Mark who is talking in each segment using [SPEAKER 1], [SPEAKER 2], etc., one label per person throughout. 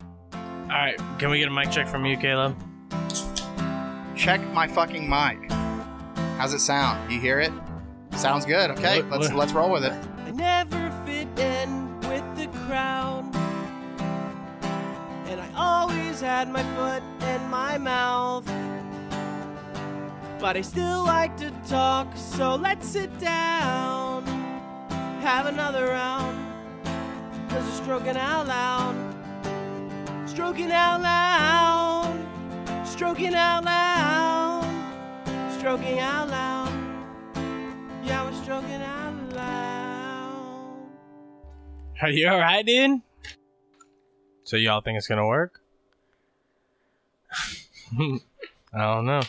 [SPEAKER 1] All right, can we get a mic check from you, Caleb?
[SPEAKER 2] Check my fucking mic. How's it sound? You hear it? Sounds good. Okay,
[SPEAKER 1] What-
[SPEAKER 2] let's
[SPEAKER 1] what-
[SPEAKER 2] let's roll with it.
[SPEAKER 3] I never fit in with the crowd. And I always had my foot in my mouth. But I still like to talk, so let's sit down. Have another round. Cause we're stroking out loud. Stroking out loud. Stroking out loud. Stroking out loud. Yeah, we're stroking out loud.
[SPEAKER 1] Are you all right, dude? So y'all think it's gonna work? I don't know.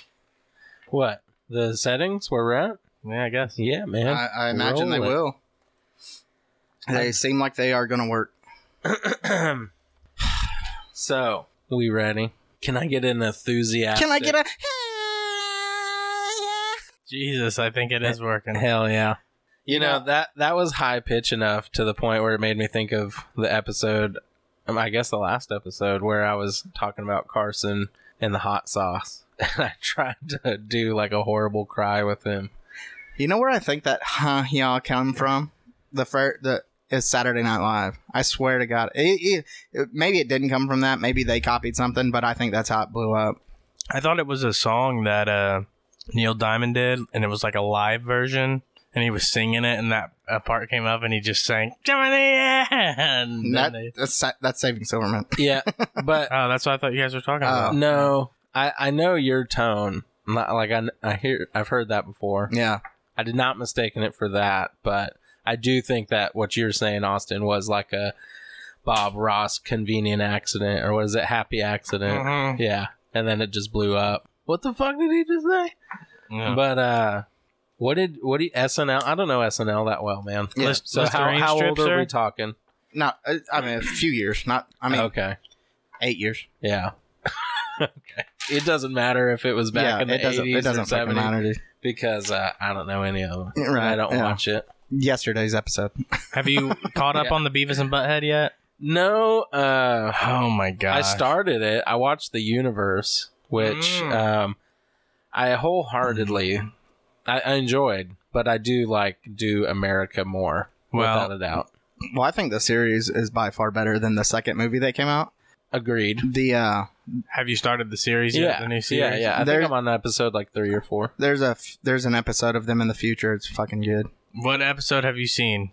[SPEAKER 4] What?
[SPEAKER 1] The settings where we're at? Yeah, I guess.
[SPEAKER 4] Yeah, man.
[SPEAKER 2] I, I imagine they
[SPEAKER 4] Roll it.
[SPEAKER 2] will. They seem like they are gonna work.
[SPEAKER 4] So, we ready? Can I get an enthusiastic?
[SPEAKER 2] Can I get a?
[SPEAKER 1] Jesus, I think it is working.
[SPEAKER 4] Hell yeah. You know, that that was high pitch enough to the point where it made me think of the episode, um, I guess the last episode, where I was talking about Carson and the hot sauce. And I tried to do like a horrible cry with him.
[SPEAKER 2] You know where I think that huh y'all come from? The first the is Saturday Night Live. I swear to God, it, it- it- maybe it didn't come from that. Maybe they copied something, but I think that's how it blew up.
[SPEAKER 1] I thought it was a song that uh, Neil Diamond did, and it was like a live version, and he was singing it, and that uh, part came up, and he just sang Johnny. And then
[SPEAKER 2] That,
[SPEAKER 1] they-
[SPEAKER 2] that's Sa- that's Saving Silverman.
[SPEAKER 4] Yeah, but Uh,
[SPEAKER 1] oh, that's what I thought you guys were talking about.
[SPEAKER 4] no, I, I know your tone. Not- Like I, I hear, I've heard that before.
[SPEAKER 2] Yeah,
[SPEAKER 4] I did not mistaken it for that, but I do think that what you're saying, Austin, was like a Bob Ross convenient accident, or what is it, happy accident?
[SPEAKER 1] Mhm.
[SPEAKER 4] Yeah, and then it just blew up. What the fuck did he just say?
[SPEAKER 1] Yeah.
[SPEAKER 4] But uh, what did what did SNL? I don't know SNL that well, man.
[SPEAKER 2] Yeah.
[SPEAKER 1] List-
[SPEAKER 4] So how,
[SPEAKER 1] Listerine
[SPEAKER 4] how old
[SPEAKER 1] strips,
[SPEAKER 4] are
[SPEAKER 1] sir?
[SPEAKER 4] we talking?
[SPEAKER 2] not. uh, I mean, a few years. Not. I mean,
[SPEAKER 4] okay,
[SPEAKER 2] eight years.
[SPEAKER 4] yeah. okay, it doesn't matter if it was back
[SPEAKER 2] yeah,
[SPEAKER 4] in the
[SPEAKER 2] it doesn't.
[SPEAKER 4] 80s
[SPEAKER 2] It doesn't
[SPEAKER 4] or
[SPEAKER 2] fucking
[SPEAKER 4] 70s
[SPEAKER 2] matter. dude.
[SPEAKER 4] because uh, I don't know any of them.
[SPEAKER 2] Right,
[SPEAKER 4] I don't
[SPEAKER 2] yeah.
[SPEAKER 4] watch it.
[SPEAKER 2] Yesterday's episode.
[SPEAKER 1] Have you caught up
[SPEAKER 4] Yeah.
[SPEAKER 1] on the Beavis and Butthead yet?
[SPEAKER 4] No. Uh,
[SPEAKER 1] Oh my god!
[SPEAKER 4] I started it. I watched the universe, which
[SPEAKER 1] Mm.
[SPEAKER 4] um, I wholeheartedly I, I enjoyed, but I do like do America more
[SPEAKER 1] Well-
[SPEAKER 4] without a doubt.
[SPEAKER 2] Well, I think the series is by far better than the second movie that came out.
[SPEAKER 4] Agreed.
[SPEAKER 2] The uh,
[SPEAKER 1] Have you started the series yet?
[SPEAKER 4] Yeah,
[SPEAKER 1] The new
[SPEAKER 4] yeah,
[SPEAKER 1] series.
[SPEAKER 4] yeah. I
[SPEAKER 2] There-
[SPEAKER 4] think I'm on episode like three or four.
[SPEAKER 2] there's a f- there's an episode of them in the future. It's fucking good.
[SPEAKER 1] What episode have you seen?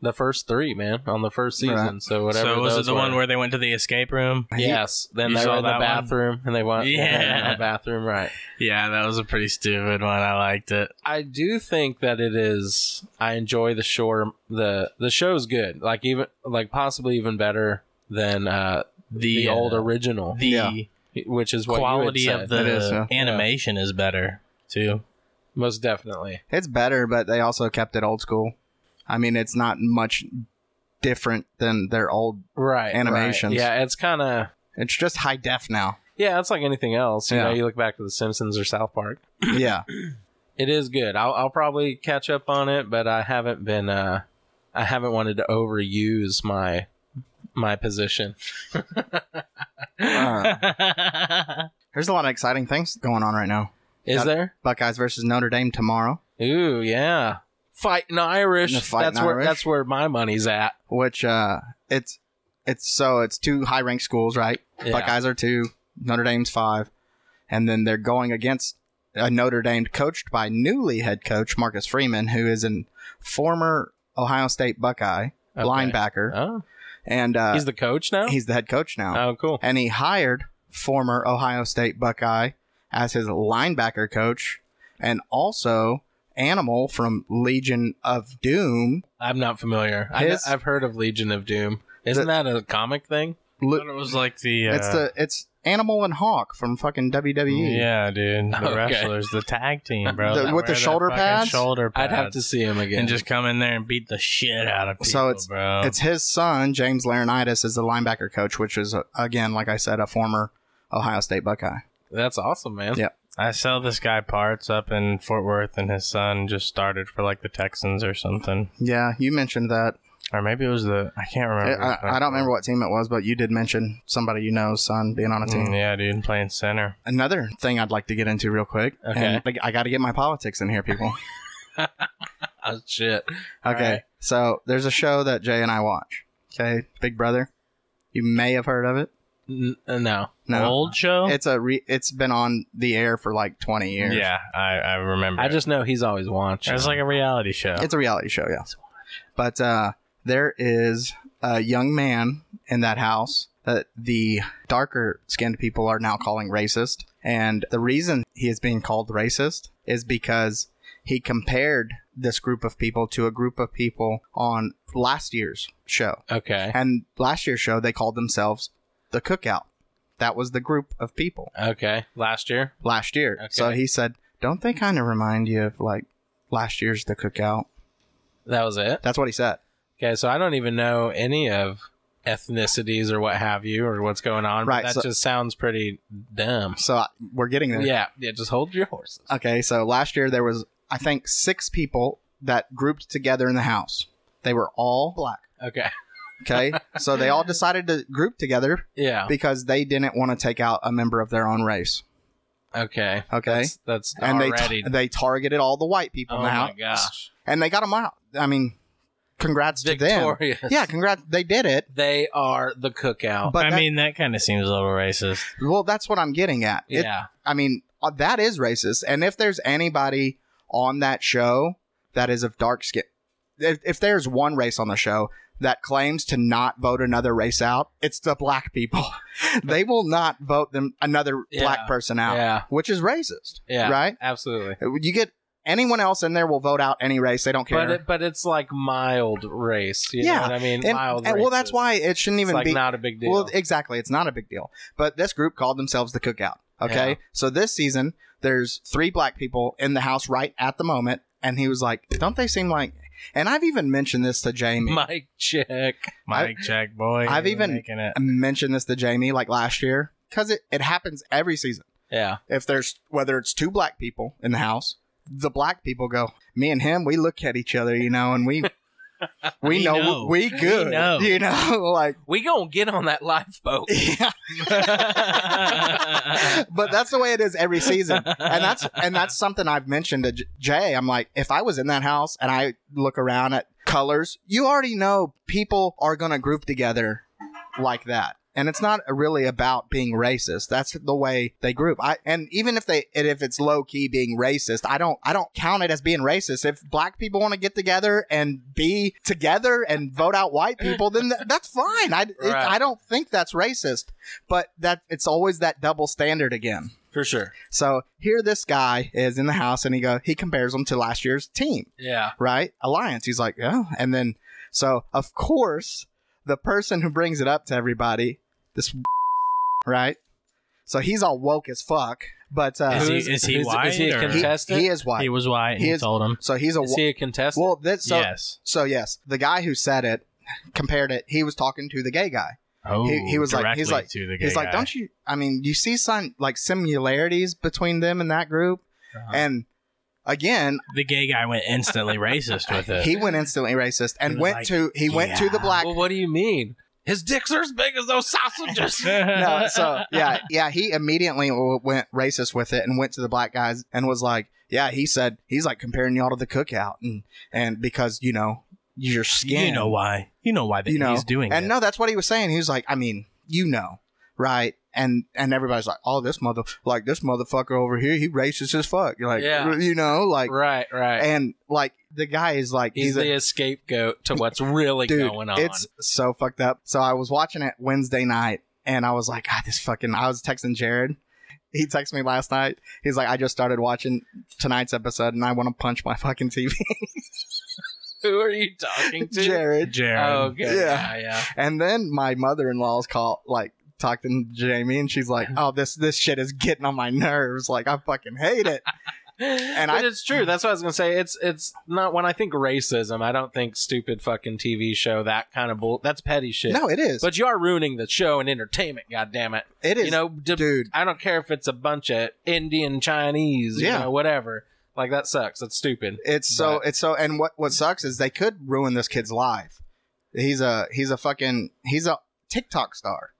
[SPEAKER 4] The first three, man, on the first season.
[SPEAKER 2] Right.
[SPEAKER 4] So whatever.
[SPEAKER 1] so was it
[SPEAKER 4] those
[SPEAKER 1] the
[SPEAKER 4] were.
[SPEAKER 1] one where they went to the escape room?
[SPEAKER 4] Yes. Then
[SPEAKER 1] You
[SPEAKER 4] they
[SPEAKER 1] saw
[SPEAKER 4] were in the
[SPEAKER 1] that one?
[SPEAKER 4] bathroom, and they went.
[SPEAKER 1] Yeah.
[SPEAKER 4] in the bathroom, right?
[SPEAKER 1] Yeah, that was a pretty stupid one. I liked it.
[SPEAKER 4] I do think that it is. I enjoy the shore. the The show's good. Like even like possibly even better than uh, the,
[SPEAKER 1] uh,
[SPEAKER 4] old original,
[SPEAKER 1] the
[SPEAKER 2] Yeah.
[SPEAKER 4] which is what
[SPEAKER 1] quality
[SPEAKER 4] you had
[SPEAKER 1] of the
[SPEAKER 4] said.
[SPEAKER 2] It is, yeah.
[SPEAKER 1] animation is better too.
[SPEAKER 4] most definitely.
[SPEAKER 2] It's better, but they also kept it old school. I mean, it's not much different than their old.
[SPEAKER 4] Right.
[SPEAKER 2] Animations.
[SPEAKER 4] right. Yeah, it's kind of.
[SPEAKER 2] It's just high def now.
[SPEAKER 4] Yeah, it's like anything else. You
[SPEAKER 2] Yeah.
[SPEAKER 4] know, you look back to The Simpsons or South Park.
[SPEAKER 2] yeah,
[SPEAKER 4] It is good. I'll, I'll probably catch up on it, but I haven't been. Uh, I haven't wanted to overuse my my position.
[SPEAKER 2] Uh, there's a lot of exciting things going on right now.
[SPEAKER 4] Is
[SPEAKER 2] Got it.
[SPEAKER 4] there?
[SPEAKER 2] Buckeyes versus Notre Dame tomorrow,
[SPEAKER 4] Ooh, yeah. Fighting Irish.
[SPEAKER 2] The Fightin'
[SPEAKER 4] that's where
[SPEAKER 2] Irish.
[SPEAKER 4] that's where my money's at.
[SPEAKER 2] which uh, it's it's so it's two high ranked schools, right?
[SPEAKER 4] Yeah.
[SPEAKER 2] Buckeyes are two, Notre Dame's five, and then they're going against a Notre Dame coached by newly head coach Marcus Freeman, who is a former Ohio State Buckeye
[SPEAKER 4] Okay.
[SPEAKER 2] linebacker,
[SPEAKER 4] Oh,
[SPEAKER 2] and uh,
[SPEAKER 4] he's the coach now.
[SPEAKER 2] he's the head coach now.
[SPEAKER 4] oh, cool.
[SPEAKER 2] and he hired former Ohio State Buckeye as his linebacker coach, and also Animal from Legion of Doom.
[SPEAKER 4] I'm not familiar. I,
[SPEAKER 2] His-
[SPEAKER 4] I've heard of Legion of Doom. Isn't that a comic thing?
[SPEAKER 1] I
[SPEAKER 2] Lu-
[SPEAKER 1] thought it was like the. Uh,
[SPEAKER 2] It's the it's Animal and Hawk from fucking E. WWE.
[SPEAKER 1] yeah, dude. The
[SPEAKER 4] Okay.
[SPEAKER 1] wrestlers, the tag team, bro.
[SPEAKER 2] The-
[SPEAKER 1] They
[SPEAKER 2] with the
[SPEAKER 1] wear their
[SPEAKER 2] shoulder
[SPEAKER 1] fucking
[SPEAKER 2] pads?
[SPEAKER 1] Shoulder
[SPEAKER 4] I'd
[SPEAKER 1] pads.
[SPEAKER 4] have to see him again.
[SPEAKER 1] and just come in there and beat the shit out of people,
[SPEAKER 2] So it's-
[SPEAKER 1] bro.
[SPEAKER 2] It's his son, James Laurinaitis, is the linebacker coach, which is, uh, again, like I said, a former Ohio State Buckeye.
[SPEAKER 4] that's awesome, man.
[SPEAKER 2] Yeah.
[SPEAKER 1] I sell this guy parts up in Fort Worth, and his son just started for like the Texans or something.
[SPEAKER 2] Yeah, you mentioned that.
[SPEAKER 1] or maybe it was the I can't
[SPEAKER 2] I,
[SPEAKER 1] remember.
[SPEAKER 2] I, I don't remember what team it was, but you did mention somebody you know's son being on a team.
[SPEAKER 1] Mm, yeah, dude, playing center.
[SPEAKER 2] Another thing I'd like to get into real quick.
[SPEAKER 4] Okay.
[SPEAKER 2] and, like, I got to get my politics in here, people.
[SPEAKER 4] Oh shit.
[SPEAKER 2] Okay.
[SPEAKER 4] Alright.
[SPEAKER 2] So there's a show that Jay and I watch. Okay. Big Brother. You may have heard of it.
[SPEAKER 4] N- uh, no.
[SPEAKER 2] No.
[SPEAKER 1] Old show.
[SPEAKER 2] It's a re- it's been on the air for like 20 years.
[SPEAKER 1] Oh. yeah, I, I remember.
[SPEAKER 4] I
[SPEAKER 1] it.
[SPEAKER 4] just know he's always watching.
[SPEAKER 1] it's like a reality show.
[SPEAKER 2] It's a reality show, yeah. But uh there is a young man in that house that the darker skinned people are now calling racist. And the reason he is being called racist is because he compared this group of people to a group of people on last year's show.
[SPEAKER 4] okay.
[SPEAKER 2] And last year's show, they called themselves the Cookout. That was the group of people
[SPEAKER 4] Okay. Last year.
[SPEAKER 2] last year. So
[SPEAKER 4] Okay.
[SPEAKER 2] he said, "Don't they kind of remind you of like last year's the Cookout?"
[SPEAKER 4] That was it.
[SPEAKER 2] That's what he said.
[SPEAKER 4] Okay, so I don't even know any of ethnicities or what have you or what's going on.
[SPEAKER 2] Right,
[SPEAKER 4] Right. That
[SPEAKER 2] so-
[SPEAKER 4] just sounds pretty dumb.
[SPEAKER 2] So I- we're getting there.
[SPEAKER 4] Yeah. Yeah. Just hold your horses.
[SPEAKER 2] Okay. So last year there was, I think, six people that grouped together in the house. They were all black.
[SPEAKER 4] Okay.
[SPEAKER 2] Okay. so they all decided to group together
[SPEAKER 4] Yeah.
[SPEAKER 2] because they didn't want to take out a member of their own race.
[SPEAKER 4] Okay.
[SPEAKER 2] Okay.
[SPEAKER 4] That's, that's
[SPEAKER 2] and they
[SPEAKER 4] already.
[SPEAKER 2] they targeted all the white people
[SPEAKER 4] oh
[SPEAKER 2] in the house.
[SPEAKER 4] my gosh.
[SPEAKER 2] and they got them out. I mean, congrats to
[SPEAKER 4] Victorious.
[SPEAKER 2] them. Yeah, congrats. They did it.
[SPEAKER 4] They are the cookout.
[SPEAKER 2] But
[SPEAKER 1] I
[SPEAKER 2] that-
[SPEAKER 1] mean, that kind of seems a little racist.
[SPEAKER 2] well, that's what I'm getting at. It-
[SPEAKER 4] yeah.
[SPEAKER 2] I mean, uh, that is racist. And if there's anybody on that show that is of dark skin, if, if there's one race on the show that claims to not vote another race out, it's the black people. they will not vote them another
[SPEAKER 4] Yeah.
[SPEAKER 2] black person out,
[SPEAKER 4] Yeah.
[SPEAKER 2] which is racist,
[SPEAKER 4] Yeah.
[SPEAKER 2] right?
[SPEAKER 4] Absolutely.
[SPEAKER 2] You get anyone else in there will vote out any race. They don't care.
[SPEAKER 4] But it, but it's like mild race. You
[SPEAKER 2] Yeah,
[SPEAKER 4] Know what I mean,
[SPEAKER 2] and,
[SPEAKER 4] mild.
[SPEAKER 2] and- well, that's
[SPEAKER 4] racist.
[SPEAKER 2] why it shouldn't
[SPEAKER 4] It's
[SPEAKER 2] even
[SPEAKER 4] like
[SPEAKER 2] be
[SPEAKER 4] not a big deal.
[SPEAKER 2] Well, exactly. It's not a big deal. But this group called themselves the Cookout. Okay.
[SPEAKER 4] Yeah.
[SPEAKER 2] So this season, there's three black people in the house right at the moment. And he was like, don't they seem like. And I've even mentioned this to Jamie.
[SPEAKER 4] Mike check.
[SPEAKER 1] Mike Jack boy.
[SPEAKER 2] I've
[SPEAKER 1] you're
[SPEAKER 2] even-
[SPEAKER 1] making it.
[SPEAKER 2] I mentioned this to Jamie like last year because it, it happens every season.
[SPEAKER 4] Yeah.
[SPEAKER 2] If there's, whether it's two black people in the house, the black people go, me and him, we look at each other, you know, and we. We,
[SPEAKER 1] We
[SPEAKER 2] know,
[SPEAKER 1] know.
[SPEAKER 2] we good,
[SPEAKER 1] know.
[SPEAKER 2] you know, like
[SPEAKER 4] We gonna get on that lifeboat.
[SPEAKER 2] yeah. but that's the way it is every season and that's and that's something i've mentioned to J- jay i'm like if i was in that house and i look around at colors you already know people are gonna group together like that and it's not really about being racist that's the way they group i and even if they and if it's low key being racist i don't i don't count it as being racist if black people want to get together and be together and vote out white people then th- that's fine i it-
[SPEAKER 4] Right.
[SPEAKER 2] i don't think that's racist but that it's always that double standard again
[SPEAKER 4] for sure.
[SPEAKER 2] so here this guy is in the house and he go he compares them to last year's team,
[SPEAKER 4] Yeah.
[SPEAKER 2] right? Alliance. He's like, yeah. And then so of course the person who brings it up to everybody, this right? So he's all woke as fuck. But
[SPEAKER 1] Is
[SPEAKER 2] uh
[SPEAKER 1] he-
[SPEAKER 4] Who's-
[SPEAKER 1] is he
[SPEAKER 4] who's- Is he a
[SPEAKER 1] white or-
[SPEAKER 2] he,
[SPEAKER 4] contestant?
[SPEAKER 2] he is white.
[SPEAKER 1] He was white. And
[SPEAKER 2] He
[SPEAKER 1] he
[SPEAKER 2] is-
[SPEAKER 1] told him.
[SPEAKER 2] so he's a
[SPEAKER 4] Is
[SPEAKER 2] wh-
[SPEAKER 4] he a contestant?
[SPEAKER 2] well this so
[SPEAKER 1] yes.
[SPEAKER 2] so yes, the guy who said it compared it, he was talking to the gay guy.
[SPEAKER 1] Oh,
[SPEAKER 2] he- he was like- he's
[SPEAKER 1] directly
[SPEAKER 2] like-
[SPEAKER 1] to the gay
[SPEAKER 2] He's
[SPEAKER 1] guy.
[SPEAKER 2] like, Don't you I mean, you see some like similarities between them and that group.
[SPEAKER 4] Uh-huh.
[SPEAKER 2] And again,
[SPEAKER 1] The gay guy went instantly racist with it.
[SPEAKER 2] he went instantly racist and
[SPEAKER 1] He was
[SPEAKER 2] went
[SPEAKER 1] like,
[SPEAKER 2] to he went to the
[SPEAKER 1] "Yeah."
[SPEAKER 2] black
[SPEAKER 4] well, what do you mean? His dicks are as big as those sausages.
[SPEAKER 2] no, so yeah yeah he immediately w- went racist with it and went to the black guys and was like yeah he said he's like comparing y'all to the cookout and and because you know your skin
[SPEAKER 1] You know why? You know why that
[SPEAKER 2] you know
[SPEAKER 1] he's doing
[SPEAKER 2] and
[SPEAKER 1] it.
[SPEAKER 2] no that's what he was saying he was like i mean you know right and and everybody's like oh this mother like this motherfucker over here he racist as fuck You're like
[SPEAKER 4] Yeah.
[SPEAKER 2] you know like
[SPEAKER 4] right, right.
[SPEAKER 2] and like the guy is like
[SPEAKER 4] he's
[SPEAKER 2] a-
[SPEAKER 4] the scapegoat to what's really going on.
[SPEAKER 2] It's so fucked up. So I was watching it Wednesday night and I was like, God, this fucking I was texting Jared. He texted me last night. He's like, I just started watching tonight's episode and I want to punch my fucking TV.
[SPEAKER 4] Who are you talking to?
[SPEAKER 2] Jared.
[SPEAKER 1] Jared.
[SPEAKER 4] Oh, okay.
[SPEAKER 2] Yeah.
[SPEAKER 4] Yeah, yeah.
[SPEAKER 2] And then my mother in law's call like talking to Jamie and she's like, Oh, this this shit is getting on my nerves. Like I fucking hate it.
[SPEAKER 4] And
[SPEAKER 2] I-
[SPEAKER 4] it's true. That's what I was gonna say. It's it's not when I think racism, I don't think stupid fucking TV show that kind of bull. That's petty shit.
[SPEAKER 2] No, it is.
[SPEAKER 4] but you are ruining the show and entertainment. God damn it.
[SPEAKER 2] it is
[SPEAKER 4] you know, d-
[SPEAKER 2] dude.
[SPEAKER 4] I don't care if it's a bunch of Indian, Chinese, you
[SPEAKER 2] Yeah.
[SPEAKER 4] know, whatever. Like that sucks. That's stupid.
[SPEAKER 2] It's so
[SPEAKER 4] But-
[SPEAKER 2] it's so and what what sucks is they could ruin this kid's life. He's a he's a fucking he's a TikTok star.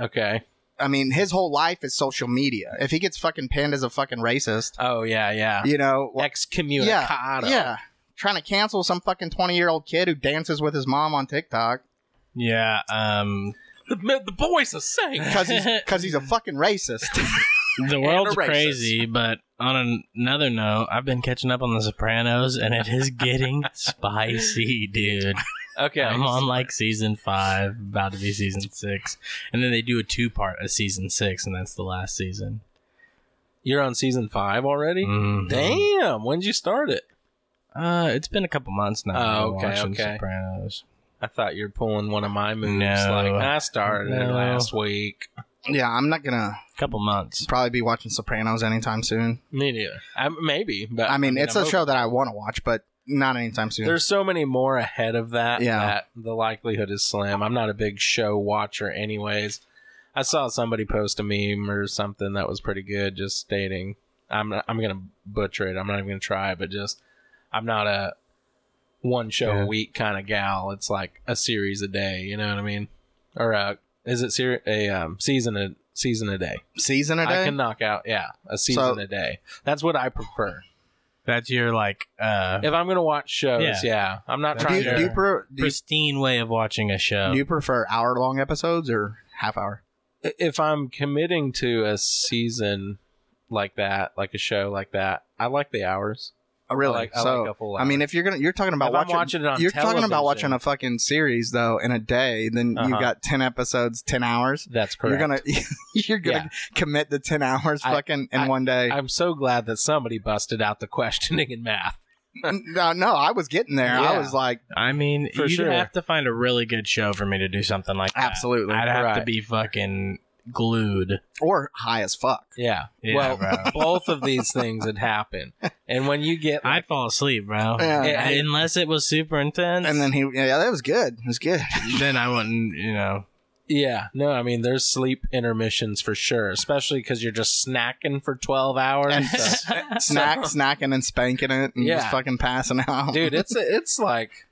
[SPEAKER 4] Okay.
[SPEAKER 2] I mean, his whole life is social media. If he gets fucking pinned as a fucking racist,
[SPEAKER 4] Oh yeah, yeah.
[SPEAKER 2] you know, like,
[SPEAKER 4] Excommunicado.
[SPEAKER 2] yeah, trying to cancel some fucking twenty year old kid who dances with his mom on TikTok
[SPEAKER 1] Yeah. Um.
[SPEAKER 4] The, the boys are saying.
[SPEAKER 2] because he's because he's a fucking racist.
[SPEAKER 1] The world's
[SPEAKER 4] racist.
[SPEAKER 1] crazy, but on an- another note, I've been catching up on The Sopranos, and it is getting spicy, dude.
[SPEAKER 4] Okay.
[SPEAKER 1] I'm on like season five, about to be season six, and then they do a two part of season six, and that's the last season.
[SPEAKER 4] You're on season five already.
[SPEAKER 1] Mhm.
[SPEAKER 4] Damn. When did you start it?
[SPEAKER 1] Uh, it's been a couple months now. that
[SPEAKER 4] Oh,
[SPEAKER 1] I've
[SPEAKER 4] okay,
[SPEAKER 1] been watching
[SPEAKER 4] okay.
[SPEAKER 1] Sopranos.
[SPEAKER 4] I thought you were pulling one of my moves.
[SPEAKER 1] No.
[SPEAKER 4] Like I started it
[SPEAKER 1] No.
[SPEAKER 4] last week.
[SPEAKER 2] yeah, I'm not gonna
[SPEAKER 1] Couple months.
[SPEAKER 2] probably be watching Sopranos anytime soon.
[SPEAKER 4] Me neither. I, maybe, but
[SPEAKER 2] I mean, it's
[SPEAKER 4] I'm
[SPEAKER 2] a show that I want to watch, but not anytime soon.
[SPEAKER 4] There's so many more ahead of that
[SPEAKER 2] Yeah.
[SPEAKER 4] that the likelihood is slim. I'm not a big show watcher, anyways. I saw somebody post a meme or something that was pretty good, just stating I'm not, I'm gonna butcher it. I'm not even gonna try, but just I'm not a one show
[SPEAKER 1] Yeah.
[SPEAKER 4] a week kind of gal. It's like a series a day. You know what I mean? Or uh, is it ser- a um, season a season a day?
[SPEAKER 2] season a
[SPEAKER 4] I
[SPEAKER 2] day.
[SPEAKER 4] can knock out yeah a season a day. That's what I prefer.
[SPEAKER 1] That's your like uh
[SPEAKER 4] If I'm gonna watch shows, yeah,
[SPEAKER 1] Yeah.
[SPEAKER 4] I'm not
[SPEAKER 1] Do-
[SPEAKER 4] trying
[SPEAKER 2] do,
[SPEAKER 4] to.
[SPEAKER 2] do, you pre- do, you-
[SPEAKER 1] pristine way of watching a show.
[SPEAKER 2] do you prefer hour long episodes or half hour?
[SPEAKER 4] if I'm committing to a season like that, like a show like that, I like the hours.
[SPEAKER 2] Oh, really?
[SPEAKER 4] I like, I
[SPEAKER 2] so
[SPEAKER 4] like a full hour.
[SPEAKER 2] I mean, if you're gonna, you're talking about
[SPEAKER 4] If I'm
[SPEAKER 2] watching,
[SPEAKER 4] watching it on
[SPEAKER 2] you're talking about
[SPEAKER 4] television.
[SPEAKER 2] watching a fucking series though in a day. Then
[SPEAKER 4] Uh-huh.
[SPEAKER 2] you've got ten episodes, ten hours.
[SPEAKER 4] that's correct.
[SPEAKER 2] You're gonna, you're gonna commit the ten hours
[SPEAKER 4] I-
[SPEAKER 2] fucking in
[SPEAKER 4] I-
[SPEAKER 2] one day.
[SPEAKER 4] I'm so glad that somebody busted out the questioning in math.
[SPEAKER 2] no, uh, no, I was getting there. I
[SPEAKER 4] Yeah.
[SPEAKER 2] was like,
[SPEAKER 1] I mean,
[SPEAKER 4] For
[SPEAKER 1] you'd
[SPEAKER 4] sure.
[SPEAKER 1] have to find a really good show for me to do something like that.
[SPEAKER 2] absolutely,
[SPEAKER 1] I'd have to
[SPEAKER 4] Right.
[SPEAKER 1] be fucking glued.
[SPEAKER 2] or high as fuck.
[SPEAKER 4] Yeah.
[SPEAKER 1] Yeah,
[SPEAKER 4] well,
[SPEAKER 1] bro.
[SPEAKER 4] both of these things had happened, and when you get
[SPEAKER 1] I'd fall asleep, bro.
[SPEAKER 2] Yeah.
[SPEAKER 1] Yeah, Unless it was super intense.
[SPEAKER 2] And then he, yeah, that was good. It was good.
[SPEAKER 1] then I wouldn't, you know.
[SPEAKER 4] yeah, no, I mean there's sleep intermissions for sure, especially because you're just snacking for twelve hours.
[SPEAKER 2] And
[SPEAKER 4] so-
[SPEAKER 2] s- snack, snacking, and spanking it, and
[SPEAKER 4] Yeah.
[SPEAKER 2] just fucking passing out,
[SPEAKER 4] dude it's it's like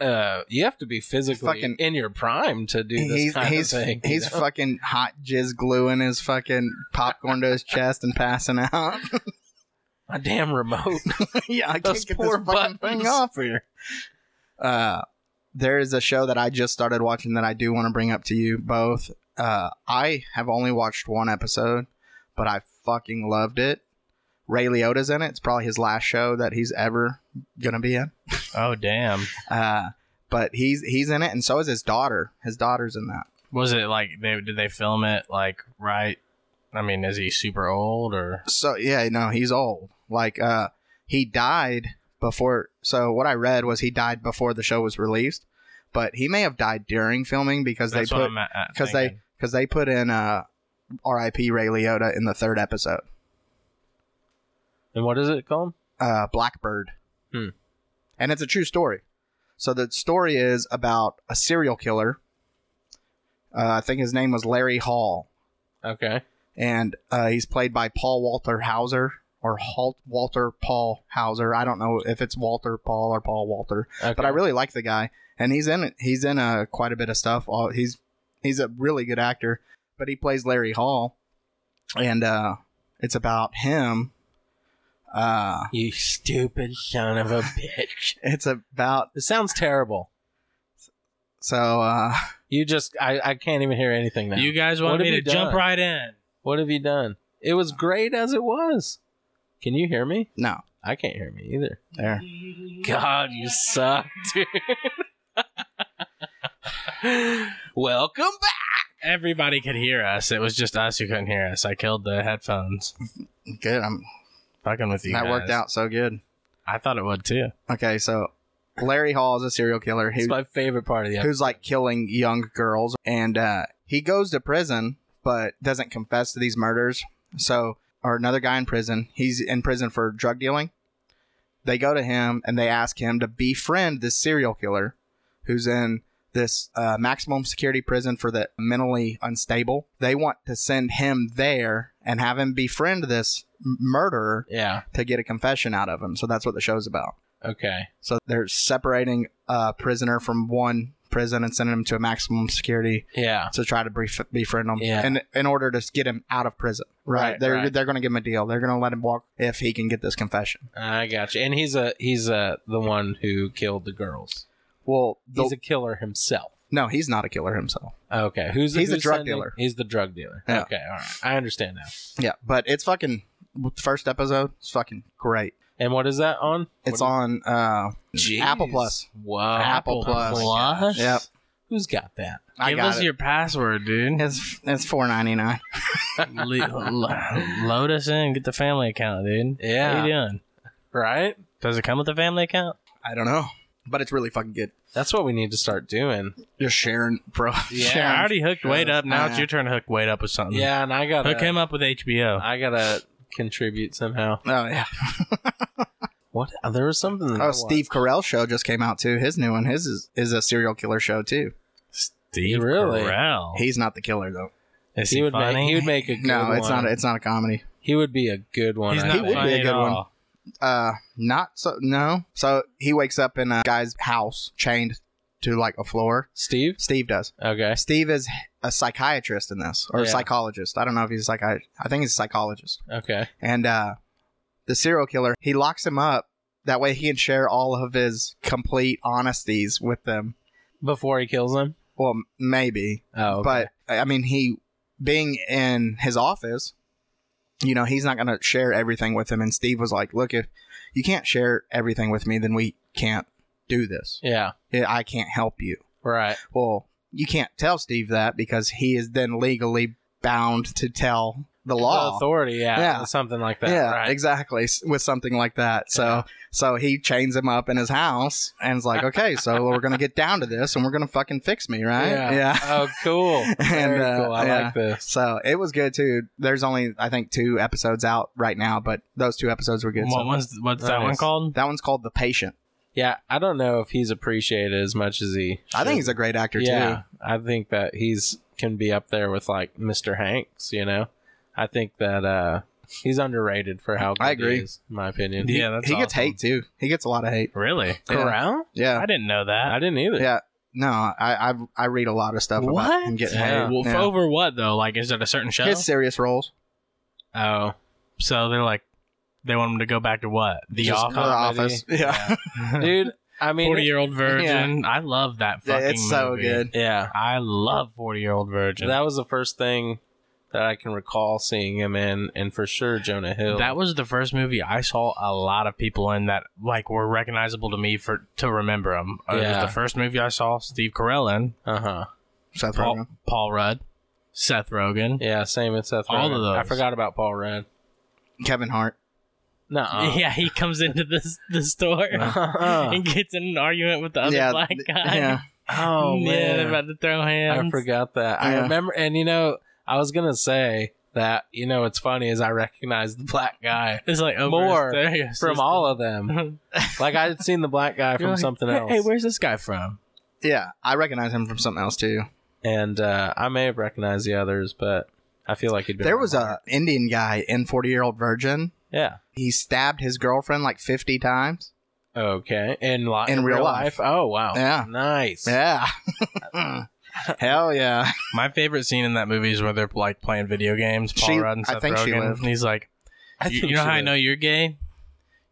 [SPEAKER 4] uh you have to be physically
[SPEAKER 2] Fucking-
[SPEAKER 4] in your prime to do this
[SPEAKER 2] he's
[SPEAKER 4] kind
[SPEAKER 2] he's
[SPEAKER 4] of thing you
[SPEAKER 2] he's
[SPEAKER 4] know?
[SPEAKER 2] fucking hot jizz gluing his fucking popcorn to his chest and passing out.
[SPEAKER 4] my damn remote
[SPEAKER 2] yeah, I
[SPEAKER 4] Those
[SPEAKER 2] can't get this
[SPEAKER 4] poor
[SPEAKER 2] fucking
[SPEAKER 4] buttons.
[SPEAKER 2] thing off here. Uh, there is a show that I just started watching that I do want to bring up to you both. Uh, I have only watched one episode, but I fucking loved it. Ray Liotta's in it. It's probably his last show that he's ever gonna be in.
[SPEAKER 1] Oh, damn.
[SPEAKER 2] Uh, but he's he's in it, and so is his daughter. His daughter's in that.
[SPEAKER 1] Was it like, they did they film it, like, right? I mean, is he super old or?
[SPEAKER 2] So yeah, no, he's old. Like uh he died before so what I read was he died before the show was released, but he may have died during filming because
[SPEAKER 1] That's
[SPEAKER 2] they
[SPEAKER 1] what
[SPEAKER 2] put
[SPEAKER 1] I'm at- at
[SPEAKER 2] because they
[SPEAKER 1] thinking.
[SPEAKER 2] because they put in uh R.I.P. Ray Liotta in the third episode.
[SPEAKER 4] and what is it called
[SPEAKER 2] Uh Blackbird.
[SPEAKER 4] Hmm.
[SPEAKER 2] And it's a true story. So the story is about a serial killer. Uh, I think his name was Larry Hall.
[SPEAKER 4] okay
[SPEAKER 2] and uh, he's played by Paul Walter Hauser or Halt Walter Paul Hauser. I don't know if it's Walter Paul or Paul Walter,
[SPEAKER 4] okay
[SPEAKER 2] but I really like the guy, and he's in he's in uh, quite a bit of stuff. All, he's he's a really good actor, but he plays Larry Hall, and uh, it's about him. Uh,
[SPEAKER 4] you stupid son of a bitch
[SPEAKER 2] it's about
[SPEAKER 4] it sounds terrible
[SPEAKER 2] so uh,
[SPEAKER 4] you just i i can't even hear anything now
[SPEAKER 1] You guys want
[SPEAKER 4] What
[SPEAKER 1] me
[SPEAKER 4] have
[SPEAKER 1] to
[SPEAKER 4] you
[SPEAKER 1] jump
[SPEAKER 4] done?
[SPEAKER 1] right in?
[SPEAKER 4] what have you done it was great as it was can you hear me
[SPEAKER 2] no
[SPEAKER 4] i can't hear me either
[SPEAKER 2] there.
[SPEAKER 4] god you suck dude welcome back
[SPEAKER 1] Everybody could hear us. It was just us who couldn't hear us. I killed the headphones.
[SPEAKER 2] Good, I'm,
[SPEAKER 1] Fucking with you
[SPEAKER 2] that
[SPEAKER 1] guys.
[SPEAKER 2] worked out so good.
[SPEAKER 1] I thought it would too.
[SPEAKER 2] Okay, so Larry Hall is a serial killer. He,
[SPEAKER 4] it's my favorite part of the episode
[SPEAKER 2] who's like killing young girls and uh, he goes to prison but doesn't confess to these murders so or another guy in prison he's in prison for drug dealing they go to him and they ask him to befriend this serial killer who's in this uh, maximum security prison for the mentally unstable they want to send him there and have him befriend this m- murderer
[SPEAKER 4] yeah
[SPEAKER 2] to get a confession out of him so that's what the show's about
[SPEAKER 4] Okay.
[SPEAKER 2] So they're separating a prisoner from one prison and sending him to a maximum security
[SPEAKER 4] Yeah.
[SPEAKER 2] to try to brief, befriend him
[SPEAKER 4] Yeah.
[SPEAKER 2] in, in order to get him out of prison. Right.
[SPEAKER 4] Right,
[SPEAKER 2] they're
[SPEAKER 4] right.
[SPEAKER 2] they're going to give him a deal. They're going to let him walk if he can get this confession.
[SPEAKER 4] I got you. And he's a he's a the one who killed the girls.
[SPEAKER 2] Well, the-
[SPEAKER 4] He's a killer himself.
[SPEAKER 2] no, he's not a killer himself.
[SPEAKER 4] Okay. Who's
[SPEAKER 2] He's a
[SPEAKER 4] who's
[SPEAKER 2] drug
[SPEAKER 4] sending-
[SPEAKER 2] dealer.
[SPEAKER 4] He's the drug dealer.
[SPEAKER 2] Yeah.
[SPEAKER 4] Okay. All right. I understand now.
[SPEAKER 2] Yeah, but it's fucking first episode. It's fucking great.
[SPEAKER 4] And what is that on?
[SPEAKER 2] It's
[SPEAKER 4] What
[SPEAKER 2] on uh
[SPEAKER 4] is- Jeez.
[SPEAKER 2] Apple Plus.
[SPEAKER 4] Wow.
[SPEAKER 2] Apple Plus.
[SPEAKER 1] Plus?
[SPEAKER 2] Yep.
[SPEAKER 4] Who's got that?
[SPEAKER 2] I
[SPEAKER 1] Give
[SPEAKER 2] got
[SPEAKER 1] us
[SPEAKER 2] it.
[SPEAKER 1] your password, dude.
[SPEAKER 2] It's it's four ninety nine.
[SPEAKER 1] Le- lo- load us in. Get the family account, dude.
[SPEAKER 4] Yeah.
[SPEAKER 1] What are you doing?
[SPEAKER 4] Right?
[SPEAKER 1] Does it come with a family account?
[SPEAKER 2] I don't know, but it's really fucking good.
[SPEAKER 4] That's what we need to start doing.
[SPEAKER 2] You're sharing, bro.
[SPEAKER 4] Yeah.
[SPEAKER 1] I already hooked Wade up. Now it's
[SPEAKER 2] Yeah.
[SPEAKER 1] your turn to hook Wade up with
[SPEAKER 2] Um,
[SPEAKER 1] something.
[SPEAKER 4] Yeah, and I gotta
[SPEAKER 1] Hook him up with HBO.
[SPEAKER 4] I gotta contribute somehow.
[SPEAKER 2] Oh yeah.
[SPEAKER 4] What Uh, there was something that I
[SPEAKER 2] Oh,
[SPEAKER 4] watched.
[SPEAKER 2] Steve Carell show just came out too. His new one, his is, is a serial killer show too.
[SPEAKER 1] Steve
[SPEAKER 4] Really?
[SPEAKER 1] Carell.
[SPEAKER 2] He's not the killer though.
[SPEAKER 1] Is
[SPEAKER 4] He,
[SPEAKER 1] he,
[SPEAKER 4] would
[SPEAKER 1] funny?
[SPEAKER 4] make he would make a good
[SPEAKER 2] No, it's
[SPEAKER 4] one.
[SPEAKER 2] not. It's not a comedy.
[SPEAKER 4] he would be a good one.
[SPEAKER 1] He's
[SPEAKER 4] I
[SPEAKER 1] not
[SPEAKER 4] think.
[SPEAKER 2] would be
[SPEAKER 1] funny
[SPEAKER 2] a
[SPEAKER 1] at
[SPEAKER 2] good one.
[SPEAKER 1] all.
[SPEAKER 2] Uh, not so. No. So he wakes up in a guy's house, chained to like a floor.
[SPEAKER 4] Steve?
[SPEAKER 2] Steve does.
[SPEAKER 4] Okay.
[SPEAKER 2] Steve is a psychiatrist in this, or a
[SPEAKER 4] Yeah.
[SPEAKER 2] psychologist. I don't know if he's a psychiatrist. I think he's a psychologist.
[SPEAKER 4] Okay.
[SPEAKER 2] And uh, the serial killer, he locks him up. That way, he can share all of his complete honesties with them.
[SPEAKER 4] Before he kills him?
[SPEAKER 2] Well, maybe.
[SPEAKER 4] Oh. okay.
[SPEAKER 2] But I I mean, he being in his office, you know, he's not going to share everything with him. And Steve was like, "Look, if you can't share everything with me, then we can't do this.
[SPEAKER 4] Yeah.
[SPEAKER 2] I I can't help you."
[SPEAKER 4] Right.
[SPEAKER 2] Well, you can't tell Steve that because he is then legally bound to tell the
[SPEAKER 4] The
[SPEAKER 2] law.
[SPEAKER 4] authority, yeah.
[SPEAKER 2] Yeah.
[SPEAKER 4] Something like that.
[SPEAKER 2] yeah,
[SPEAKER 4] right.
[SPEAKER 2] exactly. s- With something like that, so so he chains him up in his house and is like, "Okay, so we're gonna get down to this, and we're gonna fucking fix me, right?"
[SPEAKER 4] Yeah.
[SPEAKER 2] yeah.
[SPEAKER 4] Oh, cool. Very
[SPEAKER 2] And, uh,
[SPEAKER 4] cool. I
[SPEAKER 2] yeah.
[SPEAKER 4] like this.
[SPEAKER 2] So it was good too. There's only I think two episodes out right now, but those two episodes were good.
[SPEAKER 1] What
[SPEAKER 2] So
[SPEAKER 1] one's, what's that one
[SPEAKER 4] Nice.
[SPEAKER 1] called?
[SPEAKER 2] that one's called The Patient.
[SPEAKER 4] Yeah, I don't know if he's appreciated as much as he.
[SPEAKER 2] I think
[SPEAKER 4] should.
[SPEAKER 2] he's a great actor
[SPEAKER 4] yeah, I think that he's can be up there with like Mr. Hanks. You know, I think that uh he's underrated for how good
[SPEAKER 2] I agree.
[SPEAKER 4] He is, in my opinion.
[SPEAKER 1] Yeah,
[SPEAKER 2] too.
[SPEAKER 1] that's
[SPEAKER 2] He gets
[SPEAKER 1] awesome.
[SPEAKER 2] hate too. He gets a lot of hate.
[SPEAKER 1] Really?
[SPEAKER 4] Corral?
[SPEAKER 2] Yeah,
[SPEAKER 1] I didn't know that.
[SPEAKER 4] I didn't either.
[SPEAKER 2] yeah. No, I I, I read a lot of stuff about him getting
[SPEAKER 4] Yeah.
[SPEAKER 2] hate.
[SPEAKER 1] Well,
[SPEAKER 2] Yeah.
[SPEAKER 1] over what though? Like, is it a certain show?
[SPEAKER 2] His serious roles.
[SPEAKER 4] Oh,
[SPEAKER 1] so they're like, they want him to go back to what? The
[SPEAKER 4] Just
[SPEAKER 2] The
[SPEAKER 1] office.
[SPEAKER 4] Comedy.
[SPEAKER 2] Office. Yeah,
[SPEAKER 4] Oh, dude. I mean,
[SPEAKER 1] Forty year old virgin. I love that fucking.
[SPEAKER 2] it's so
[SPEAKER 1] movie.
[SPEAKER 2] good.
[SPEAKER 4] yeah,
[SPEAKER 1] I love forty year old virgin.
[SPEAKER 4] that was the first thing that I can recall seeing him in, and for sure Jonah Hill.
[SPEAKER 1] That was the first movie I saw a lot of people in that like were recognizable to me for to remember them. It was
[SPEAKER 4] Yeah.
[SPEAKER 1] the first movie I saw Steve Carell in,
[SPEAKER 4] uh huh.
[SPEAKER 2] Seth
[SPEAKER 1] Paul,
[SPEAKER 2] Rogen.
[SPEAKER 1] Paul Rudd, Seth Rogen.
[SPEAKER 4] Yeah, same with Seth.
[SPEAKER 1] All
[SPEAKER 4] Rogen.
[SPEAKER 1] of those.
[SPEAKER 4] I forgot about Paul Rudd.
[SPEAKER 2] Kevin Hart.
[SPEAKER 4] No.
[SPEAKER 1] Yeah, he comes into this the store
[SPEAKER 4] Uh-huh. Uh-uh.
[SPEAKER 1] and gets in an argument with the other
[SPEAKER 2] yeah,
[SPEAKER 1] black
[SPEAKER 2] th-
[SPEAKER 1] guy.
[SPEAKER 2] yeah.
[SPEAKER 4] Oh
[SPEAKER 1] yeah,
[SPEAKER 4] man,
[SPEAKER 1] they're about to throw hands.
[SPEAKER 4] I forgot that. I
[SPEAKER 2] Yeah.
[SPEAKER 4] remember, and you know, I was gonna say that. You know, what's funny is I recognize the black guy
[SPEAKER 1] It's like over
[SPEAKER 4] More
[SPEAKER 1] his stereo system.
[SPEAKER 4] from all of them. Like I had seen the black guy from
[SPEAKER 1] You're like,
[SPEAKER 4] something
[SPEAKER 1] "Hey,
[SPEAKER 4] else,
[SPEAKER 1] Hey, where's this guy from?
[SPEAKER 2] Yeah, I recognize him from something else too.
[SPEAKER 4] and uh, I may have recognized the others, but I feel like he'd been
[SPEAKER 2] There
[SPEAKER 4] around
[SPEAKER 2] was
[SPEAKER 4] longer.
[SPEAKER 2] a Indian guy in Forty Year Old Virgin.
[SPEAKER 4] yeah.
[SPEAKER 2] He stabbed his girlfriend like fifty times.
[SPEAKER 4] Okay, in li-
[SPEAKER 2] In real life.
[SPEAKER 4] Oh wow,
[SPEAKER 2] Yeah.
[SPEAKER 4] nice.
[SPEAKER 2] Yeah. Hell yeah.
[SPEAKER 1] My favorite scene in that movie is where they're like playing video games. Paul
[SPEAKER 2] She-
[SPEAKER 1] Rudd and
[SPEAKER 2] I
[SPEAKER 1] Seth
[SPEAKER 2] think
[SPEAKER 1] Rogen,
[SPEAKER 2] she lived.
[SPEAKER 1] and he's like,
[SPEAKER 4] I
[SPEAKER 1] you,
[SPEAKER 4] think
[SPEAKER 1] you know
[SPEAKER 4] she
[SPEAKER 1] how I
[SPEAKER 4] did.
[SPEAKER 1] know you're gay?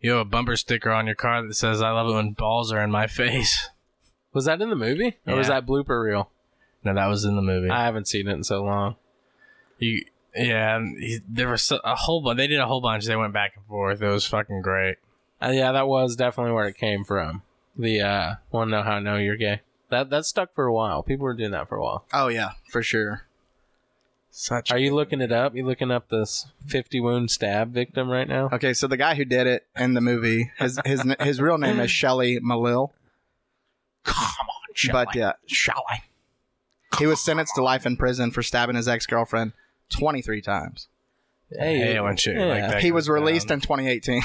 [SPEAKER 1] You have a bumper sticker on your car that says "I love it when balls are in my face."
[SPEAKER 4] Was that in the movie or was
[SPEAKER 1] Yeah.
[SPEAKER 4] that blooper reel?
[SPEAKER 1] No, that was in the movie.
[SPEAKER 4] I haven't seen it in so long.
[SPEAKER 1] you, yeah, and he, there was so- a whole bunch. They did a whole bunch. They went back and forth. It was fucking great.
[SPEAKER 4] Uh, yeah, that was definitely where it came from. The uh, "Wanna Know How I Know You're Gay." That that stuck for a while. People were doing that for a while.
[SPEAKER 2] Oh yeah, for sure.
[SPEAKER 1] Such
[SPEAKER 4] Are you looking it up? You looking up this 50 wound stab victim right now?
[SPEAKER 2] Okay, so the guy who did it in the movie, his his his real name is Shelly Malil,
[SPEAKER 1] come on,
[SPEAKER 2] but yeah,
[SPEAKER 1] shall I?
[SPEAKER 2] he was sentenced to life in prison for stabbing his ex girlfriend twenty three times.
[SPEAKER 1] Hey, when shit like
[SPEAKER 4] yeah.
[SPEAKER 1] that
[SPEAKER 2] He
[SPEAKER 1] goes
[SPEAKER 2] was released
[SPEAKER 1] down.
[SPEAKER 2] in twenty eighteen.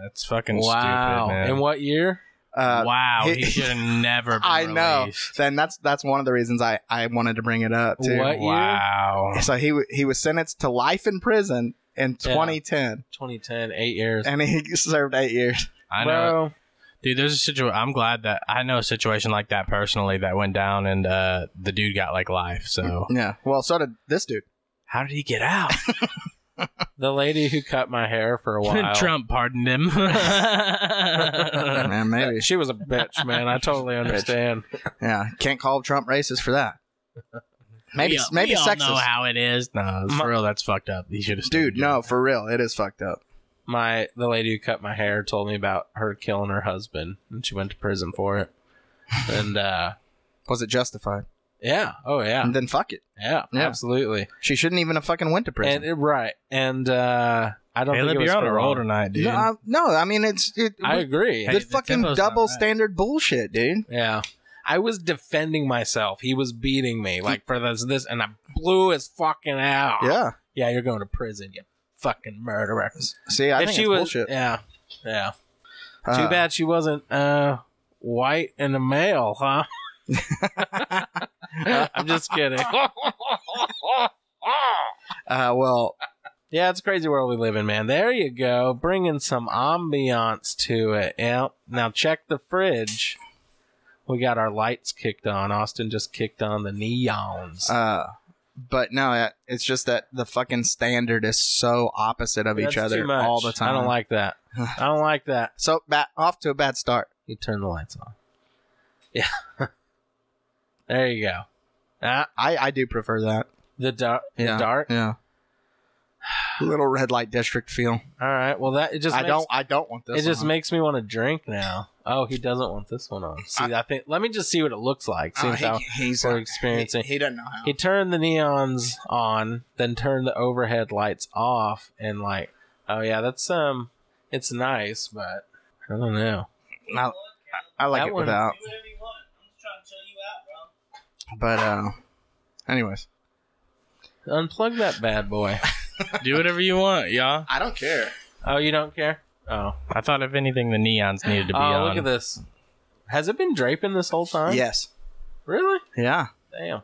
[SPEAKER 1] That's fucking
[SPEAKER 4] Wow.
[SPEAKER 1] stupid, man.
[SPEAKER 4] In what year?
[SPEAKER 2] Uh,
[SPEAKER 1] wow, he,
[SPEAKER 2] he-
[SPEAKER 1] should have never. Been
[SPEAKER 2] I know.
[SPEAKER 1] released.
[SPEAKER 2] Then that's that's one of the reasons I I wanted to bring it up too.
[SPEAKER 4] What? year?
[SPEAKER 1] Wow.
[SPEAKER 2] So he w- he was sentenced to life in prison in
[SPEAKER 4] Yeah.
[SPEAKER 2] 2010,
[SPEAKER 4] 2010, eight years.
[SPEAKER 2] and he served eight years.
[SPEAKER 1] I know.
[SPEAKER 4] Bro,
[SPEAKER 1] Dude, there's a situation. I'm glad that I know a situation like that personally that went down, and uh, the dude got like life. So
[SPEAKER 2] Yeah. Well, so did this dude.
[SPEAKER 1] how did he get out?
[SPEAKER 4] The lady who cut my hair for a while.
[SPEAKER 1] Trump pardoned him.
[SPEAKER 2] Man, maybe.
[SPEAKER 4] She was a bitch, man. I totally understand.
[SPEAKER 2] Yeah. Can't call Trump racist for that. Maybe
[SPEAKER 1] We all-
[SPEAKER 2] maybe
[SPEAKER 1] we all know
[SPEAKER 2] sexist.
[SPEAKER 1] how it is. No, it's
[SPEAKER 4] My-
[SPEAKER 1] for real. That's fucked up. He should have.
[SPEAKER 2] Dude, no, for real, it is fucked up.
[SPEAKER 4] My the lady who cut my hair told me about her killing her husband, and she went to prison for it. And uh,
[SPEAKER 2] Was it justified?
[SPEAKER 4] yeah, oh yeah,
[SPEAKER 2] And then fuck it.
[SPEAKER 4] yeah,
[SPEAKER 2] Yeah.
[SPEAKER 4] absolutely.
[SPEAKER 2] She shouldn't even have fucking went to prison.
[SPEAKER 4] And it- right, and uh, I don't
[SPEAKER 1] Caleb,
[SPEAKER 4] think it was
[SPEAKER 1] you're on a
[SPEAKER 4] for
[SPEAKER 1] roll
[SPEAKER 4] long.
[SPEAKER 1] tonight, dude.
[SPEAKER 2] No, I, no, I mean it's it,
[SPEAKER 4] I agree.
[SPEAKER 1] Hey,
[SPEAKER 2] the
[SPEAKER 1] the
[SPEAKER 2] fucking
[SPEAKER 1] tempo's not
[SPEAKER 2] double
[SPEAKER 1] right.
[SPEAKER 2] standard bullshit, dude.
[SPEAKER 4] Yeah. I was defending myself. He was beating me like for this this and I blew his fucking out.
[SPEAKER 2] Yeah.
[SPEAKER 4] Yeah, you're going to prison, you fucking murderer.
[SPEAKER 2] See, I think
[SPEAKER 4] she
[SPEAKER 2] it's
[SPEAKER 4] was
[SPEAKER 2] bullshit.
[SPEAKER 4] Yeah. Yeah. Too
[SPEAKER 2] Uh,
[SPEAKER 4] bad she wasn't uh white and a male, huh? I'm just kidding.
[SPEAKER 2] Uh, well,
[SPEAKER 4] yeah, it's a crazy world we live in, man. There you go, bringing some ambiance to it. Yep. Now check the fridge. We got our lights kicked on. Austin just kicked on the neons.
[SPEAKER 2] uh, but no, it- it's just that the fucking standard is so opposite of each
[SPEAKER 4] That's
[SPEAKER 2] other
[SPEAKER 4] too much.
[SPEAKER 2] all the time.
[SPEAKER 4] I don't like that. I don't like that.
[SPEAKER 2] so ba- off to a bad start.
[SPEAKER 4] You turn the lights on. Yeah. there you go. Ah,
[SPEAKER 2] I I do prefer that.
[SPEAKER 4] the dark.
[SPEAKER 2] Yeah,
[SPEAKER 4] Dark.
[SPEAKER 2] Yeah. Little red light district feel.
[SPEAKER 4] All right. Well, that it just.
[SPEAKER 2] I
[SPEAKER 4] makes,
[SPEAKER 2] don't. I don't want this.
[SPEAKER 4] It just
[SPEAKER 2] one.
[SPEAKER 4] makes me want to drink now. Oh, he doesn't want this one on. See, I, think. Let me just see what it looks like. See
[SPEAKER 2] Oh,
[SPEAKER 4] if
[SPEAKER 2] he,
[SPEAKER 4] how
[SPEAKER 2] he's
[SPEAKER 4] we're
[SPEAKER 2] uh, he,
[SPEAKER 4] experiencing.
[SPEAKER 2] he doesn't know how.
[SPEAKER 4] He turned the neons on, then turned the overhead lights off, and like, oh yeah, that's um, it's nice, but I don't know.
[SPEAKER 2] I, I like
[SPEAKER 4] That
[SPEAKER 2] it
[SPEAKER 4] one-
[SPEAKER 2] without. But uh, anyways,
[SPEAKER 4] Unplug that bad boy.
[SPEAKER 1] Do whatever you want, y'all.
[SPEAKER 2] I don't care.
[SPEAKER 4] Oh, you don't care? Oh.
[SPEAKER 1] I thought if anything, the neons needed to be
[SPEAKER 4] oh,
[SPEAKER 1] on.
[SPEAKER 4] look at this. Has it been draping this whole time?
[SPEAKER 2] Yes.
[SPEAKER 4] Really?
[SPEAKER 2] Yeah.
[SPEAKER 4] Damn.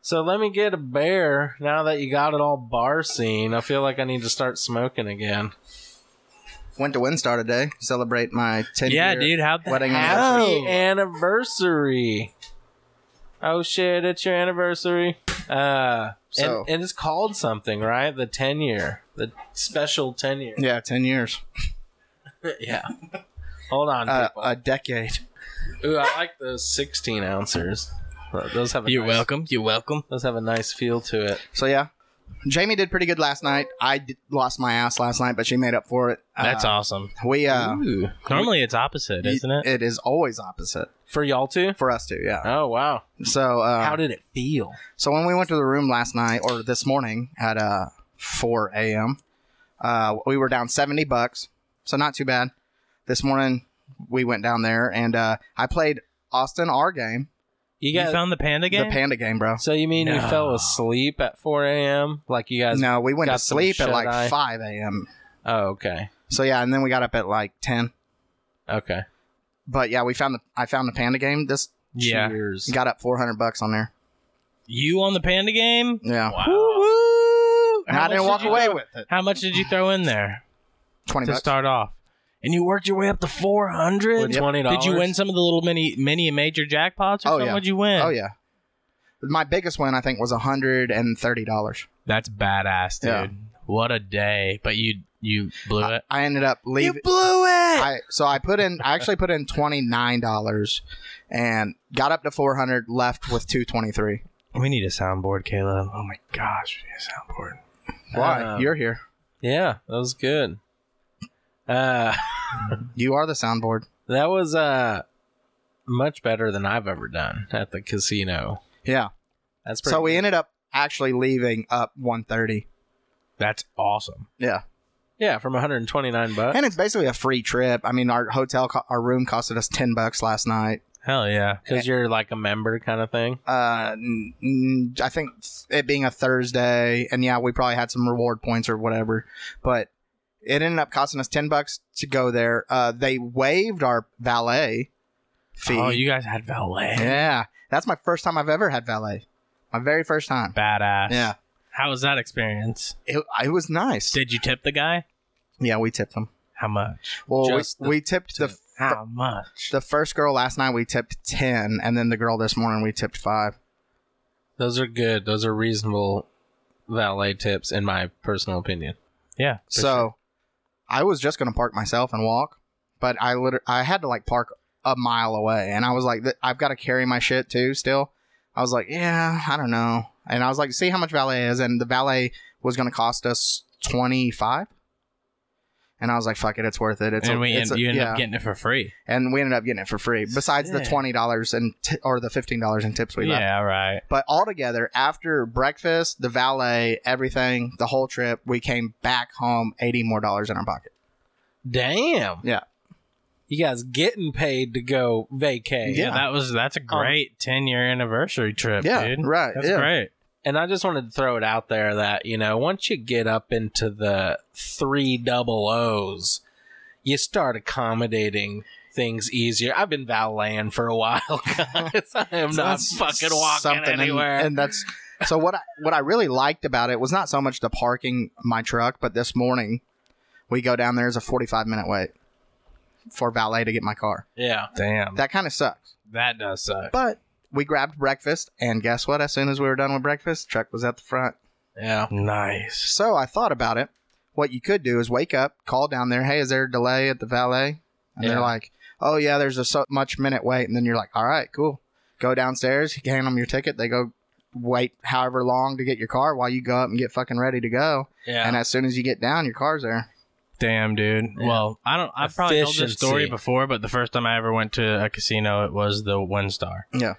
[SPEAKER 4] So let me get a bear now that you got it all bar scene. I feel like I need to start smoking again.
[SPEAKER 2] Went to Windstar today. Celebrate my ten.
[SPEAKER 1] Yeah,
[SPEAKER 2] year.
[SPEAKER 1] dude. How
[SPEAKER 2] wedding
[SPEAKER 4] Happy anniversary. Oh shit, it's your anniversary. Uh
[SPEAKER 2] So-
[SPEAKER 4] and, and it's called something, right? The ten year. The special ten year.
[SPEAKER 2] Yeah, ten years.
[SPEAKER 4] yeah. Hold on,
[SPEAKER 2] Uh,
[SPEAKER 4] people.
[SPEAKER 2] a decade.
[SPEAKER 4] Ooh, I like those sixteen ouncers. Those have a
[SPEAKER 1] You're
[SPEAKER 4] nice-
[SPEAKER 1] welcome. You're welcome.
[SPEAKER 4] Those have a nice feel to it.
[SPEAKER 2] So yeah, Jamie did pretty good last night. I d- lost my ass last night, but she made up for it.
[SPEAKER 1] That's
[SPEAKER 2] uh,
[SPEAKER 1] awesome.
[SPEAKER 2] We uh,
[SPEAKER 4] Ooh.
[SPEAKER 1] Normally it's opposite, isn't it?
[SPEAKER 2] It is always opposite
[SPEAKER 4] For y'all too?
[SPEAKER 2] for us two. Yeah.
[SPEAKER 4] Oh wow.
[SPEAKER 2] So uh,
[SPEAKER 4] How did it feel?
[SPEAKER 2] So when we went to the room last night or this morning at uh 4 a.m., uh, we were down 70 bucks, so not too bad. This morning we went down there and uh, I played Austin our game,
[SPEAKER 4] You
[SPEAKER 1] You
[SPEAKER 4] guys
[SPEAKER 1] found the panda game.
[SPEAKER 2] the Panda game, bro.
[SPEAKER 4] So you mean you
[SPEAKER 1] No.
[SPEAKER 4] fell asleep at 4 a.m.? Like you guys?
[SPEAKER 2] No, we went to
[SPEAKER 4] got some
[SPEAKER 2] sleep at like
[SPEAKER 4] shut-eye.
[SPEAKER 2] 5 a.m.
[SPEAKER 4] Oh, okay,
[SPEAKER 2] So yeah, and then we got up at like 10.
[SPEAKER 4] okay.
[SPEAKER 2] But yeah, we found the I found the Panda game. This
[SPEAKER 1] yeah,
[SPEAKER 4] Cheers.
[SPEAKER 2] got up 400 bucks on there.
[SPEAKER 1] you on the panda game?
[SPEAKER 2] Yeah,
[SPEAKER 1] Woo-woo!
[SPEAKER 2] and
[SPEAKER 1] How
[SPEAKER 2] I didn't
[SPEAKER 1] much
[SPEAKER 2] walk
[SPEAKER 1] did you
[SPEAKER 2] away
[SPEAKER 1] throw-
[SPEAKER 2] with it.
[SPEAKER 1] How much did you throw in there
[SPEAKER 2] 20
[SPEAKER 1] to
[SPEAKER 2] bucks.
[SPEAKER 1] start off? And you worked your way up to four
[SPEAKER 4] With
[SPEAKER 1] hundred.
[SPEAKER 4] twenty dollars.
[SPEAKER 1] Did you win some of the little mini, mini and major jackpots or
[SPEAKER 2] Oh,
[SPEAKER 1] something?
[SPEAKER 2] yeah.
[SPEAKER 1] What'd you win?
[SPEAKER 2] Oh yeah, my biggest win I think was 130 dollars.
[SPEAKER 1] That's badass, dude.
[SPEAKER 2] Yeah.
[SPEAKER 1] What a day! But you you blew it.
[SPEAKER 2] I ended up leaving.
[SPEAKER 1] blew it.
[SPEAKER 2] I, so I put in. I actually put in twenty nine dollars, and got up to four hundred. Left with two twenty three.
[SPEAKER 1] We need a soundboard, Caleb. Oh my gosh, we need a soundboard.
[SPEAKER 2] Why?
[SPEAKER 4] Um,
[SPEAKER 2] You're here.
[SPEAKER 4] Yeah, that was good. Uh,
[SPEAKER 2] You are the soundboard.
[SPEAKER 4] that was uh much better than I've ever done at the casino.
[SPEAKER 2] Yeah.
[SPEAKER 4] That's pretty.
[SPEAKER 2] So we ended up actually leaving up one thirty.
[SPEAKER 1] That's awesome.
[SPEAKER 2] Yeah.
[SPEAKER 4] yeah, from 129 bucks.
[SPEAKER 2] And it's basically a free trip. I mean, our hotel, co- our room costed us ten bucks last night.
[SPEAKER 1] Hell yeah.
[SPEAKER 4] Because you're like a member kind of thing.
[SPEAKER 2] Uh, n- n- I think it being a Thursday, and yeah, we probably had some reward points or whatever, but it ended up costing us ten bucks to go there. Uh, they waived our valet fee.
[SPEAKER 1] Oh, you guys had valet.
[SPEAKER 2] yeah, that's my first time I've ever had valet. My very first time.
[SPEAKER 1] Badass.
[SPEAKER 2] Yeah,
[SPEAKER 1] How was that experience?
[SPEAKER 2] it, it was nice.
[SPEAKER 1] Did you tip the guy?
[SPEAKER 2] Yeah, we tipped them.
[SPEAKER 1] How much?
[SPEAKER 2] Well, we,
[SPEAKER 4] Just the
[SPEAKER 2] we tipped the
[SPEAKER 4] tip.
[SPEAKER 1] How much?
[SPEAKER 2] The first girl last night we tipped ten, and then the girl this morning we tipped five.
[SPEAKER 4] Those are good. Those are reasonable valet tips, in my personal opinion.
[SPEAKER 1] Yeah.
[SPEAKER 2] so I was just gonna park myself and walk, but I liter- I had to like park a mile away, and I was like, "Th- I've got to carry my shit too. Still, I was like, yeah, I don't know, and I was like, see how much valet is, and the valet was gonna cost us twenty five. And I was like, "Fuck it, it's worth it." It's
[SPEAKER 1] and
[SPEAKER 2] a-
[SPEAKER 1] we
[SPEAKER 2] it's
[SPEAKER 1] end,
[SPEAKER 2] a-
[SPEAKER 1] you end
[SPEAKER 2] yeah.
[SPEAKER 1] up getting it for free.
[SPEAKER 2] and we ended up getting it for free. Besides the
[SPEAKER 1] Sick.
[SPEAKER 2] twenty dollars and t- or the fifteen dollars in tips we left.
[SPEAKER 1] yeah, right.
[SPEAKER 2] But altogether, after breakfast, the valet, everything, the whole trip, we came back home eighty more dollars in our pocket.
[SPEAKER 4] Damn.
[SPEAKER 2] Yeah.
[SPEAKER 4] You guys getting paid to go vacay. Um,
[SPEAKER 1] Yeah.
[SPEAKER 2] Yeah.
[SPEAKER 1] that was that's a great ten year anniversary trip,
[SPEAKER 2] Yeah,
[SPEAKER 1] dude.
[SPEAKER 2] right,
[SPEAKER 1] That's
[SPEAKER 2] yeah.
[SPEAKER 1] great.
[SPEAKER 4] And I just wanted to throw it out there that, you know, once you get up into the three double O's, you start accommodating things easier. I've been valeting for a while, guys. I am
[SPEAKER 2] So
[SPEAKER 4] not
[SPEAKER 2] that's
[SPEAKER 4] fucking walking
[SPEAKER 2] and-
[SPEAKER 4] anywhere.
[SPEAKER 2] And, that's so what I what I really liked about it was not so much the parking my truck, but this morning we go down there is a forty five minute wait for valet to get my car.
[SPEAKER 4] yeah.
[SPEAKER 1] Damn,
[SPEAKER 2] That kind of sucks.
[SPEAKER 1] that does suck.
[SPEAKER 2] But we grabbed breakfast, and guess what? As soon as we were done with breakfast, truck was at the front.
[SPEAKER 4] Yeah.
[SPEAKER 1] Nice.
[SPEAKER 2] So I thought about it. What you could do is wake up, call down there. Hey, is there a delay at the valet? And
[SPEAKER 4] Yeah.
[SPEAKER 2] they're like, oh yeah, there's a so much minute wait. And then you're like, all right, cool. Go downstairs, you hand them your ticket. They go wait however long to get your car while you go up and get fucking ready to go.
[SPEAKER 4] Yeah.
[SPEAKER 2] And as soon as you get down, your car's there.
[SPEAKER 1] Damn, dude.
[SPEAKER 4] Yeah.
[SPEAKER 1] Well, I don't. I've probably told this story
[SPEAKER 4] Efficiency.
[SPEAKER 1] before, but the first time I ever went to a casino, it was the one star.
[SPEAKER 2] Yeah.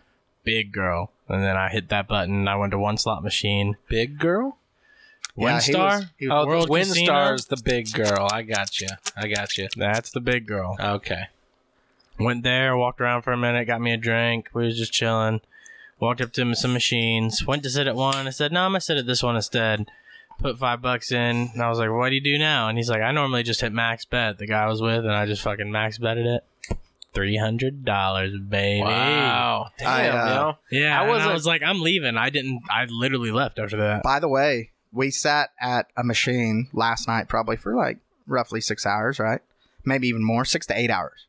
[SPEAKER 1] Big girl, and then I hit that button. and I went to one slot machine.
[SPEAKER 4] big girl?
[SPEAKER 1] One star.
[SPEAKER 2] He was,
[SPEAKER 4] Oh,
[SPEAKER 1] World
[SPEAKER 4] World
[SPEAKER 1] Casino?
[SPEAKER 4] Windstar's the big girl. I got you. I got you.
[SPEAKER 1] That's the big girl.
[SPEAKER 4] Okay.
[SPEAKER 1] Went there, walked around for a minute, got me a drink. We was just chilling. Walked up to some machines. Went to sit at one. I said, "No, I'm gonna sit at this one instead." Put five bucks in, and I was like, "What do you do now?" And he's like, "I normally just hit max bet." The guy I was with, and I just fucking max betted it. Three hundred dollars, baby.
[SPEAKER 4] Wow. Damn,
[SPEAKER 2] I, uh,
[SPEAKER 4] yo.
[SPEAKER 1] Yeah,
[SPEAKER 4] I
[SPEAKER 1] and I,
[SPEAKER 4] wasn't-
[SPEAKER 1] was like, I'm leaving. I didn't. I literally left after that.
[SPEAKER 2] by the way, we sat at a machine last night, probably for like roughly six hours, right? Maybe even more, six to eight hours.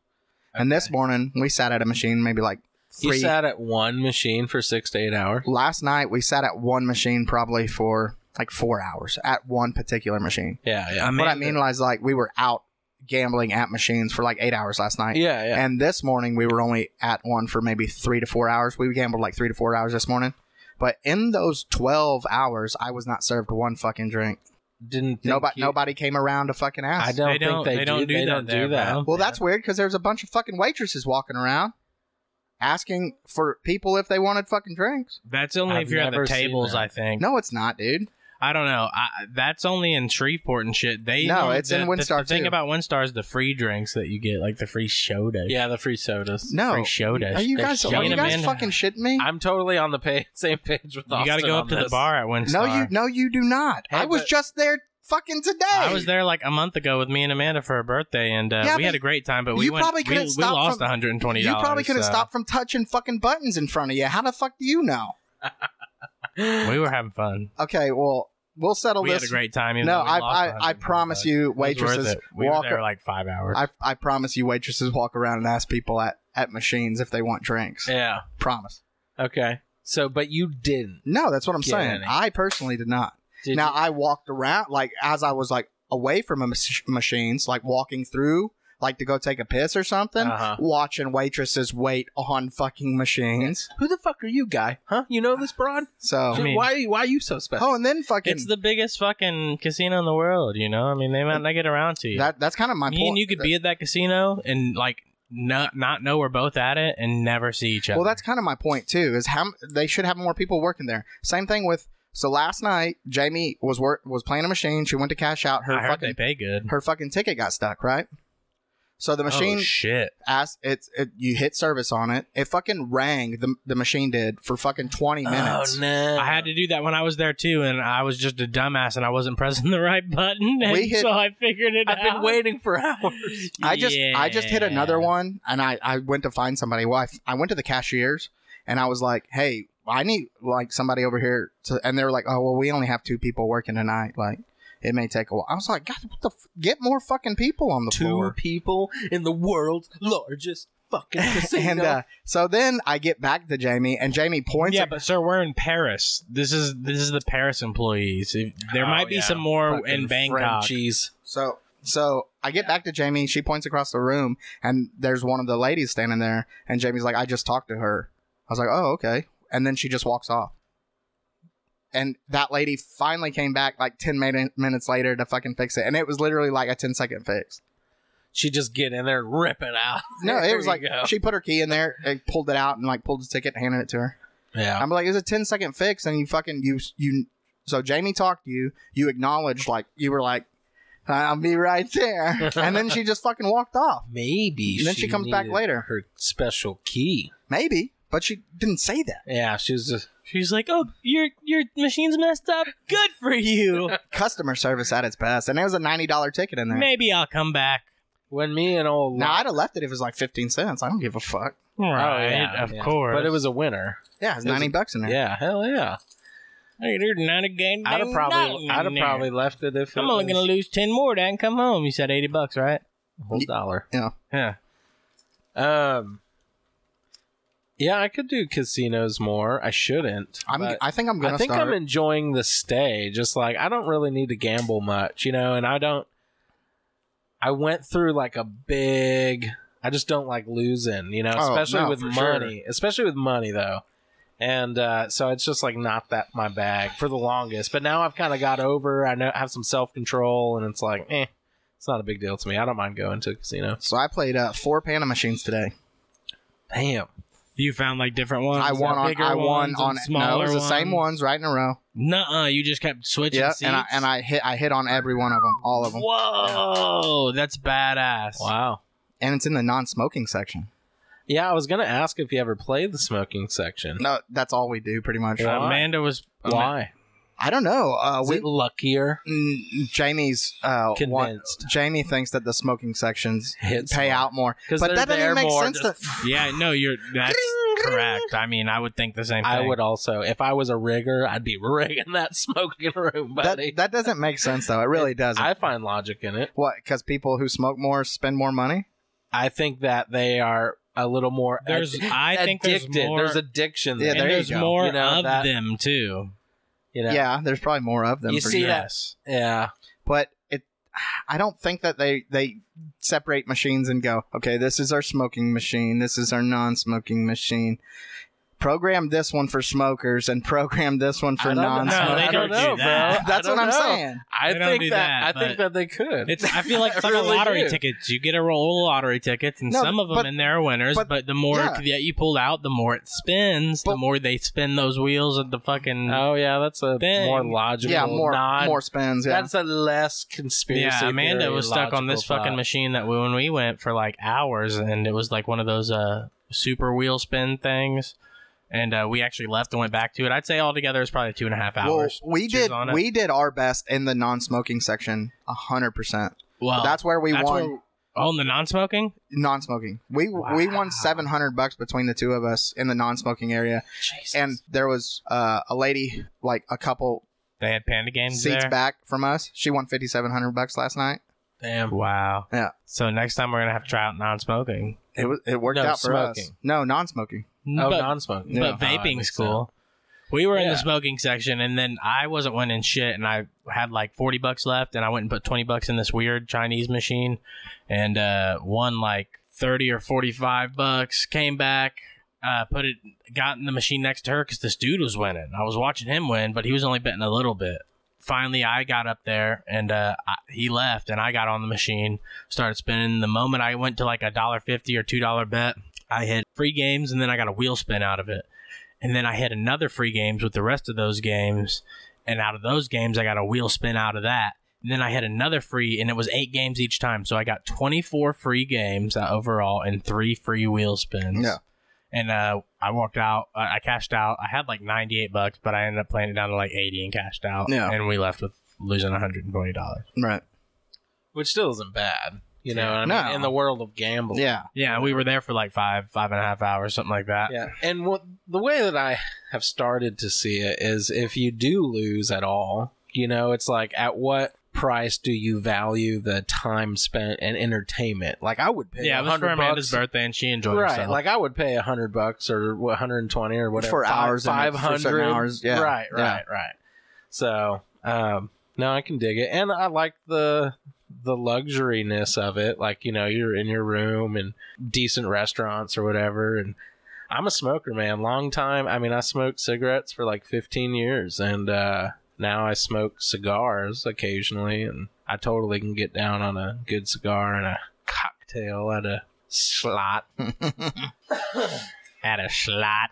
[SPEAKER 2] And this morning, we sat at a machine, maybe like
[SPEAKER 4] You
[SPEAKER 2] three
[SPEAKER 4] sat at one machine for six to eight hours.
[SPEAKER 2] last night we sat at one machine probably for like four hours at one particular machine.
[SPEAKER 4] Yeah, yeah.
[SPEAKER 2] what I mean was like we were out gambling at machines for like eight hours last night.
[SPEAKER 4] Yeah, yeah.
[SPEAKER 2] And this morning we were only at one for maybe three to four hours. We gambled like three to four hours this morning. But in those twelve hours, I was not served one fucking drink.
[SPEAKER 4] Didn't think
[SPEAKER 2] Nobody,
[SPEAKER 4] you-
[SPEAKER 2] nobody came around to fucking ask.
[SPEAKER 4] I don't
[SPEAKER 1] They
[SPEAKER 4] think
[SPEAKER 1] don't-
[SPEAKER 4] they,
[SPEAKER 1] they
[SPEAKER 4] do.
[SPEAKER 1] don't do
[SPEAKER 4] they
[SPEAKER 1] that
[SPEAKER 4] don't
[SPEAKER 1] there,
[SPEAKER 4] do that.
[SPEAKER 1] bro.
[SPEAKER 2] Well, that's weird because there was a bunch of fucking waitresses walking around asking for people if they wanted fucking drinks.
[SPEAKER 1] that's only
[SPEAKER 4] I've
[SPEAKER 1] if you're at the
[SPEAKER 4] never seen
[SPEAKER 1] tables.
[SPEAKER 4] that.
[SPEAKER 1] I think.
[SPEAKER 2] No, it's not, dude.
[SPEAKER 1] I don't know. I, that's only in Shreveport and shit. They
[SPEAKER 2] No,
[SPEAKER 1] don't-
[SPEAKER 2] it's
[SPEAKER 1] the, the-
[SPEAKER 2] in Windstar,
[SPEAKER 1] The thing
[SPEAKER 2] too.
[SPEAKER 1] about Windstar is the free drinks that you get, like the free soda.
[SPEAKER 4] Yeah, the free sodas.
[SPEAKER 2] No,
[SPEAKER 1] free soda.
[SPEAKER 2] Are you
[SPEAKER 4] They're
[SPEAKER 2] guys? Are
[SPEAKER 4] showing
[SPEAKER 2] you
[SPEAKER 4] them
[SPEAKER 2] guys
[SPEAKER 1] in.
[SPEAKER 2] fucking shitting me?
[SPEAKER 4] I'm totally on the pa same page with
[SPEAKER 1] you
[SPEAKER 4] Austin.
[SPEAKER 1] got to go
[SPEAKER 4] on
[SPEAKER 1] up to the
[SPEAKER 4] this.
[SPEAKER 1] bar at Windstar.
[SPEAKER 2] no, you no, you do not.
[SPEAKER 4] Hey,
[SPEAKER 2] I was
[SPEAKER 4] but-
[SPEAKER 2] just there fucking today.
[SPEAKER 1] I was there like a month ago with me and Amanda for her birthday, and uh,
[SPEAKER 2] Yeah,
[SPEAKER 1] we
[SPEAKER 2] but
[SPEAKER 1] had a great time. But we
[SPEAKER 2] you
[SPEAKER 1] went,
[SPEAKER 2] probably
[SPEAKER 1] we-
[SPEAKER 2] couldn't
[SPEAKER 1] we,
[SPEAKER 2] stop
[SPEAKER 1] lost
[SPEAKER 2] from-
[SPEAKER 1] one hundred and twenty
[SPEAKER 2] You
[SPEAKER 1] dollars.
[SPEAKER 2] probably could have stopped from touching fucking buttons in front of you. How the fuck do you know?
[SPEAKER 1] We were having fun.
[SPEAKER 2] Okay, well, we'll settle
[SPEAKER 1] We had
[SPEAKER 2] this.
[SPEAKER 1] a great time. even
[SPEAKER 2] no,
[SPEAKER 1] though we
[SPEAKER 2] I
[SPEAKER 1] lost
[SPEAKER 2] I, I
[SPEAKER 1] $120.
[SPEAKER 2] promise you,
[SPEAKER 1] It was worth
[SPEAKER 2] waitresses
[SPEAKER 1] it. We
[SPEAKER 2] walk.
[SPEAKER 1] were there like five hours.
[SPEAKER 2] I I promise you, waitresses walk around and ask people at at machines if they want drinks.
[SPEAKER 4] Yeah.
[SPEAKER 2] Promise.
[SPEAKER 4] Okay. So, but you didn't.
[SPEAKER 2] No, that's what I'm
[SPEAKER 4] Get
[SPEAKER 2] saying.
[SPEAKER 4] any.
[SPEAKER 2] I personally did not.
[SPEAKER 4] Did
[SPEAKER 2] now
[SPEAKER 4] you?
[SPEAKER 2] I walked around like as I was like away from a mach- machines, like walking through, like to go take a piss or something,
[SPEAKER 4] Uh-huh.
[SPEAKER 2] watching waitresses wait on fucking machines.
[SPEAKER 4] who the fuck are you, guy? Huh? You know this broad?
[SPEAKER 2] So
[SPEAKER 1] I mean-
[SPEAKER 4] why? Why are you so special?
[SPEAKER 2] oh, and then fucking
[SPEAKER 1] It's the biggest fucking casino in the world, you know? I mean, they might not get around to you.
[SPEAKER 2] that that's kind of my
[SPEAKER 1] Me
[SPEAKER 2] point.
[SPEAKER 1] and you could be at that casino and, like, not, not know we're both at it and never see each other.
[SPEAKER 2] well, that's kind of my point too. Is how m- they should have more people working there. Same thing with so last night Jamie was work was playing a machine. She went to cash out her
[SPEAKER 1] I heard
[SPEAKER 2] fucking
[SPEAKER 1] they pay good.
[SPEAKER 2] her fucking ticket got stuck right. So the machine
[SPEAKER 1] Oh, shit.
[SPEAKER 2] asked it's it, you hit service on it. It fucking rang the the machine did for fucking twenty minutes.
[SPEAKER 4] Oh no!
[SPEAKER 1] I had to do that when I was there, too, and I was just a dumbass and I wasn't pressing the right button, and
[SPEAKER 2] We hit-
[SPEAKER 1] so I figured it
[SPEAKER 4] I've
[SPEAKER 1] out.
[SPEAKER 4] been waiting for hours.
[SPEAKER 2] I just I just hit
[SPEAKER 1] Yeah.
[SPEAKER 2] another one and I I went to find somebody. Well, I, f- I went to the cashiers and I was like, "Hey, I need like somebody over here." To, and they were like, "Oh, well, we only have two people working tonight." Like, It may take a while. I was like, God, what the f- get more fucking people on the
[SPEAKER 4] Two
[SPEAKER 2] floor.
[SPEAKER 4] people in the world's largest fucking casino.
[SPEAKER 2] and uh, so then I get back to Jamie, and Jamie points.
[SPEAKER 1] yeah,
[SPEAKER 2] at-
[SPEAKER 1] but sir, we're in Paris. This is this is the Paris employees. If- There
[SPEAKER 4] Oh,
[SPEAKER 1] might be
[SPEAKER 4] yeah.
[SPEAKER 1] some more
[SPEAKER 4] Fucking
[SPEAKER 1] in Bangkok.
[SPEAKER 4] Frenchies.
[SPEAKER 2] so so I get back to Jamie. She points across the room, and there's one of the ladies standing there. And Jamie's like, I just talked to her. I was like, Oh, okay. And then she just walks off. And that lady finally came back like 10 min- minutes later to fucking fix it. And it was literally like a 10 second fix.
[SPEAKER 4] She just get in there and rip it out.
[SPEAKER 2] No, it
[SPEAKER 4] There
[SPEAKER 2] was
[SPEAKER 4] you
[SPEAKER 2] like
[SPEAKER 4] go.
[SPEAKER 2] she put her key in there, and pulled it out, and like pulled the ticket, and handed it to her.
[SPEAKER 4] yeah.
[SPEAKER 2] I'm like, it's a 10 second fix, and you fucking you you. So Jamie talked to you. You acknowledged, like you were like, I'll be right there, and then she just fucking walked off.
[SPEAKER 4] Maybe.
[SPEAKER 2] And then she comes back
[SPEAKER 4] needed
[SPEAKER 2] later.
[SPEAKER 4] Her special key.
[SPEAKER 2] Maybe, but she didn't say that.
[SPEAKER 4] Yeah, she was just.
[SPEAKER 1] She's like, "Oh, your your machine's messed up. Good for you.
[SPEAKER 2] Customer service at its best, and there was a ninety dollar ticket in there.
[SPEAKER 1] Maybe I'll come back."
[SPEAKER 4] When me and old.
[SPEAKER 2] Now I'd have left it if it was like fifteen cents. I don't give a fuck.
[SPEAKER 1] Oh, Right, of
[SPEAKER 4] Oh, yeah.
[SPEAKER 1] course.
[SPEAKER 4] But it was a winner.
[SPEAKER 2] Yeah, it's
[SPEAKER 4] It was-
[SPEAKER 2] ninety bucks in there.
[SPEAKER 4] Yeah, hell yeah.
[SPEAKER 1] Hey, there's not a game.
[SPEAKER 4] I'd have probably, I'd have probably left it if
[SPEAKER 1] I'm
[SPEAKER 4] it
[SPEAKER 1] only gonna
[SPEAKER 4] was
[SPEAKER 1] lose ten more. Then come home. You said eighty bucks, right?
[SPEAKER 4] a whole dollar.
[SPEAKER 1] Yeah.
[SPEAKER 4] Um. Yeah, I could do casinos more. I shouldn't.
[SPEAKER 2] I'm,
[SPEAKER 4] but
[SPEAKER 2] I think I'm
[SPEAKER 4] I
[SPEAKER 2] gonna
[SPEAKER 4] think
[SPEAKER 2] start.
[SPEAKER 4] I'm enjoying the stay. Just like I don't really need to gamble much, you know, and I don't. I went through like a big. I just don't like losing, you know,
[SPEAKER 2] Oh,
[SPEAKER 4] especially
[SPEAKER 2] no,
[SPEAKER 4] with
[SPEAKER 2] for sure.
[SPEAKER 4] money, especially with money though. And uh, so it's just like not that my bag for the longest. But now I've kind of got over. I know I have some self control, and it's like, eh, it's not a big deal to me. I don't mind going to a casino.
[SPEAKER 2] so I played uh, four Panda machines today.
[SPEAKER 4] Damn.
[SPEAKER 1] You found like different ones.
[SPEAKER 2] I won on.
[SPEAKER 1] bigger
[SPEAKER 2] I
[SPEAKER 1] ones
[SPEAKER 2] won
[SPEAKER 1] and
[SPEAKER 2] on. No,
[SPEAKER 1] smaller
[SPEAKER 2] it was the same
[SPEAKER 1] ones?
[SPEAKER 2] ones right in a row.
[SPEAKER 1] Nuh-uh, you just kept switching
[SPEAKER 2] Yeah,
[SPEAKER 1] seats.
[SPEAKER 2] and I and I hit. I hit on every one of them, all of them,
[SPEAKER 1] Whoa, that's badass. Uh,
[SPEAKER 4] Wow.
[SPEAKER 2] and it's in the non-smoking section.
[SPEAKER 4] Yeah, I was gonna ask if you ever played the smoking section.
[SPEAKER 2] No, that's all we do pretty much.
[SPEAKER 1] Uh, Amanda was
[SPEAKER 4] Why?
[SPEAKER 2] I don't know. Uh,
[SPEAKER 4] Is
[SPEAKER 2] we
[SPEAKER 4] it luckier?
[SPEAKER 2] mm, Jamie's uh, one,
[SPEAKER 4] Convinced.
[SPEAKER 2] Jamie thinks that the smoking sections
[SPEAKER 4] Hits
[SPEAKER 2] pay out more,
[SPEAKER 4] Because
[SPEAKER 2] but that doesn't even make sense. To,
[SPEAKER 1] Yeah, no, you're that's correct. I mean, I would think the same thing.
[SPEAKER 4] I would also, if I was a rigger, I'd be rigging that smoking room,
[SPEAKER 2] that
[SPEAKER 4] buddy.
[SPEAKER 2] that doesn't make sense though. It really doesn't.
[SPEAKER 4] I find logic in it.
[SPEAKER 2] what? Because people who smoke more spend more money.
[SPEAKER 4] I think that they are a little more ad-
[SPEAKER 1] There's, I think there's
[SPEAKER 4] addicted.
[SPEAKER 1] more.
[SPEAKER 4] addiction
[SPEAKER 2] Yeah,
[SPEAKER 4] there.
[SPEAKER 1] and
[SPEAKER 2] there you
[SPEAKER 1] there's
[SPEAKER 2] go.
[SPEAKER 1] more
[SPEAKER 4] You know,
[SPEAKER 1] of
[SPEAKER 4] that-
[SPEAKER 1] them too.
[SPEAKER 4] you
[SPEAKER 2] Yeah,
[SPEAKER 4] know?
[SPEAKER 2] there's probably more of them.
[SPEAKER 4] You
[SPEAKER 2] for
[SPEAKER 4] see
[SPEAKER 2] sure.
[SPEAKER 4] that?
[SPEAKER 1] Yes.
[SPEAKER 4] Yeah.
[SPEAKER 2] but it. I don't think that they they separate machines and go, okay, this is our smoking machine, this is our non-smoking machine. Program this one for smokers and program this one for
[SPEAKER 4] I don't know.
[SPEAKER 1] No,
[SPEAKER 2] non-smokers.
[SPEAKER 1] they
[SPEAKER 4] I
[SPEAKER 1] don't
[SPEAKER 4] don't know,
[SPEAKER 1] do that.
[SPEAKER 4] bro. I
[SPEAKER 2] That's
[SPEAKER 4] don't
[SPEAKER 2] what I'm
[SPEAKER 4] know.
[SPEAKER 2] saying.
[SPEAKER 4] I
[SPEAKER 1] They don't
[SPEAKER 4] think
[SPEAKER 1] do
[SPEAKER 4] that,
[SPEAKER 1] that,
[SPEAKER 4] I think
[SPEAKER 1] but-
[SPEAKER 4] that they could.
[SPEAKER 1] It's. I feel like
[SPEAKER 4] I
[SPEAKER 1] it's like a
[SPEAKER 4] really
[SPEAKER 1] lottery
[SPEAKER 4] do.
[SPEAKER 1] tickets. You get a roll of lottery tickets, and
[SPEAKER 2] No,
[SPEAKER 1] some of them
[SPEAKER 2] but-
[SPEAKER 1] in there are winners.
[SPEAKER 2] but-
[SPEAKER 1] But, the more
[SPEAKER 2] yeah.
[SPEAKER 1] that you pull out, the more it spins.
[SPEAKER 2] But-
[SPEAKER 1] the more they spin those wheels of the fucking.
[SPEAKER 4] oh yeah, that's a
[SPEAKER 1] Thing.
[SPEAKER 4] more logical.
[SPEAKER 2] Yeah, more
[SPEAKER 4] non-
[SPEAKER 2] more spins. Yeah,
[SPEAKER 4] That's a less conspiracy.
[SPEAKER 1] yeah, Amanda
[SPEAKER 4] theory
[SPEAKER 1] was stuck on this
[SPEAKER 4] logical
[SPEAKER 1] fucking
[SPEAKER 4] thought.
[SPEAKER 1] machine that we, when we went for like hours, and it was like one of those uh super wheel spin things. And uh, we actually left and went back to it. I'd say altogether it's probably two and a half
[SPEAKER 2] well,
[SPEAKER 1] hours.
[SPEAKER 2] we
[SPEAKER 1] Choose
[SPEAKER 2] did
[SPEAKER 1] on it.
[SPEAKER 2] we did our best in the non-smoking section, hundred percent.
[SPEAKER 1] Well,
[SPEAKER 2] That's where we
[SPEAKER 1] that's
[SPEAKER 2] won
[SPEAKER 1] where- on the non-smoking.
[SPEAKER 2] non-smoking. We we won seven hundred bucks between the two of us in the non-smoking area, and there was uh, a lady like a couple
[SPEAKER 1] They had panda games
[SPEAKER 2] seats
[SPEAKER 1] there.
[SPEAKER 2] back from us. She won fifty seven hundred bucks last night.
[SPEAKER 4] Damn.
[SPEAKER 1] Wow.
[SPEAKER 2] Yeah.
[SPEAKER 1] So next time we're gonna have to try out non-smoking.
[SPEAKER 2] It was it worked
[SPEAKER 4] No,
[SPEAKER 2] out for us.
[SPEAKER 4] smoking.
[SPEAKER 2] No non-smoking.
[SPEAKER 4] Oh,
[SPEAKER 1] but
[SPEAKER 4] non-smoking.
[SPEAKER 1] but
[SPEAKER 4] Yeah. Oh, that
[SPEAKER 1] vaping's
[SPEAKER 4] makes
[SPEAKER 1] cool. We were in
[SPEAKER 4] Yeah.
[SPEAKER 1] the smoking section, and then I wasn't winning shit, and I had like forty bucks left, and I went and put twenty bucks in this weird Chinese machine, and uh, won like thirty or forty-five bucks. Came back, uh, put it, got in the machine next to her because this dude was winning. I was watching him win, but he was only betting a little bit. Finally, I got up there, and uh, I, he left, and I got on the machine, started spinning. The moment I went to like a dollar fifty or two dollar bet, I hit free games, and then I got a wheel spin out of it and then I hit another free games with the rest of those games, and out of those games I got a wheel spin out of that. And then I hit another free, and it was eight games each time, so I got twenty four free games uh, overall and three free wheel spins.
[SPEAKER 2] Yeah.
[SPEAKER 1] And uh, I walked out. uh, I I cashed out. I had like ninety eight bucks, but I ended up playing it down to like eighty and cashed out.
[SPEAKER 2] Yeah.
[SPEAKER 1] And we left with losing one hundred and twenty dollars.
[SPEAKER 2] Right.
[SPEAKER 4] Which still isn't bad. You know, what I
[SPEAKER 2] No.
[SPEAKER 4] mean, in the world of gambling.
[SPEAKER 2] Yeah.
[SPEAKER 1] Yeah, we were there for like five, five and a half hours, something like that.
[SPEAKER 4] Yeah. And what the way that I have started to see it is if you do lose at all, you know, it's like at what price do you value the time spent and entertainment? Like I would pay
[SPEAKER 1] yeah, it was for
[SPEAKER 4] 100
[SPEAKER 1] Amanda's
[SPEAKER 4] bucks.
[SPEAKER 1] birthday and she enjoyed
[SPEAKER 4] right.
[SPEAKER 1] herself.
[SPEAKER 4] Like I would pay a hundred bucks or one hundred and twenty or whatever
[SPEAKER 2] For hours and
[SPEAKER 4] five
[SPEAKER 2] for certain
[SPEAKER 4] hundred
[SPEAKER 2] hours, yeah.
[SPEAKER 4] Right,
[SPEAKER 2] Yeah.
[SPEAKER 4] right, right. So um, no, I can dig it, and I like the the luxuriness of it. Like you know, you're in your room and decent restaurants or whatever. And I'm a smoker, man. Long time. I mean, I smoked cigarettes for like 15 years, and uh, now I smoke cigars occasionally, and I totally can get down on a good cigar and a cocktail at a slot
[SPEAKER 1] at a slot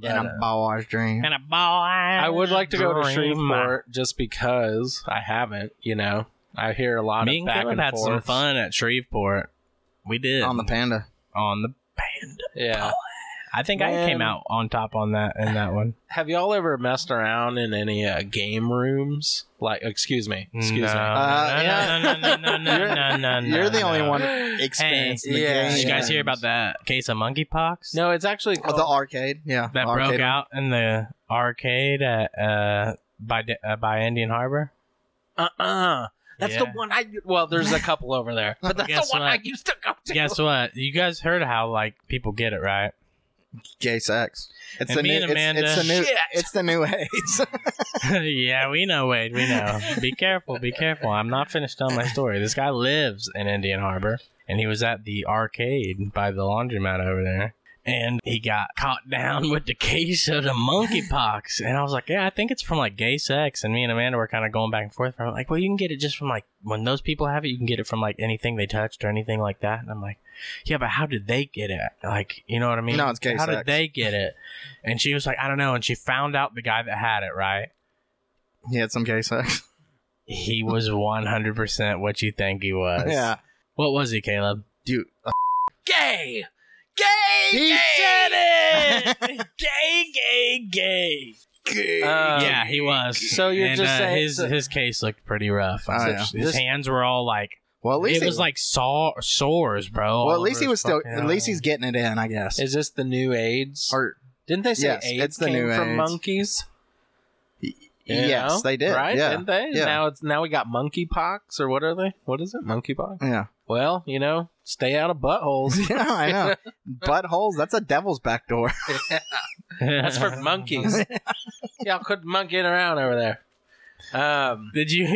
[SPEAKER 4] But,
[SPEAKER 2] and
[SPEAKER 4] uh,
[SPEAKER 2] a boy's dream.
[SPEAKER 1] and a boy. I
[SPEAKER 4] I would like to go to
[SPEAKER 1] Shreveport.
[SPEAKER 4] Shreveport just because I haven't. You know, I hear a lot
[SPEAKER 1] Me
[SPEAKER 4] of
[SPEAKER 1] and
[SPEAKER 4] back
[SPEAKER 1] Caleb
[SPEAKER 4] and
[SPEAKER 1] had
[SPEAKER 4] forth.
[SPEAKER 1] some fun at Shreveport. We did
[SPEAKER 2] on the panda.
[SPEAKER 1] on the band.
[SPEAKER 4] Yeah.
[SPEAKER 1] I think I
[SPEAKER 4] Man.
[SPEAKER 1] came out on top on that in that one.
[SPEAKER 4] Have y'all ever messed around in any uh, game rooms? Like, excuse me, excuse
[SPEAKER 1] no.
[SPEAKER 4] me.
[SPEAKER 2] Uh,
[SPEAKER 1] no, no, no, no, no,
[SPEAKER 2] You're-
[SPEAKER 1] no, no, no,
[SPEAKER 2] You're the only
[SPEAKER 1] no.
[SPEAKER 2] one experiencing the
[SPEAKER 4] yeah.
[SPEAKER 1] Did
[SPEAKER 2] game.
[SPEAKER 1] you guys hear about that case of monkeypox?
[SPEAKER 4] No, it's actually
[SPEAKER 2] Oh,
[SPEAKER 4] called
[SPEAKER 2] the arcade? Yeah,
[SPEAKER 1] that
[SPEAKER 2] arcade.
[SPEAKER 1] broke out in the arcade at uh by D- uh, by Indian Harbor.
[SPEAKER 4] Uh-uh. That's the
[SPEAKER 1] Yeah.
[SPEAKER 4] one I. Well, there's a couple over there, but that's
[SPEAKER 1] Guess
[SPEAKER 4] the one
[SPEAKER 1] what?
[SPEAKER 4] I used to go to.
[SPEAKER 1] Guess what? You guys heard how like people get it right.
[SPEAKER 2] Gay sex. It's
[SPEAKER 1] And
[SPEAKER 2] the
[SPEAKER 1] me
[SPEAKER 2] new.
[SPEAKER 1] and
[SPEAKER 2] it's, it's
[SPEAKER 1] Amanda-
[SPEAKER 2] the new.
[SPEAKER 4] Shit.
[SPEAKER 2] It's the new age.
[SPEAKER 1] yeah, we know, Wade. We know. Be careful. Be careful. I'm not finished telling my story. This guy lives in Indian Harbor, and he was at the arcade by the laundromat over there. And he got caught down with the case of the monkeypox. And I was like, yeah, I think it's from like gay sex. And me and Amanda were kind of going back and forth. I'm like, well, you can get it just from like when those people have it, you can get it from like anything they touched or anything like that. And I'm like, yeah, but how did they get it? Like, you know what I mean?
[SPEAKER 2] No, it's gay
[SPEAKER 1] How
[SPEAKER 2] sex.
[SPEAKER 1] did they get it? And she was like, I don't know. And she found out the guy that had it, right?
[SPEAKER 2] he had some gay sex.
[SPEAKER 1] He was 100% what you think he was.
[SPEAKER 2] Yeah,
[SPEAKER 1] What was he, Caleb?
[SPEAKER 2] dude.
[SPEAKER 1] Gay! Gay!
[SPEAKER 2] He
[SPEAKER 1] gay!
[SPEAKER 2] said
[SPEAKER 1] it! gay, gay, gay. Uh,
[SPEAKER 4] Um,
[SPEAKER 1] yeah, he was.
[SPEAKER 4] so you're
[SPEAKER 1] And,
[SPEAKER 4] just
[SPEAKER 1] uh,
[SPEAKER 4] saying-
[SPEAKER 1] his
[SPEAKER 4] so-
[SPEAKER 1] his case looked pretty rough.
[SPEAKER 2] Oh,
[SPEAKER 1] His-
[SPEAKER 4] yeah.
[SPEAKER 1] His
[SPEAKER 4] This-
[SPEAKER 1] hands were all like
[SPEAKER 2] Well, at least
[SPEAKER 1] it was like saw sores, bro.
[SPEAKER 2] Well,
[SPEAKER 1] all
[SPEAKER 2] at least
[SPEAKER 1] over
[SPEAKER 2] he
[SPEAKER 1] his
[SPEAKER 2] was still.
[SPEAKER 1] fucking
[SPEAKER 2] At least
[SPEAKER 1] arm.
[SPEAKER 2] he's getting it in, I guess.
[SPEAKER 4] Is this the new AIDS?
[SPEAKER 2] Or
[SPEAKER 4] Didn't they say
[SPEAKER 2] Yes,
[SPEAKER 4] AIDS
[SPEAKER 2] it's the
[SPEAKER 4] came
[SPEAKER 2] new
[SPEAKER 4] from
[SPEAKER 2] AIDS.
[SPEAKER 4] monkeys? You
[SPEAKER 2] yes,
[SPEAKER 4] know?
[SPEAKER 2] they did.
[SPEAKER 4] Right?
[SPEAKER 2] Yeah.
[SPEAKER 4] Didn't they?
[SPEAKER 2] Yeah.
[SPEAKER 4] Now it's now we got monkeypox or what are they? What is it? Monkeypox?
[SPEAKER 2] yeah.
[SPEAKER 4] Well, you know, stay out of buttholes.
[SPEAKER 2] Yeah, I know. Buttholes, that's a devil's back door.
[SPEAKER 4] That's for monkeys. Y'all quit monkeying around over there. Um,
[SPEAKER 1] Did you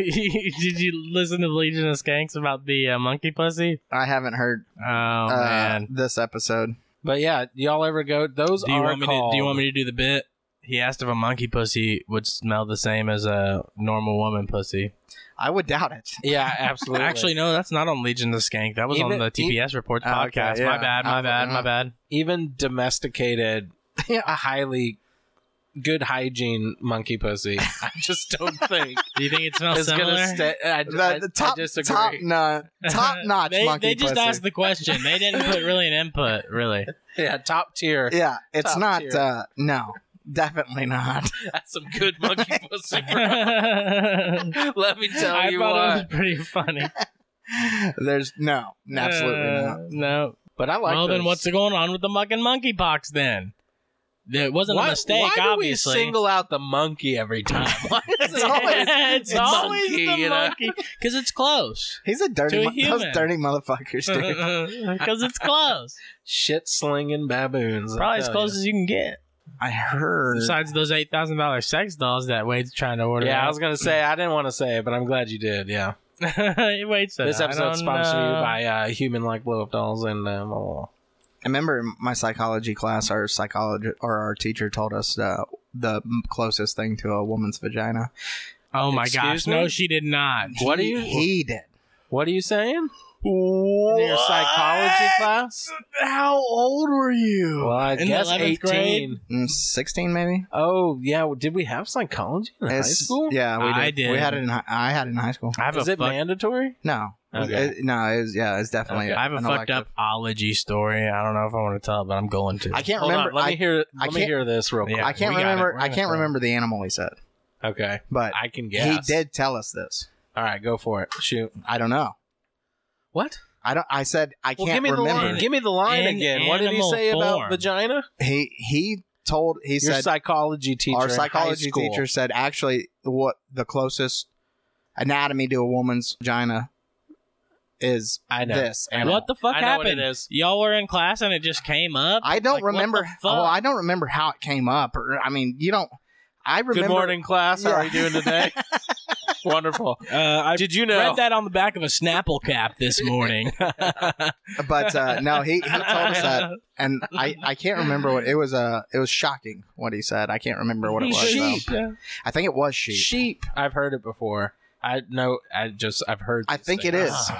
[SPEAKER 1] did you listen to Legion of Skanks about the uh, monkey pussy?
[SPEAKER 2] I haven't heard
[SPEAKER 1] Oh
[SPEAKER 2] uh,
[SPEAKER 1] man.
[SPEAKER 2] this episode.
[SPEAKER 4] but yeah, y'all ever go? Those
[SPEAKER 1] Do you
[SPEAKER 4] are
[SPEAKER 1] want me
[SPEAKER 4] called.
[SPEAKER 1] to? Do you want me to do the bit? He asked if a monkey pussy would smell the same as a normal woman pussy.
[SPEAKER 2] I would doubt it.
[SPEAKER 4] Yeah, absolutely.
[SPEAKER 1] Actually, no, that's not on Legion the Skank. That was on
[SPEAKER 4] Even- e- Ah,
[SPEAKER 1] the TPS Reports
[SPEAKER 2] Oh, okay,
[SPEAKER 1] podcast.
[SPEAKER 2] yeah.
[SPEAKER 1] My bad,
[SPEAKER 2] I
[SPEAKER 1] my
[SPEAKER 2] was
[SPEAKER 1] bad,
[SPEAKER 2] like,
[SPEAKER 1] my
[SPEAKER 4] Uh-huh.
[SPEAKER 2] uh.
[SPEAKER 1] bad.
[SPEAKER 4] even domesticated, a highly good hygiene monkey pussy. I just don't think
[SPEAKER 1] Do you think it smells
[SPEAKER 4] it's
[SPEAKER 1] similar?
[SPEAKER 4] gonna stay. I,
[SPEAKER 2] The, the
[SPEAKER 4] I- I
[SPEAKER 2] top,
[SPEAKER 4] disagree.
[SPEAKER 2] top, no, top notch
[SPEAKER 1] they,
[SPEAKER 2] monkey
[SPEAKER 1] they just
[SPEAKER 2] pussy.
[SPEAKER 1] asked the question. They didn't put really an input. Really,
[SPEAKER 4] Yeah, top tier.
[SPEAKER 2] yeah, it's
[SPEAKER 4] top
[SPEAKER 2] not.
[SPEAKER 4] tier.
[SPEAKER 2] Uh, no, definitely not.
[SPEAKER 4] That's some good monkey pussy, bro.
[SPEAKER 1] I
[SPEAKER 4] Let me tell
[SPEAKER 1] thought
[SPEAKER 4] you
[SPEAKER 1] it
[SPEAKER 4] what.
[SPEAKER 1] was pretty funny.
[SPEAKER 2] There's no, absolutely
[SPEAKER 1] Uh,
[SPEAKER 2] not.
[SPEAKER 1] No.
[SPEAKER 4] But I like.
[SPEAKER 1] well, then
[SPEAKER 4] those.
[SPEAKER 1] what's going on with the mucking monkey pox then? It wasn't
[SPEAKER 4] why,
[SPEAKER 1] a mistake,
[SPEAKER 4] Why
[SPEAKER 1] obviously.
[SPEAKER 4] do we single out the monkey every time? Why is
[SPEAKER 2] It's
[SPEAKER 4] it
[SPEAKER 2] always-
[SPEAKER 1] it's
[SPEAKER 4] it's
[SPEAKER 1] always
[SPEAKER 4] monkey,
[SPEAKER 1] the
[SPEAKER 4] you know?
[SPEAKER 1] monkey because it's close.
[SPEAKER 2] He's a dirty,
[SPEAKER 1] To a
[SPEAKER 2] mo-
[SPEAKER 1] human.
[SPEAKER 2] those dirty motherfuckers, dude.
[SPEAKER 1] Because it's close.
[SPEAKER 4] shit slinging baboons?
[SPEAKER 1] Probably as close as you can get.
[SPEAKER 2] I heard.
[SPEAKER 1] Besides those eight thousand dollar sex dolls that Wade's trying to order.
[SPEAKER 4] Yeah, I
[SPEAKER 1] out.
[SPEAKER 4] was gonna say I didn't want to say it, but I'm glad you did. Yeah,
[SPEAKER 1] Wade said
[SPEAKER 4] this
[SPEAKER 1] "I don't
[SPEAKER 4] episode's sponsored
[SPEAKER 1] know."
[SPEAKER 4] you by uh, Human Like Blow Up Dolls and um, oh,
[SPEAKER 2] I remember in my psychology class, our psychologist or our teacher told us uh, the closest thing to a woman's vagina.
[SPEAKER 1] Oh my gosh!
[SPEAKER 4] Excuse me?
[SPEAKER 1] No, she did not.
[SPEAKER 4] What
[SPEAKER 2] He-
[SPEAKER 4] do you-
[SPEAKER 2] He did.
[SPEAKER 4] what are you saying? In your psychology class?
[SPEAKER 1] How old were you?
[SPEAKER 4] Well, I
[SPEAKER 1] In the
[SPEAKER 4] guess
[SPEAKER 1] 11th
[SPEAKER 4] eighteen.
[SPEAKER 1] grade?
[SPEAKER 2] Mm, 16 maybe
[SPEAKER 4] Oh yeah, well, did we have psychology in high
[SPEAKER 2] It's-
[SPEAKER 4] school?
[SPEAKER 2] yeah we did.
[SPEAKER 1] I did.
[SPEAKER 2] we had it in hi- i had it in high school
[SPEAKER 1] I have
[SPEAKER 4] Is
[SPEAKER 1] a
[SPEAKER 4] it
[SPEAKER 1] fuck-
[SPEAKER 4] mandatory?
[SPEAKER 2] no
[SPEAKER 4] Okay.
[SPEAKER 2] It- no it was, yeah it's definitely
[SPEAKER 4] Okay.
[SPEAKER 1] I have a
[SPEAKER 2] an
[SPEAKER 1] fucked
[SPEAKER 2] elective.
[SPEAKER 1] up ology story. I don't know if I want to tell it, but I'm going to.
[SPEAKER 2] i can't
[SPEAKER 4] Hold
[SPEAKER 2] remember
[SPEAKER 4] on, let
[SPEAKER 2] I,
[SPEAKER 4] me hear. Let
[SPEAKER 2] I
[SPEAKER 4] me
[SPEAKER 2] can't-
[SPEAKER 4] hear this real quick.
[SPEAKER 1] Yeah.
[SPEAKER 2] I can't
[SPEAKER 1] we got it.
[SPEAKER 2] remember
[SPEAKER 1] We're
[SPEAKER 2] i
[SPEAKER 1] gonna
[SPEAKER 2] can't
[SPEAKER 1] tell it.
[SPEAKER 2] remember the animal he said
[SPEAKER 4] Okay,
[SPEAKER 2] but
[SPEAKER 4] I can guess.
[SPEAKER 2] he did tell us this
[SPEAKER 4] All right, go for it. Shoot.
[SPEAKER 2] i don't know
[SPEAKER 4] What?
[SPEAKER 2] i don't i said i
[SPEAKER 4] Well,
[SPEAKER 2] can't
[SPEAKER 4] give me the
[SPEAKER 2] remember
[SPEAKER 4] line. Give me the line
[SPEAKER 1] In
[SPEAKER 4] again. What did he
[SPEAKER 1] animal
[SPEAKER 4] say
[SPEAKER 1] form.
[SPEAKER 4] about vagina?
[SPEAKER 2] he he told he
[SPEAKER 4] Your
[SPEAKER 2] said
[SPEAKER 4] psychology teacher.
[SPEAKER 2] our
[SPEAKER 4] in high
[SPEAKER 2] psychology
[SPEAKER 4] school.
[SPEAKER 2] teacher said actually what the closest anatomy to a woman's vagina is
[SPEAKER 4] I know.
[SPEAKER 2] this.
[SPEAKER 4] I know.
[SPEAKER 2] animal.
[SPEAKER 1] What the fuck
[SPEAKER 4] I know what
[SPEAKER 1] happened?
[SPEAKER 4] it is.
[SPEAKER 1] Y'all were in class and it just came up.
[SPEAKER 2] I don't
[SPEAKER 1] Like, what the
[SPEAKER 2] remember.
[SPEAKER 1] fuck?
[SPEAKER 2] Well, I don't remember how it came up. Or I mean, you don't. I remember.
[SPEAKER 4] Good morning, class. How are you
[SPEAKER 2] Yeah.
[SPEAKER 4] doing today? Ah, Wonderful.
[SPEAKER 1] Uh, I
[SPEAKER 4] Did you know?
[SPEAKER 1] read that on the back of a Snapple cap this morning.
[SPEAKER 2] But uh, no, he, he told us that, and I, I can't remember what it was. Uh, it was shocking what he said. I can't remember what it was. though.
[SPEAKER 4] Sheep. Yeah.
[SPEAKER 2] I think it was sheep.
[SPEAKER 4] Sheep. I've heard it before. I know. I just. I've heard.
[SPEAKER 2] I
[SPEAKER 4] these
[SPEAKER 2] think it
[SPEAKER 4] things.
[SPEAKER 2] is.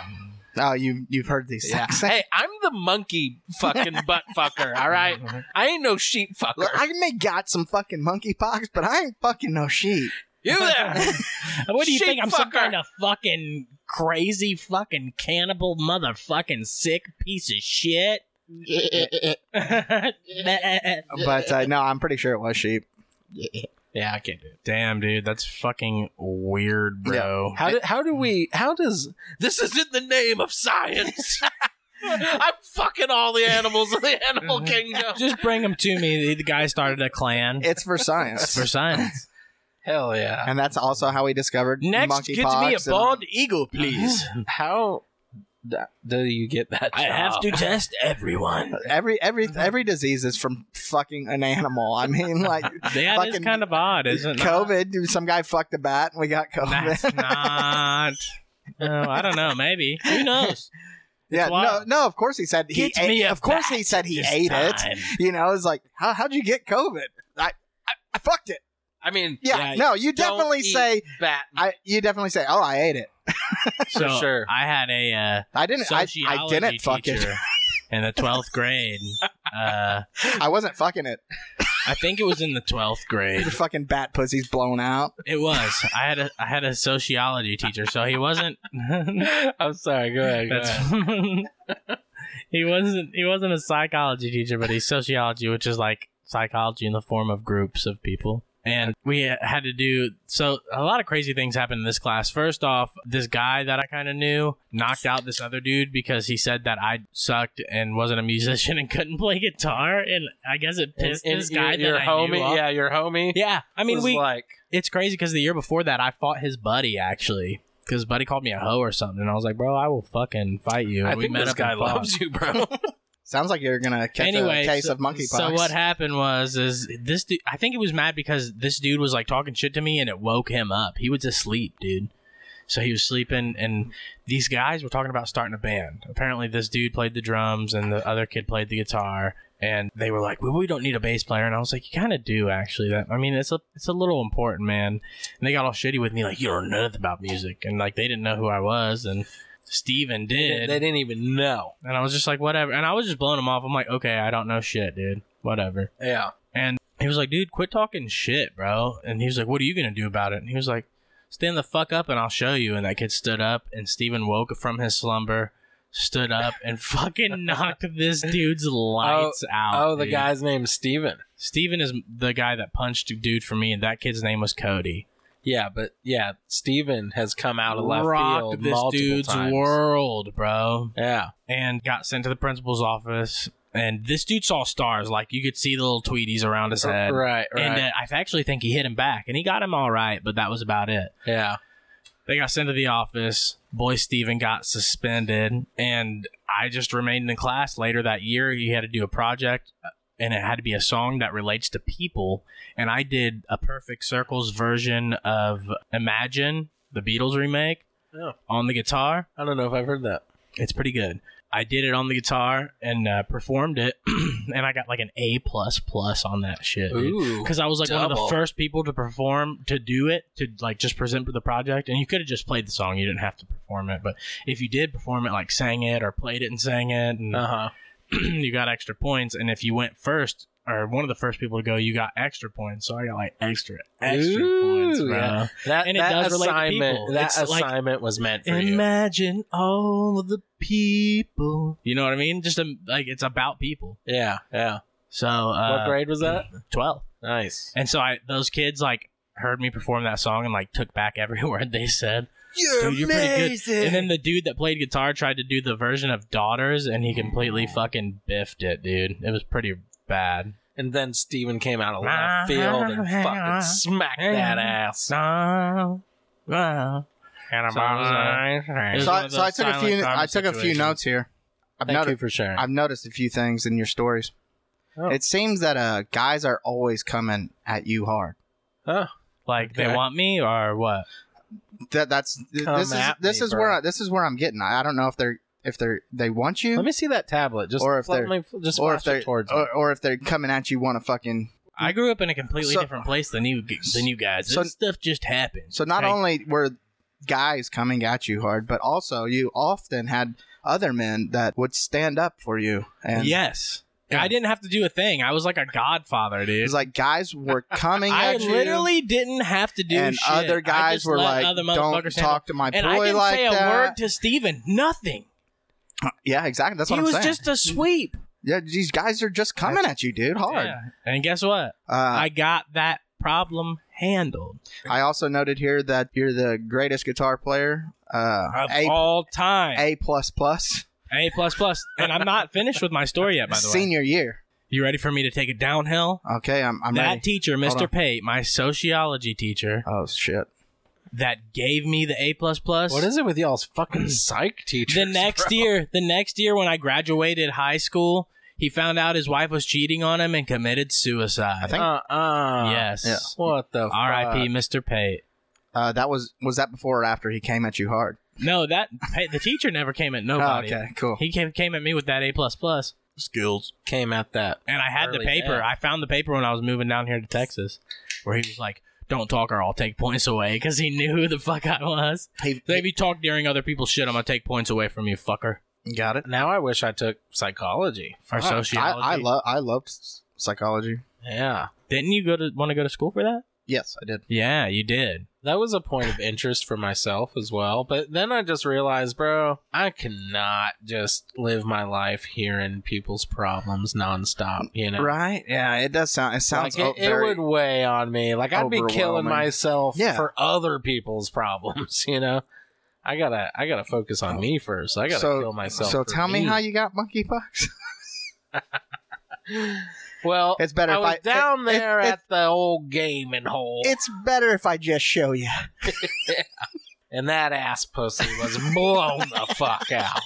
[SPEAKER 2] Oh, you you've heard these
[SPEAKER 4] Yeah.
[SPEAKER 2] things.
[SPEAKER 4] Hey, I'm the monkey fucking butt fucker. All right. I ain't no sheep fucker.
[SPEAKER 2] Look, I may got some fucking monkeypox, but I ain't fucking no sheep.
[SPEAKER 4] you there?
[SPEAKER 1] what do you
[SPEAKER 4] Sheep
[SPEAKER 1] think? I'm some
[SPEAKER 4] fucker.
[SPEAKER 1] kind of fucking crazy fucking cannibal motherfucking sick piece of shit.
[SPEAKER 2] But uh, no, I'm pretty sure it was sheep.
[SPEAKER 4] yeah, I can't do it.
[SPEAKER 1] Damn, dude, that's fucking weird, bro.
[SPEAKER 4] How do, how do we? How does this is in the name of science? I'm fucking all the animals in the animal kingdom.
[SPEAKER 1] Just bring them to me. The guy started a clan
[SPEAKER 2] It's for science,
[SPEAKER 1] for science.
[SPEAKER 4] Hell yeah.
[SPEAKER 2] and that's also how we discovered
[SPEAKER 1] Next,
[SPEAKER 2] monkeypox.
[SPEAKER 1] get me a
[SPEAKER 2] and-
[SPEAKER 1] bald eagle, please.
[SPEAKER 4] How d- do you get that?
[SPEAKER 1] I have to test everyone.
[SPEAKER 2] Every every every disease is from fucking an animal. I mean, like
[SPEAKER 1] Yeah, that is
[SPEAKER 2] Fucking
[SPEAKER 1] kind of odd, isn't it?
[SPEAKER 2] COVID. dude, Some guy fucked a bat, and we got COVID.
[SPEAKER 1] That's not. No, I don't know. Maybe who knows?
[SPEAKER 2] yeah, no,
[SPEAKER 1] wild.
[SPEAKER 2] no. Of course he said he.
[SPEAKER 1] Get
[SPEAKER 2] ate-
[SPEAKER 1] me a
[SPEAKER 2] of course he said he
[SPEAKER 1] This
[SPEAKER 2] ate
[SPEAKER 1] time.
[SPEAKER 2] it. You know, it's like how how'd you get COVID? I I, I fucked it.
[SPEAKER 4] I mean,
[SPEAKER 2] Yeah,
[SPEAKER 1] Yeah,
[SPEAKER 2] no, you
[SPEAKER 4] don't
[SPEAKER 2] definitely
[SPEAKER 4] eat
[SPEAKER 2] say
[SPEAKER 4] bat.
[SPEAKER 2] I. You definitely say, oh, I ate it.
[SPEAKER 1] So
[SPEAKER 4] sure.
[SPEAKER 1] I had a uh,
[SPEAKER 2] I didn't. I, I
[SPEAKER 1] sociology
[SPEAKER 2] didn't fuck it.
[SPEAKER 1] teacher in the twelfth grade. Uh,
[SPEAKER 2] I wasn't fucking it.
[SPEAKER 1] I think it was in the twelfth grade.
[SPEAKER 2] Your fucking bat pussy's blown out.
[SPEAKER 1] It was. I had a I had a sociology teacher, so he wasn't.
[SPEAKER 4] I'm sorry. Go ahead. go ahead.
[SPEAKER 1] That's he wasn't he wasn't a psychology teacher, but he's sociology, which is like psychology in the form of groups of people. And we had to do so a lot of crazy things happened in this class. First off, this guy that I kind of knew knocked out this other dude because he said that I sucked and wasn't a musician and couldn't play guitar, and I guess it pissed
[SPEAKER 4] And- and
[SPEAKER 1] this guy
[SPEAKER 4] your, your
[SPEAKER 1] that I
[SPEAKER 4] homie.
[SPEAKER 1] knew off.
[SPEAKER 4] Yeah, your homie.
[SPEAKER 1] yeah. I mean,
[SPEAKER 4] was
[SPEAKER 1] we
[SPEAKER 4] like
[SPEAKER 1] it's crazy because the year before that, I fought his buddy actually because buddy called me a hoe or something, and I was like, "Bro, I will fucking fight you."
[SPEAKER 4] I
[SPEAKER 1] And we
[SPEAKER 4] think
[SPEAKER 1] met
[SPEAKER 4] this
[SPEAKER 1] up
[SPEAKER 4] guy
[SPEAKER 1] and fought.
[SPEAKER 4] loves you, bro.
[SPEAKER 2] Sounds like you're gonna catch
[SPEAKER 1] anyway,
[SPEAKER 2] a case
[SPEAKER 1] so,
[SPEAKER 2] of monkeypox.
[SPEAKER 1] So what happened was, is this dude? I think he was mad because this dude was like talking shit to me, and it woke him up. He was asleep, dude. So he was sleeping, and these guys were talking about starting a band. Apparently, this dude played the drums, and the other kid played the guitar. And they were like, "Well, we don't need a bass player," and I was like, "You kind of do, actually. That I mean, it's a it's a little important, man." And they got all shitty with me, like, "You don't know nothing about music," and like they didn't know who I was, and Steven did.
[SPEAKER 4] they didn't even know.
[SPEAKER 1] And I was just like, whatever. And I was just blowing him off. I'm like, okay, I don't know shit, dude. Whatever.
[SPEAKER 4] Yeah.
[SPEAKER 1] And he was like, dude, quit talking shit, bro. And he was like, what are you going to do about it? And he was like, stand the fuck up and I'll show you. And that kid stood up and Steven woke from his slumber, stood up and fucking knocked this dude's lights out.
[SPEAKER 4] Oh, the
[SPEAKER 1] dude.
[SPEAKER 4] guy's name's Steven.
[SPEAKER 1] Steven is the guy that punched a dude for me. And that kid's name was Cody.
[SPEAKER 4] Yeah, but yeah, Steven has come out of left
[SPEAKER 1] Rocked
[SPEAKER 4] field
[SPEAKER 1] this
[SPEAKER 4] multiple
[SPEAKER 1] dude's
[SPEAKER 4] times.
[SPEAKER 1] world, bro.
[SPEAKER 4] Yeah.
[SPEAKER 1] and got sent to the principal's office. And this dude saw stars, like you could see the little Tweeties around his head.
[SPEAKER 4] Right, right.
[SPEAKER 1] And uh, I actually think he hit him back, and he got him all right, but that was about it.
[SPEAKER 4] yeah.
[SPEAKER 1] They got sent to the office. Boy Steven got suspended, and I just remained in class later that year. He had to do a project, uh, and it had to be a song that relates to people. And I did a Perfect Circles version of Imagine, the Beatles remake,
[SPEAKER 4] Yeah.
[SPEAKER 1] on the guitar.
[SPEAKER 4] I don't know if I've heard that.
[SPEAKER 1] It's pretty good. I did it on the guitar and uh, performed it, and I got like an A plus plus on that shit,
[SPEAKER 4] Ooh.
[SPEAKER 1] because I was like one of
[SPEAKER 4] double.
[SPEAKER 1] the first people to perform to do it to like just present for the project. And you could have just played the song; you didn't have to perform it. But if you did perform it, like sang it or played it and sang it, and
[SPEAKER 4] Uh huh.
[SPEAKER 1] you got extra points. And if you went first or one of the first people to go, you got extra points. So I got like extra extra points, bro.
[SPEAKER 4] That,
[SPEAKER 1] And it
[SPEAKER 4] that
[SPEAKER 1] does relate to
[SPEAKER 4] assignment,
[SPEAKER 1] people.
[SPEAKER 4] That
[SPEAKER 1] It's like-
[SPEAKER 4] assignment was meant for you.
[SPEAKER 1] Imagine all of the people. You know what I mean? Just um like it's about people.
[SPEAKER 4] Yeah, yeah.
[SPEAKER 1] So uh,
[SPEAKER 4] what grade was that?
[SPEAKER 1] Twelve.
[SPEAKER 4] Nice.
[SPEAKER 1] And so I those kids like heard me perform that song and like took back every word they said.
[SPEAKER 2] You're,
[SPEAKER 1] Dude, you're pretty good. And then the dude that played guitar tried to do the version of Daughters and he completely
[SPEAKER 2] Mm.
[SPEAKER 1] fucking biffed it, dude. It was pretty bad.
[SPEAKER 4] And then Steven came out of
[SPEAKER 1] Uh-huh.
[SPEAKER 4] left field and fucking smacked that ass.
[SPEAKER 1] Wow. Wow. So it was, uh, it was
[SPEAKER 2] So,
[SPEAKER 1] one
[SPEAKER 2] I,
[SPEAKER 1] of
[SPEAKER 2] so I
[SPEAKER 1] those
[SPEAKER 2] took a
[SPEAKER 1] silent
[SPEAKER 2] few.
[SPEAKER 1] crime
[SPEAKER 2] I took a few
[SPEAKER 1] situations.
[SPEAKER 2] notes here. I've
[SPEAKER 4] Thank you
[SPEAKER 2] noticed.
[SPEAKER 4] for sharing.
[SPEAKER 2] I've noticed a few things in your stories.
[SPEAKER 4] Oh.
[SPEAKER 2] It seems that uh, guys are always coming at you hard.
[SPEAKER 4] oh,
[SPEAKER 1] Like
[SPEAKER 4] Okay.
[SPEAKER 1] they want me or what?
[SPEAKER 2] That that's th-
[SPEAKER 4] Come
[SPEAKER 2] this is
[SPEAKER 4] at
[SPEAKER 2] this
[SPEAKER 4] me,
[SPEAKER 2] is
[SPEAKER 4] bro.
[SPEAKER 2] where I, this is where I'm getting. I, I don't know if they're if they're they want you
[SPEAKER 4] let me see that tablet. Just
[SPEAKER 2] Or if
[SPEAKER 4] fl-
[SPEAKER 2] they're-
[SPEAKER 4] let me, just
[SPEAKER 2] or
[SPEAKER 4] flash
[SPEAKER 2] if they're
[SPEAKER 4] it towards. me.
[SPEAKER 2] or, or if they're coming at you want to fucking.
[SPEAKER 1] I grew up in a completely
[SPEAKER 2] So-
[SPEAKER 1] different place than you than you guys.
[SPEAKER 2] so-
[SPEAKER 1] this stuff just happens.
[SPEAKER 2] So not
[SPEAKER 1] Like,
[SPEAKER 2] only were guys coming at you hard, but also you often had other men that would stand up for you. And
[SPEAKER 1] yes,
[SPEAKER 2] Yeah.
[SPEAKER 1] I didn't have to do a thing. I was like a godfather, dude.
[SPEAKER 2] it was like guys were coming
[SPEAKER 1] I
[SPEAKER 2] at you.
[SPEAKER 1] literally didn't have to do
[SPEAKER 2] and
[SPEAKER 1] shit. I
[SPEAKER 2] other guys
[SPEAKER 1] just
[SPEAKER 2] were
[SPEAKER 1] let
[SPEAKER 2] like,
[SPEAKER 1] other
[SPEAKER 2] "Don't
[SPEAKER 1] motherfuckers handle-
[SPEAKER 2] talk to my boy
[SPEAKER 1] And I didn't
[SPEAKER 2] like
[SPEAKER 1] say a
[SPEAKER 2] that."
[SPEAKER 1] word to Steven. Nothing.
[SPEAKER 2] yeah, exactly. That's what
[SPEAKER 1] he
[SPEAKER 2] I'm
[SPEAKER 1] was
[SPEAKER 2] saying.
[SPEAKER 1] just a sweep.
[SPEAKER 2] yeah, these guys are just coming at you, dude, hard.
[SPEAKER 1] Yeah. And guess what?
[SPEAKER 2] Uh,
[SPEAKER 1] I got that problem handled
[SPEAKER 2] I also noted here that you're the greatest guitar player. Uh,
[SPEAKER 1] of
[SPEAKER 2] a
[SPEAKER 1] all time.
[SPEAKER 2] a plus plus
[SPEAKER 1] A plus plus. And I'm not finished with my story yet. By the way,
[SPEAKER 2] senior year.
[SPEAKER 1] you ready for me to take it downhill?
[SPEAKER 2] Okay, I'm I'm
[SPEAKER 1] that
[SPEAKER 2] ready.
[SPEAKER 1] teacher, Mr.
[SPEAKER 2] on.
[SPEAKER 1] Pate, my sociology teacher,
[SPEAKER 2] oh shit.
[SPEAKER 1] that gave me the A plus plus.
[SPEAKER 4] what is it with y'all's fucking psych teachers?
[SPEAKER 1] the next
[SPEAKER 4] bro?
[SPEAKER 1] year the next year when i graduated high school he found out his wife was cheating on him and committed suicide
[SPEAKER 2] I think-
[SPEAKER 4] Uh-uh.
[SPEAKER 1] yes
[SPEAKER 2] Yeah.
[SPEAKER 4] What the?
[SPEAKER 1] rip
[SPEAKER 4] fuck?
[SPEAKER 1] mr pate
[SPEAKER 2] Uh, that was was that before or after he came at you hard?
[SPEAKER 1] no that Pate- the teacher never came at
[SPEAKER 2] Oh,
[SPEAKER 1] nobody
[SPEAKER 2] okay, cool.
[SPEAKER 1] he came, came at me with that a plus plus
[SPEAKER 4] Skills came at that.
[SPEAKER 1] and i had
[SPEAKER 4] Early
[SPEAKER 1] the paper
[SPEAKER 4] F.
[SPEAKER 1] i found the paper when i was moving down here to texas where he was like don't talk or i'll take points away because he knew who the fuck i was
[SPEAKER 2] He,
[SPEAKER 1] so if you talk during other people's shit i'm gonna take points away from you fucker
[SPEAKER 2] he- got it.
[SPEAKER 4] Now I wish I took psychology.
[SPEAKER 1] or
[SPEAKER 4] Fuck.
[SPEAKER 2] I,
[SPEAKER 1] sociology
[SPEAKER 2] I love I loved s- psychology.
[SPEAKER 4] Yeah.
[SPEAKER 1] didn't you go to want to go to school for that
[SPEAKER 2] Yes, I did.
[SPEAKER 1] yeah you did
[SPEAKER 4] That was a point of interest for myself as well. But then I just realized, bro, I cannot just live my life hearing people's problems nonstop, you know?
[SPEAKER 2] Right? Yeah, it does sound. It sounds
[SPEAKER 4] like
[SPEAKER 2] o-
[SPEAKER 4] it, it
[SPEAKER 2] very-
[SPEAKER 4] would weigh on me. Like I'd be killing
[SPEAKER 2] overwhelming.
[SPEAKER 4] myself
[SPEAKER 2] Yeah.
[SPEAKER 4] for other people's problems, you know? I gotta I gotta focus on me first. I gotta
[SPEAKER 2] So-
[SPEAKER 4] kill myself.
[SPEAKER 2] So
[SPEAKER 4] for
[SPEAKER 2] tell me
[SPEAKER 4] me
[SPEAKER 2] how you got monkeypox.
[SPEAKER 4] Well
[SPEAKER 2] It's better
[SPEAKER 4] I
[SPEAKER 2] if
[SPEAKER 4] was
[SPEAKER 2] I-
[SPEAKER 4] down
[SPEAKER 2] it-
[SPEAKER 4] there
[SPEAKER 2] it-
[SPEAKER 4] at the old gaming hole.
[SPEAKER 2] it's better if I just show you.
[SPEAKER 4] and that ass pussy was blown the fuck out.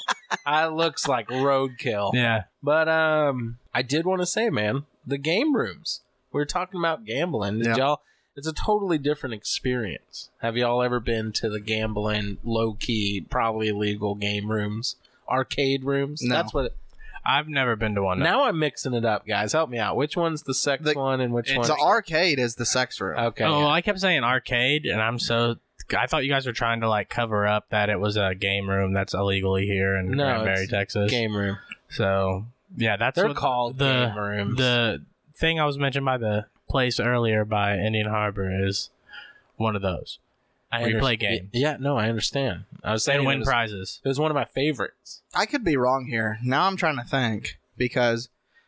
[SPEAKER 4] I looks like roadkill.
[SPEAKER 1] yeah
[SPEAKER 4] But um, I did want to say, man, the game rooms. We are talking about gambling. Did
[SPEAKER 2] Yeah.
[SPEAKER 4] y'all? It's a totally different experience. Have y'all ever been to the gambling, low key, probably illegal game rooms, arcade rooms?
[SPEAKER 2] No.
[SPEAKER 4] That's what. It,
[SPEAKER 1] I've never been to one.
[SPEAKER 4] Now I'm mixing it up, guys. Help me out. Which one's the sex
[SPEAKER 2] The-
[SPEAKER 4] one and which
[SPEAKER 1] it's
[SPEAKER 4] one?
[SPEAKER 2] The arcade is the sex room.
[SPEAKER 4] okay.
[SPEAKER 1] oh,
[SPEAKER 4] yeah.
[SPEAKER 1] I kept saying arcade, and I'm so. I thought you guys were trying to like cover up that it was a game room that's illegally here in
[SPEAKER 4] No,
[SPEAKER 1] Granbury,
[SPEAKER 4] it's
[SPEAKER 1] Texas.
[SPEAKER 4] Game room.
[SPEAKER 1] So yeah, that's
[SPEAKER 4] They're
[SPEAKER 1] what
[SPEAKER 4] called
[SPEAKER 1] the-
[SPEAKER 4] game rooms.
[SPEAKER 1] the thing I was mentioned by the place earlier by Indian Harbor is one of those.
[SPEAKER 4] I
[SPEAKER 1] where you
[SPEAKER 4] under-
[SPEAKER 1] play games.
[SPEAKER 4] Yeah, no, I understand. I was saying
[SPEAKER 1] And
[SPEAKER 4] it
[SPEAKER 1] win
[SPEAKER 4] was-
[SPEAKER 1] prizes.
[SPEAKER 4] It was one of my favorites.
[SPEAKER 2] I could be wrong here. Now I'm trying to think because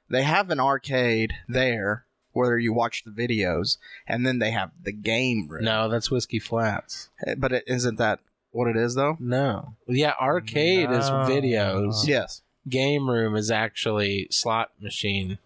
[SPEAKER 2] they have an arcade there where you watch the videos, and then they have the game room. Eh,
[SPEAKER 4] No, that's Whiskey Flats.
[SPEAKER 2] But it isn't that what it is though.
[SPEAKER 4] No. Yeah, arcade is
[SPEAKER 1] No.
[SPEAKER 4] videos.
[SPEAKER 2] Yes.
[SPEAKER 4] Game room is actually slot machine.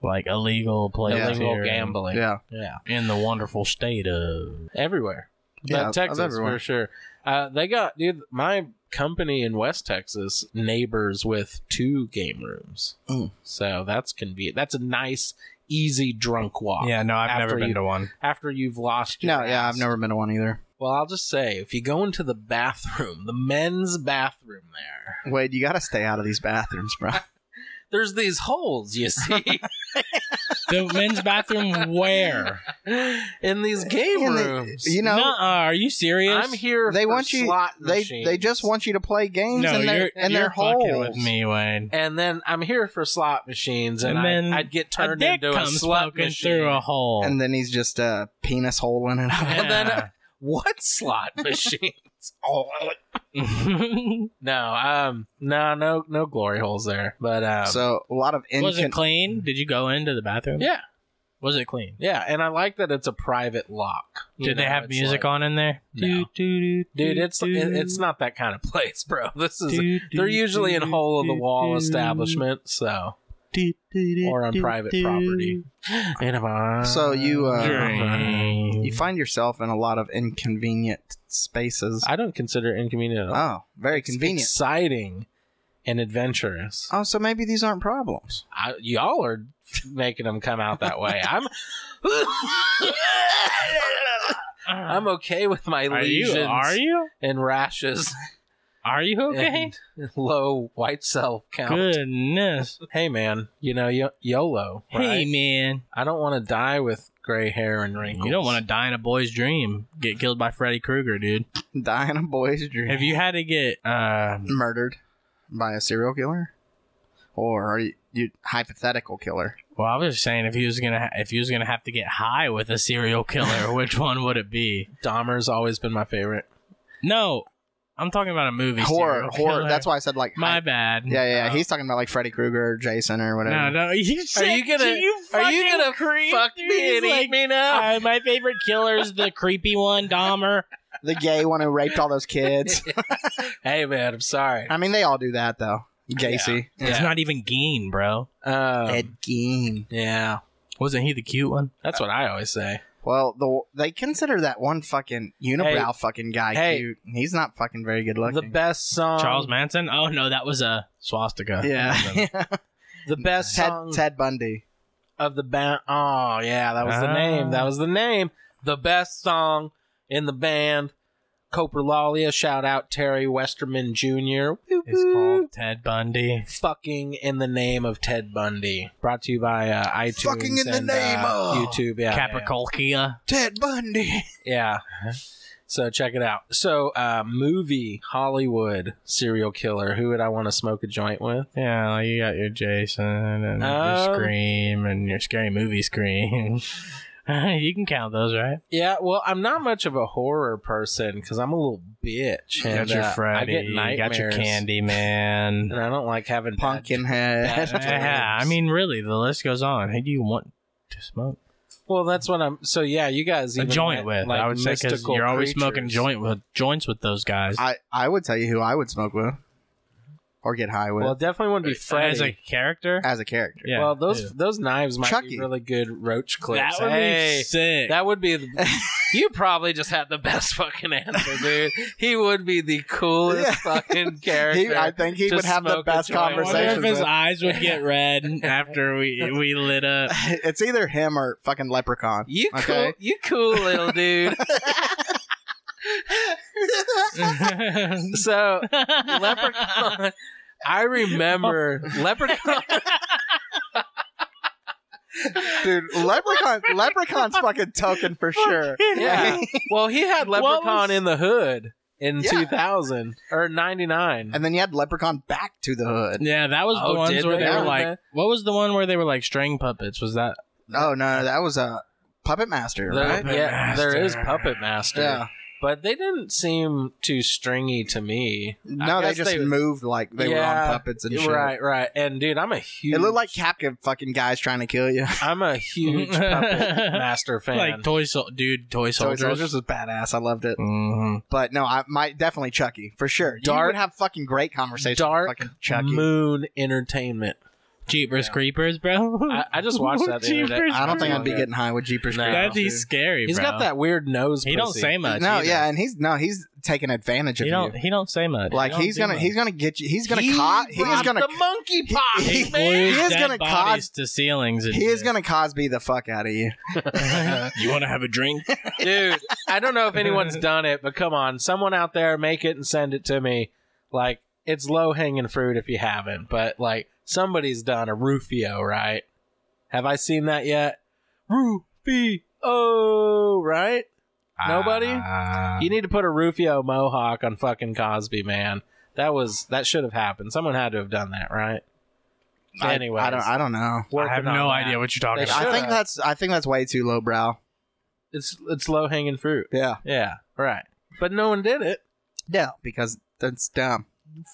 [SPEAKER 1] Like illegal places.
[SPEAKER 4] Illegal
[SPEAKER 1] here
[SPEAKER 4] gambling.
[SPEAKER 2] Yeah.
[SPEAKER 4] Yeah.
[SPEAKER 1] In the wonderful state of
[SPEAKER 4] Everywhere.
[SPEAKER 2] Yeah,
[SPEAKER 4] but
[SPEAKER 2] of
[SPEAKER 4] Texas
[SPEAKER 2] everywhere.
[SPEAKER 4] for sure. Uh, they got dude my company in West Texas neighbors with two game rooms.
[SPEAKER 2] Mm.
[SPEAKER 4] So that's convenient. That's a nice easy drunk walk.
[SPEAKER 1] Yeah, no, I've
[SPEAKER 4] After
[SPEAKER 1] never been
[SPEAKER 4] you-
[SPEAKER 1] to one.
[SPEAKER 4] After you've lost your
[SPEAKER 2] No, yeah, I've
[SPEAKER 4] ass.
[SPEAKER 2] never been to one either.
[SPEAKER 4] Well, I'll just say if you go into the bathroom, the men's bathroom there.
[SPEAKER 2] Wade, you gotta stay out of these bathrooms, bro.
[SPEAKER 4] There's these holes, you see.
[SPEAKER 1] The men's bathroom where?
[SPEAKER 4] in these game
[SPEAKER 2] In the-
[SPEAKER 4] rooms.
[SPEAKER 2] you know,
[SPEAKER 1] Nuh-uh, are you serious?
[SPEAKER 4] I'm here.
[SPEAKER 2] they
[SPEAKER 4] for
[SPEAKER 2] want you.
[SPEAKER 4] Slot
[SPEAKER 2] They
[SPEAKER 4] machines.
[SPEAKER 2] they just want you to play games
[SPEAKER 1] no,
[SPEAKER 2] in
[SPEAKER 1] you're,
[SPEAKER 2] their in
[SPEAKER 1] you're
[SPEAKER 2] their
[SPEAKER 1] fucking
[SPEAKER 2] holes.
[SPEAKER 1] with me, Wayne.
[SPEAKER 4] And then I'm here for slot machines, and,
[SPEAKER 1] And then
[SPEAKER 4] I, I'd get
[SPEAKER 1] A
[SPEAKER 4] turned
[SPEAKER 1] dick
[SPEAKER 4] into a
[SPEAKER 1] comes
[SPEAKER 4] slot
[SPEAKER 1] poking
[SPEAKER 4] machine.
[SPEAKER 1] through a hole.
[SPEAKER 2] And then he's just uh penis hole in it.
[SPEAKER 4] And then uh,
[SPEAKER 1] Yeah.
[SPEAKER 4] what slot machines? oh, no, um, no, no, no glory holes there. But um,
[SPEAKER 2] so a lot of
[SPEAKER 1] was it
[SPEAKER 2] incon-
[SPEAKER 1] clean? Did you go into the bathroom?
[SPEAKER 4] yeah,
[SPEAKER 1] Was it clean?
[SPEAKER 4] yeah, and I like that it's a private lock. You
[SPEAKER 1] Did they
[SPEAKER 4] know,
[SPEAKER 1] have
[SPEAKER 4] it's
[SPEAKER 1] music
[SPEAKER 4] like-
[SPEAKER 1] on in there?
[SPEAKER 4] No.
[SPEAKER 1] Do, do,
[SPEAKER 4] Dude, it's it, it's not that kind of place, bro. This is they're usually in hole of the wall establishment, so Or on private property. And if I
[SPEAKER 2] So you,
[SPEAKER 1] Uh-huh.
[SPEAKER 2] uh,
[SPEAKER 1] Drink.
[SPEAKER 2] You find yourself in a lot of inconvenient spaces.
[SPEAKER 4] I don't consider it inconvenient. at
[SPEAKER 2] oh,
[SPEAKER 4] all.
[SPEAKER 2] very
[SPEAKER 4] It's
[SPEAKER 2] convenient.
[SPEAKER 4] exciting, and adventurous.
[SPEAKER 2] Oh, so maybe these aren't problems.
[SPEAKER 4] I, y'all are making them come out that way. I'm I'm okay with my
[SPEAKER 1] are you?
[SPEAKER 4] lesions
[SPEAKER 1] Are you?
[SPEAKER 4] and rashes
[SPEAKER 1] Are you okay?
[SPEAKER 4] and low white cell count.
[SPEAKER 1] Goodness.
[SPEAKER 4] Hey man, you know y- YOLO.
[SPEAKER 1] Hey
[SPEAKER 4] Right?
[SPEAKER 1] man,
[SPEAKER 4] I don't want to die with gray hair and wrinkles.
[SPEAKER 1] you don't want to die in a boy's dream. Get killed by Freddy Krueger, dude.
[SPEAKER 2] Die in a boy's dream.
[SPEAKER 1] If you had to get uh,
[SPEAKER 2] murdered by a serial killer, or are you, you hypothetical killer?
[SPEAKER 1] well, I was just saying if he was gonna ha- if he was gonna have to get high with a serial killer, which one would it be?
[SPEAKER 4] Dahmer's always been my favorite.
[SPEAKER 1] No, I'm talking about a movie.
[SPEAKER 2] horror,
[SPEAKER 1] serial
[SPEAKER 2] horror.
[SPEAKER 1] killer.
[SPEAKER 2] That's why I said like.
[SPEAKER 1] my
[SPEAKER 2] hy-
[SPEAKER 1] bad.
[SPEAKER 2] yeah, yeah. He's talking about like Freddy Krueger, or Jason, or whatever.
[SPEAKER 1] No, no. You
[SPEAKER 4] Are
[SPEAKER 1] said-
[SPEAKER 4] you gonna
[SPEAKER 1] you
[SPEAKER 4] Are you
[SPEAKER 1] fucking
[SPEAKER 4] gonna
[SPEAKER 1] creep,
[SPEAKER 4] fuck
[SPEAKER 1] dude.
[SPEAKER 4] me
[SPEAKER 1] He's
[SPEAKER 4] and
[SPEAKER 1] like,
[SPEAKER 4] eat me now?
[SPEAKER 1] Uh, my favorite killer is the creepy one, Dahmer.
[SPEAKER 2] The gay one who raped all those kids.
[SPEAKER 4] hey man, I'm sorry.
[SPEAKER 2] I mean, they all do that though. Gacy,
[SPEAKER 1] It's
[SPEAKER 4] Yeah.
[SPEAKER 1] not even Geen, bro.
[SPEAKER 4] Um,
[SPEAKER 2] Ed Gein.
[SPEAKER 4] yeah,
[SPEAKER 1] Wasn't he the cute one?
[SPEAKER 4] that's what I always say.
[SPEAKER 2] Well, the they consider that one fucking unibrow
[SPEAKER 4] Hey.
[SPEAKER 2] fucking guy
[SPEAKER 4] Hey.
[SPEAKER 2] cute. He's not fucking very good
[SPEAKER 4] The
[SPEAKER 2] looking.
[SPEAKER 4] best song,
[SPEAKER 1] Charles Manson? Oh no, that was a swastika.
[SPEAKER 2] yeah,
[SPEAKER 4] the best
[SPEAKER 2] Ted
[SPEAKER 4] song
[SPEAKER 2] Ted Bundy.
[SPEAKER 4] of the band. Oh yeah, that was the
[SPEAKER 1] Ah.
[SPEAKER 4] name. That was the name. The best song in the band. Coprolalia. Shout out Terry Westerman Jr. Woo
[SPEAKER 1] It's
[SPEAKER 4] woo.
[SPEAKER 1] called Ted Bundy.
[SPEAKER 4] Fucking in the name of Ted Bundy. Brought to you by uh, iTunes.
[SPEAKER 2] Fucking in the
[SPEAKER 4] and,
[SPEAKER 2] name
[SPEAKER 4] uh,
[SPEAKER 2] of-
[SPEAKER 4] YouTube. Yeah, yeah, yeah.
[SPEAKER 1] Capricolchia.
[SPEAKER 2] Ted Bundy.
[SPEAKER 4] Yeah. So check it out. So uh, movie Hollywood serial killer. Who would I want to smoke a joint with?
[SPEAKER 1] Yeah, like you got your Jason and
[SPEAKER 4] Um,
[SPEAKER 1] your Scream and your scary movie Scream. you can count those, right?
[SPEAKER 4] Yeah, well, I'm not much of a horror person because I'm a little bitch.
[SPEAKER 1] You got
[SPEAKER 4] and,
[SPEAKER 1] your
[SPEAKER 4] uh,
[SPEAKER 1] Freddy.
[SPEAKER 4] I get
[SPEAKER 1] you
[SPEAKER 4] nightmares.
[SPEAKER 1] got your
[SPEAKER 4] and
[SPEAKER 1] Candyman.
[SPEAKER 4] I don't like having bad-
[SPEAKER 2] Pumpkinhead.
[SPEAKER 1] yeah, I mean, really, the list goes on. Who do you want to smoke?
[SPEAKER 4] Well, that's what I'm. So yeah, you guys
[SPEAKER 1] a
[SPEAKER 4] even
[SPEAKER 1] joint
[SPEAKER 4] went,
[SPEAKER 1] with.
[SPEAKER 4] Like,
[SPEAKER 1] I would say because
[SPEAKER 4] mystical
[SPEAKER 1] you're always
[SPEAKER 4] creatures.
[SPEAKER 1] smoking joint with joints with those guys.
[SPEAKER 2] I, I would tell you who I would smoke with or get high with
[SPEAKER 4] Well, it definitely wouldn't be Freddy.
[SPEAKER 1] as a character.
[SPEAKER 2] as a character.
[SPEAKER 1] yeah.
[SPEAKER 4] Well, those
[SPEAKER 1] Ew.
[SPEAKER 4] those knives might
[SPEAKER 2] Chucky.
[SPEAKER 4] be really good roach
[SPEAKER 1] that
[SPEAKER 4] clips.
[SPEAKER 1] would
[SPEAKER 4] hey,
[SPEAKER 1] be sick.
[SPEAKER 4] that would be. The, you probably just had the best fucking answer, dude. He would be the coolest
[SPEAKER 2] Yeah.
[SPEAKER 4] fucking character.
[SPEAKER 2] He, I think he
[SPEAKER 4] to
[SPEAKER 2] would have the
[SPEAKER 4] smoke a
[SPEAKER 2] best
[SPEAKER 4] joint.
[SPEAKER 1] I wonder if
[SPEAKER 2] conversation.
[SPEAKER 1] his eyes would get red after we we lit up.
[SPEAKER 2] It's either him or fucking Leprechaun.
[SPEAKER 4] you cool,
[SPEAKER 2] Okay.
[SPEAKER 4] you cool little dude. so Leprechaun. I remember Leprechaun.
[SPEAKER 2] Dude, Leprechaun Leprechaun's fucking token for sure.
[SPEAKER 4] Yeah. Well, he had
[SPEAKER 1] What
[SPEAKER 4] Leprechaun
[SPEAKER 1] was-
[SPEAKER 4] in the Hood in
[SPEAKER 2] Yeah.
[SPEAKER 4] 2000 or 99.
[SPEAKER 2] Mm-hmm. And then you had Leprechaun back to the hood.
[SPEAKER 1] Yeah, that was
[SPEAKER 4] Oh,
[SPEAKER 1] the ones
[SPEAKER 4] did
[SPEAKER 1] where
[SPEAKER 4] they
[SPEAKER 1] they were
[SPEAKER 4] have
[SPEAKER 1] like,
[SPEAKER 4] that?
[SPEAKER 1] what was the one where they were like string puppets? Was that
[SPEAKER 2] Oh no, that was a puppet master,
[SPEAKER 4] There-
[SPEAKER 2] right?
[SPEAKER 1] Puppet
[SPEAKER 4] yeah, there is
[SPEAKER 1] Master.
[SPEAKER 4] Puppet Master.
[SPEAKER 2] Yeah.
[SPEAKER 4] But they didn't seem too stringy to me.
[SPEAKER 2] No, they
[SPEAKER 4] guess
[SPEAKER 2] just
[SPEAKER 4] they-
[SPEAKER 2] moved like they were
[SPEAKER 4] Yeah.
[SPEAKER 2] on puppets and shit.
[SPEAKER 4] Right, right. And dude, I'm a huge
[SPEAKER 2] It looked like Capcom fucking guys trying to kill you.
[SPEAKER 4] I'm a huge Puppet Master fan.
[SPEAKER 1] like toy sol- dude toy
[SPEAKER 2] Toy
[SPEAKER 1] soldiers?
[SPEAKER 2] Soldiers was badass. I loved it.
[SPEAKER 4] Hmm.
[SPEAKER 1] Mhm.
[SPEAKER 2] But no, I might definitely Chucky for sure. you
[SPEAKER 4] Dark-
[SPEAKER 2] would have fucking great conversation.
[SPEAKER 4] Dark
[SPEAKER 2] with fucking Chucky.
[SPEAKER 4] Moon Entertainment.
[SPEAKER 1] Jeepers creepers, bro.
[SPEAKER 4] I, I just watched that the other day.
[SPEAKER 1] Jeepers
[SPEAKER 2] I don't think I'd be
[SPEAKER 4] Yeah.
[SPEAKER 2] getting high with Jeepers.
[SPEAKER 4] No.
[SPEAKER 2] Creepers,
[SPEAKER 1] That'd be
[SPEAKER 2] dude.
[SPEAKER 1] scary.
[SPEAKER 4] He's
[SPEAKER 1] bro.
[SPEAKER 4] got that weird nose.
[SPEAKER 1] He don't
[SPEAKER 4] pussy.
[SPEAKER 1] say much.
[SPEAKER 2] No,
[SPEAKER 1] either.
[SPEAKER 2] yeah, and he's no, he's taking advantage of
[SPEAKER 1] He
[SPEAKER 2] you.
[SPEAKER 1] don't. He don't say much.
[SPEAKER 2] Like
[SPEAKER 1] He don't
[SPEAKER 2] he's
[SPEAKER 1] do
[SPEAKER 2] gonna
[SPEAKER 1] much.
[SPEAKER 2] he's gonna get you. He's gonna
[SPEAKER 4] He
[SPEAKER 2] caught. He's
[SPEAKER 4] brought
[SPEAKER 2] gonna
[SPEAKER 4] the monkey pox,
[SPEAKER 2] He- he-
[SPEAKER 4] man.
[SPEAKER 1] glues
[SPEAKER 2] He is
[SPEAKER 1] dead
[SPEAKER 2] gonna
[SPEAKER 1] bodies to ceilings. And
[SPEAKER 2] he is
[SPEAKER 1] shit.
[SPEAKER 2] gonna Cosby the fuck out of you.
[SPEAKER 1] you want to have a drink?
[SPEAKER 4] dude i don't know if anyone's done it but come on someone out there make it and send it to me like it's low hanging fruit if you haven't but like somebody's done a rufio right have i seen that yet rufio right Nobody?
[SPEAKER 2] Uh.
[SPEAKER 1] Ah.
[SPEAKER 4] you need to put a rufio mohawk on fucking cosby man that was that should have happened someone had to have done that right
[SPEAKER 2] I-
[SPEAKER 4] anyway
[SPEAKER 2] I don't I don't know.
[SPEAKER 1] I have no idea what you're talking
[SPEAKER 4] They
[SPEAKER 1] about.
[SPEAKER 2] I
[SPEAKER 4] should.
[SPEAKER 2] think that's I think that's way too lowbrow.
[SPEAKER 4] it's it's low hanging fruit
[SPEAKER 2] Yeah,
[SPEAKER 4] yeah right but no one did it
[SPEAKER 2] yeah, because that's dumb.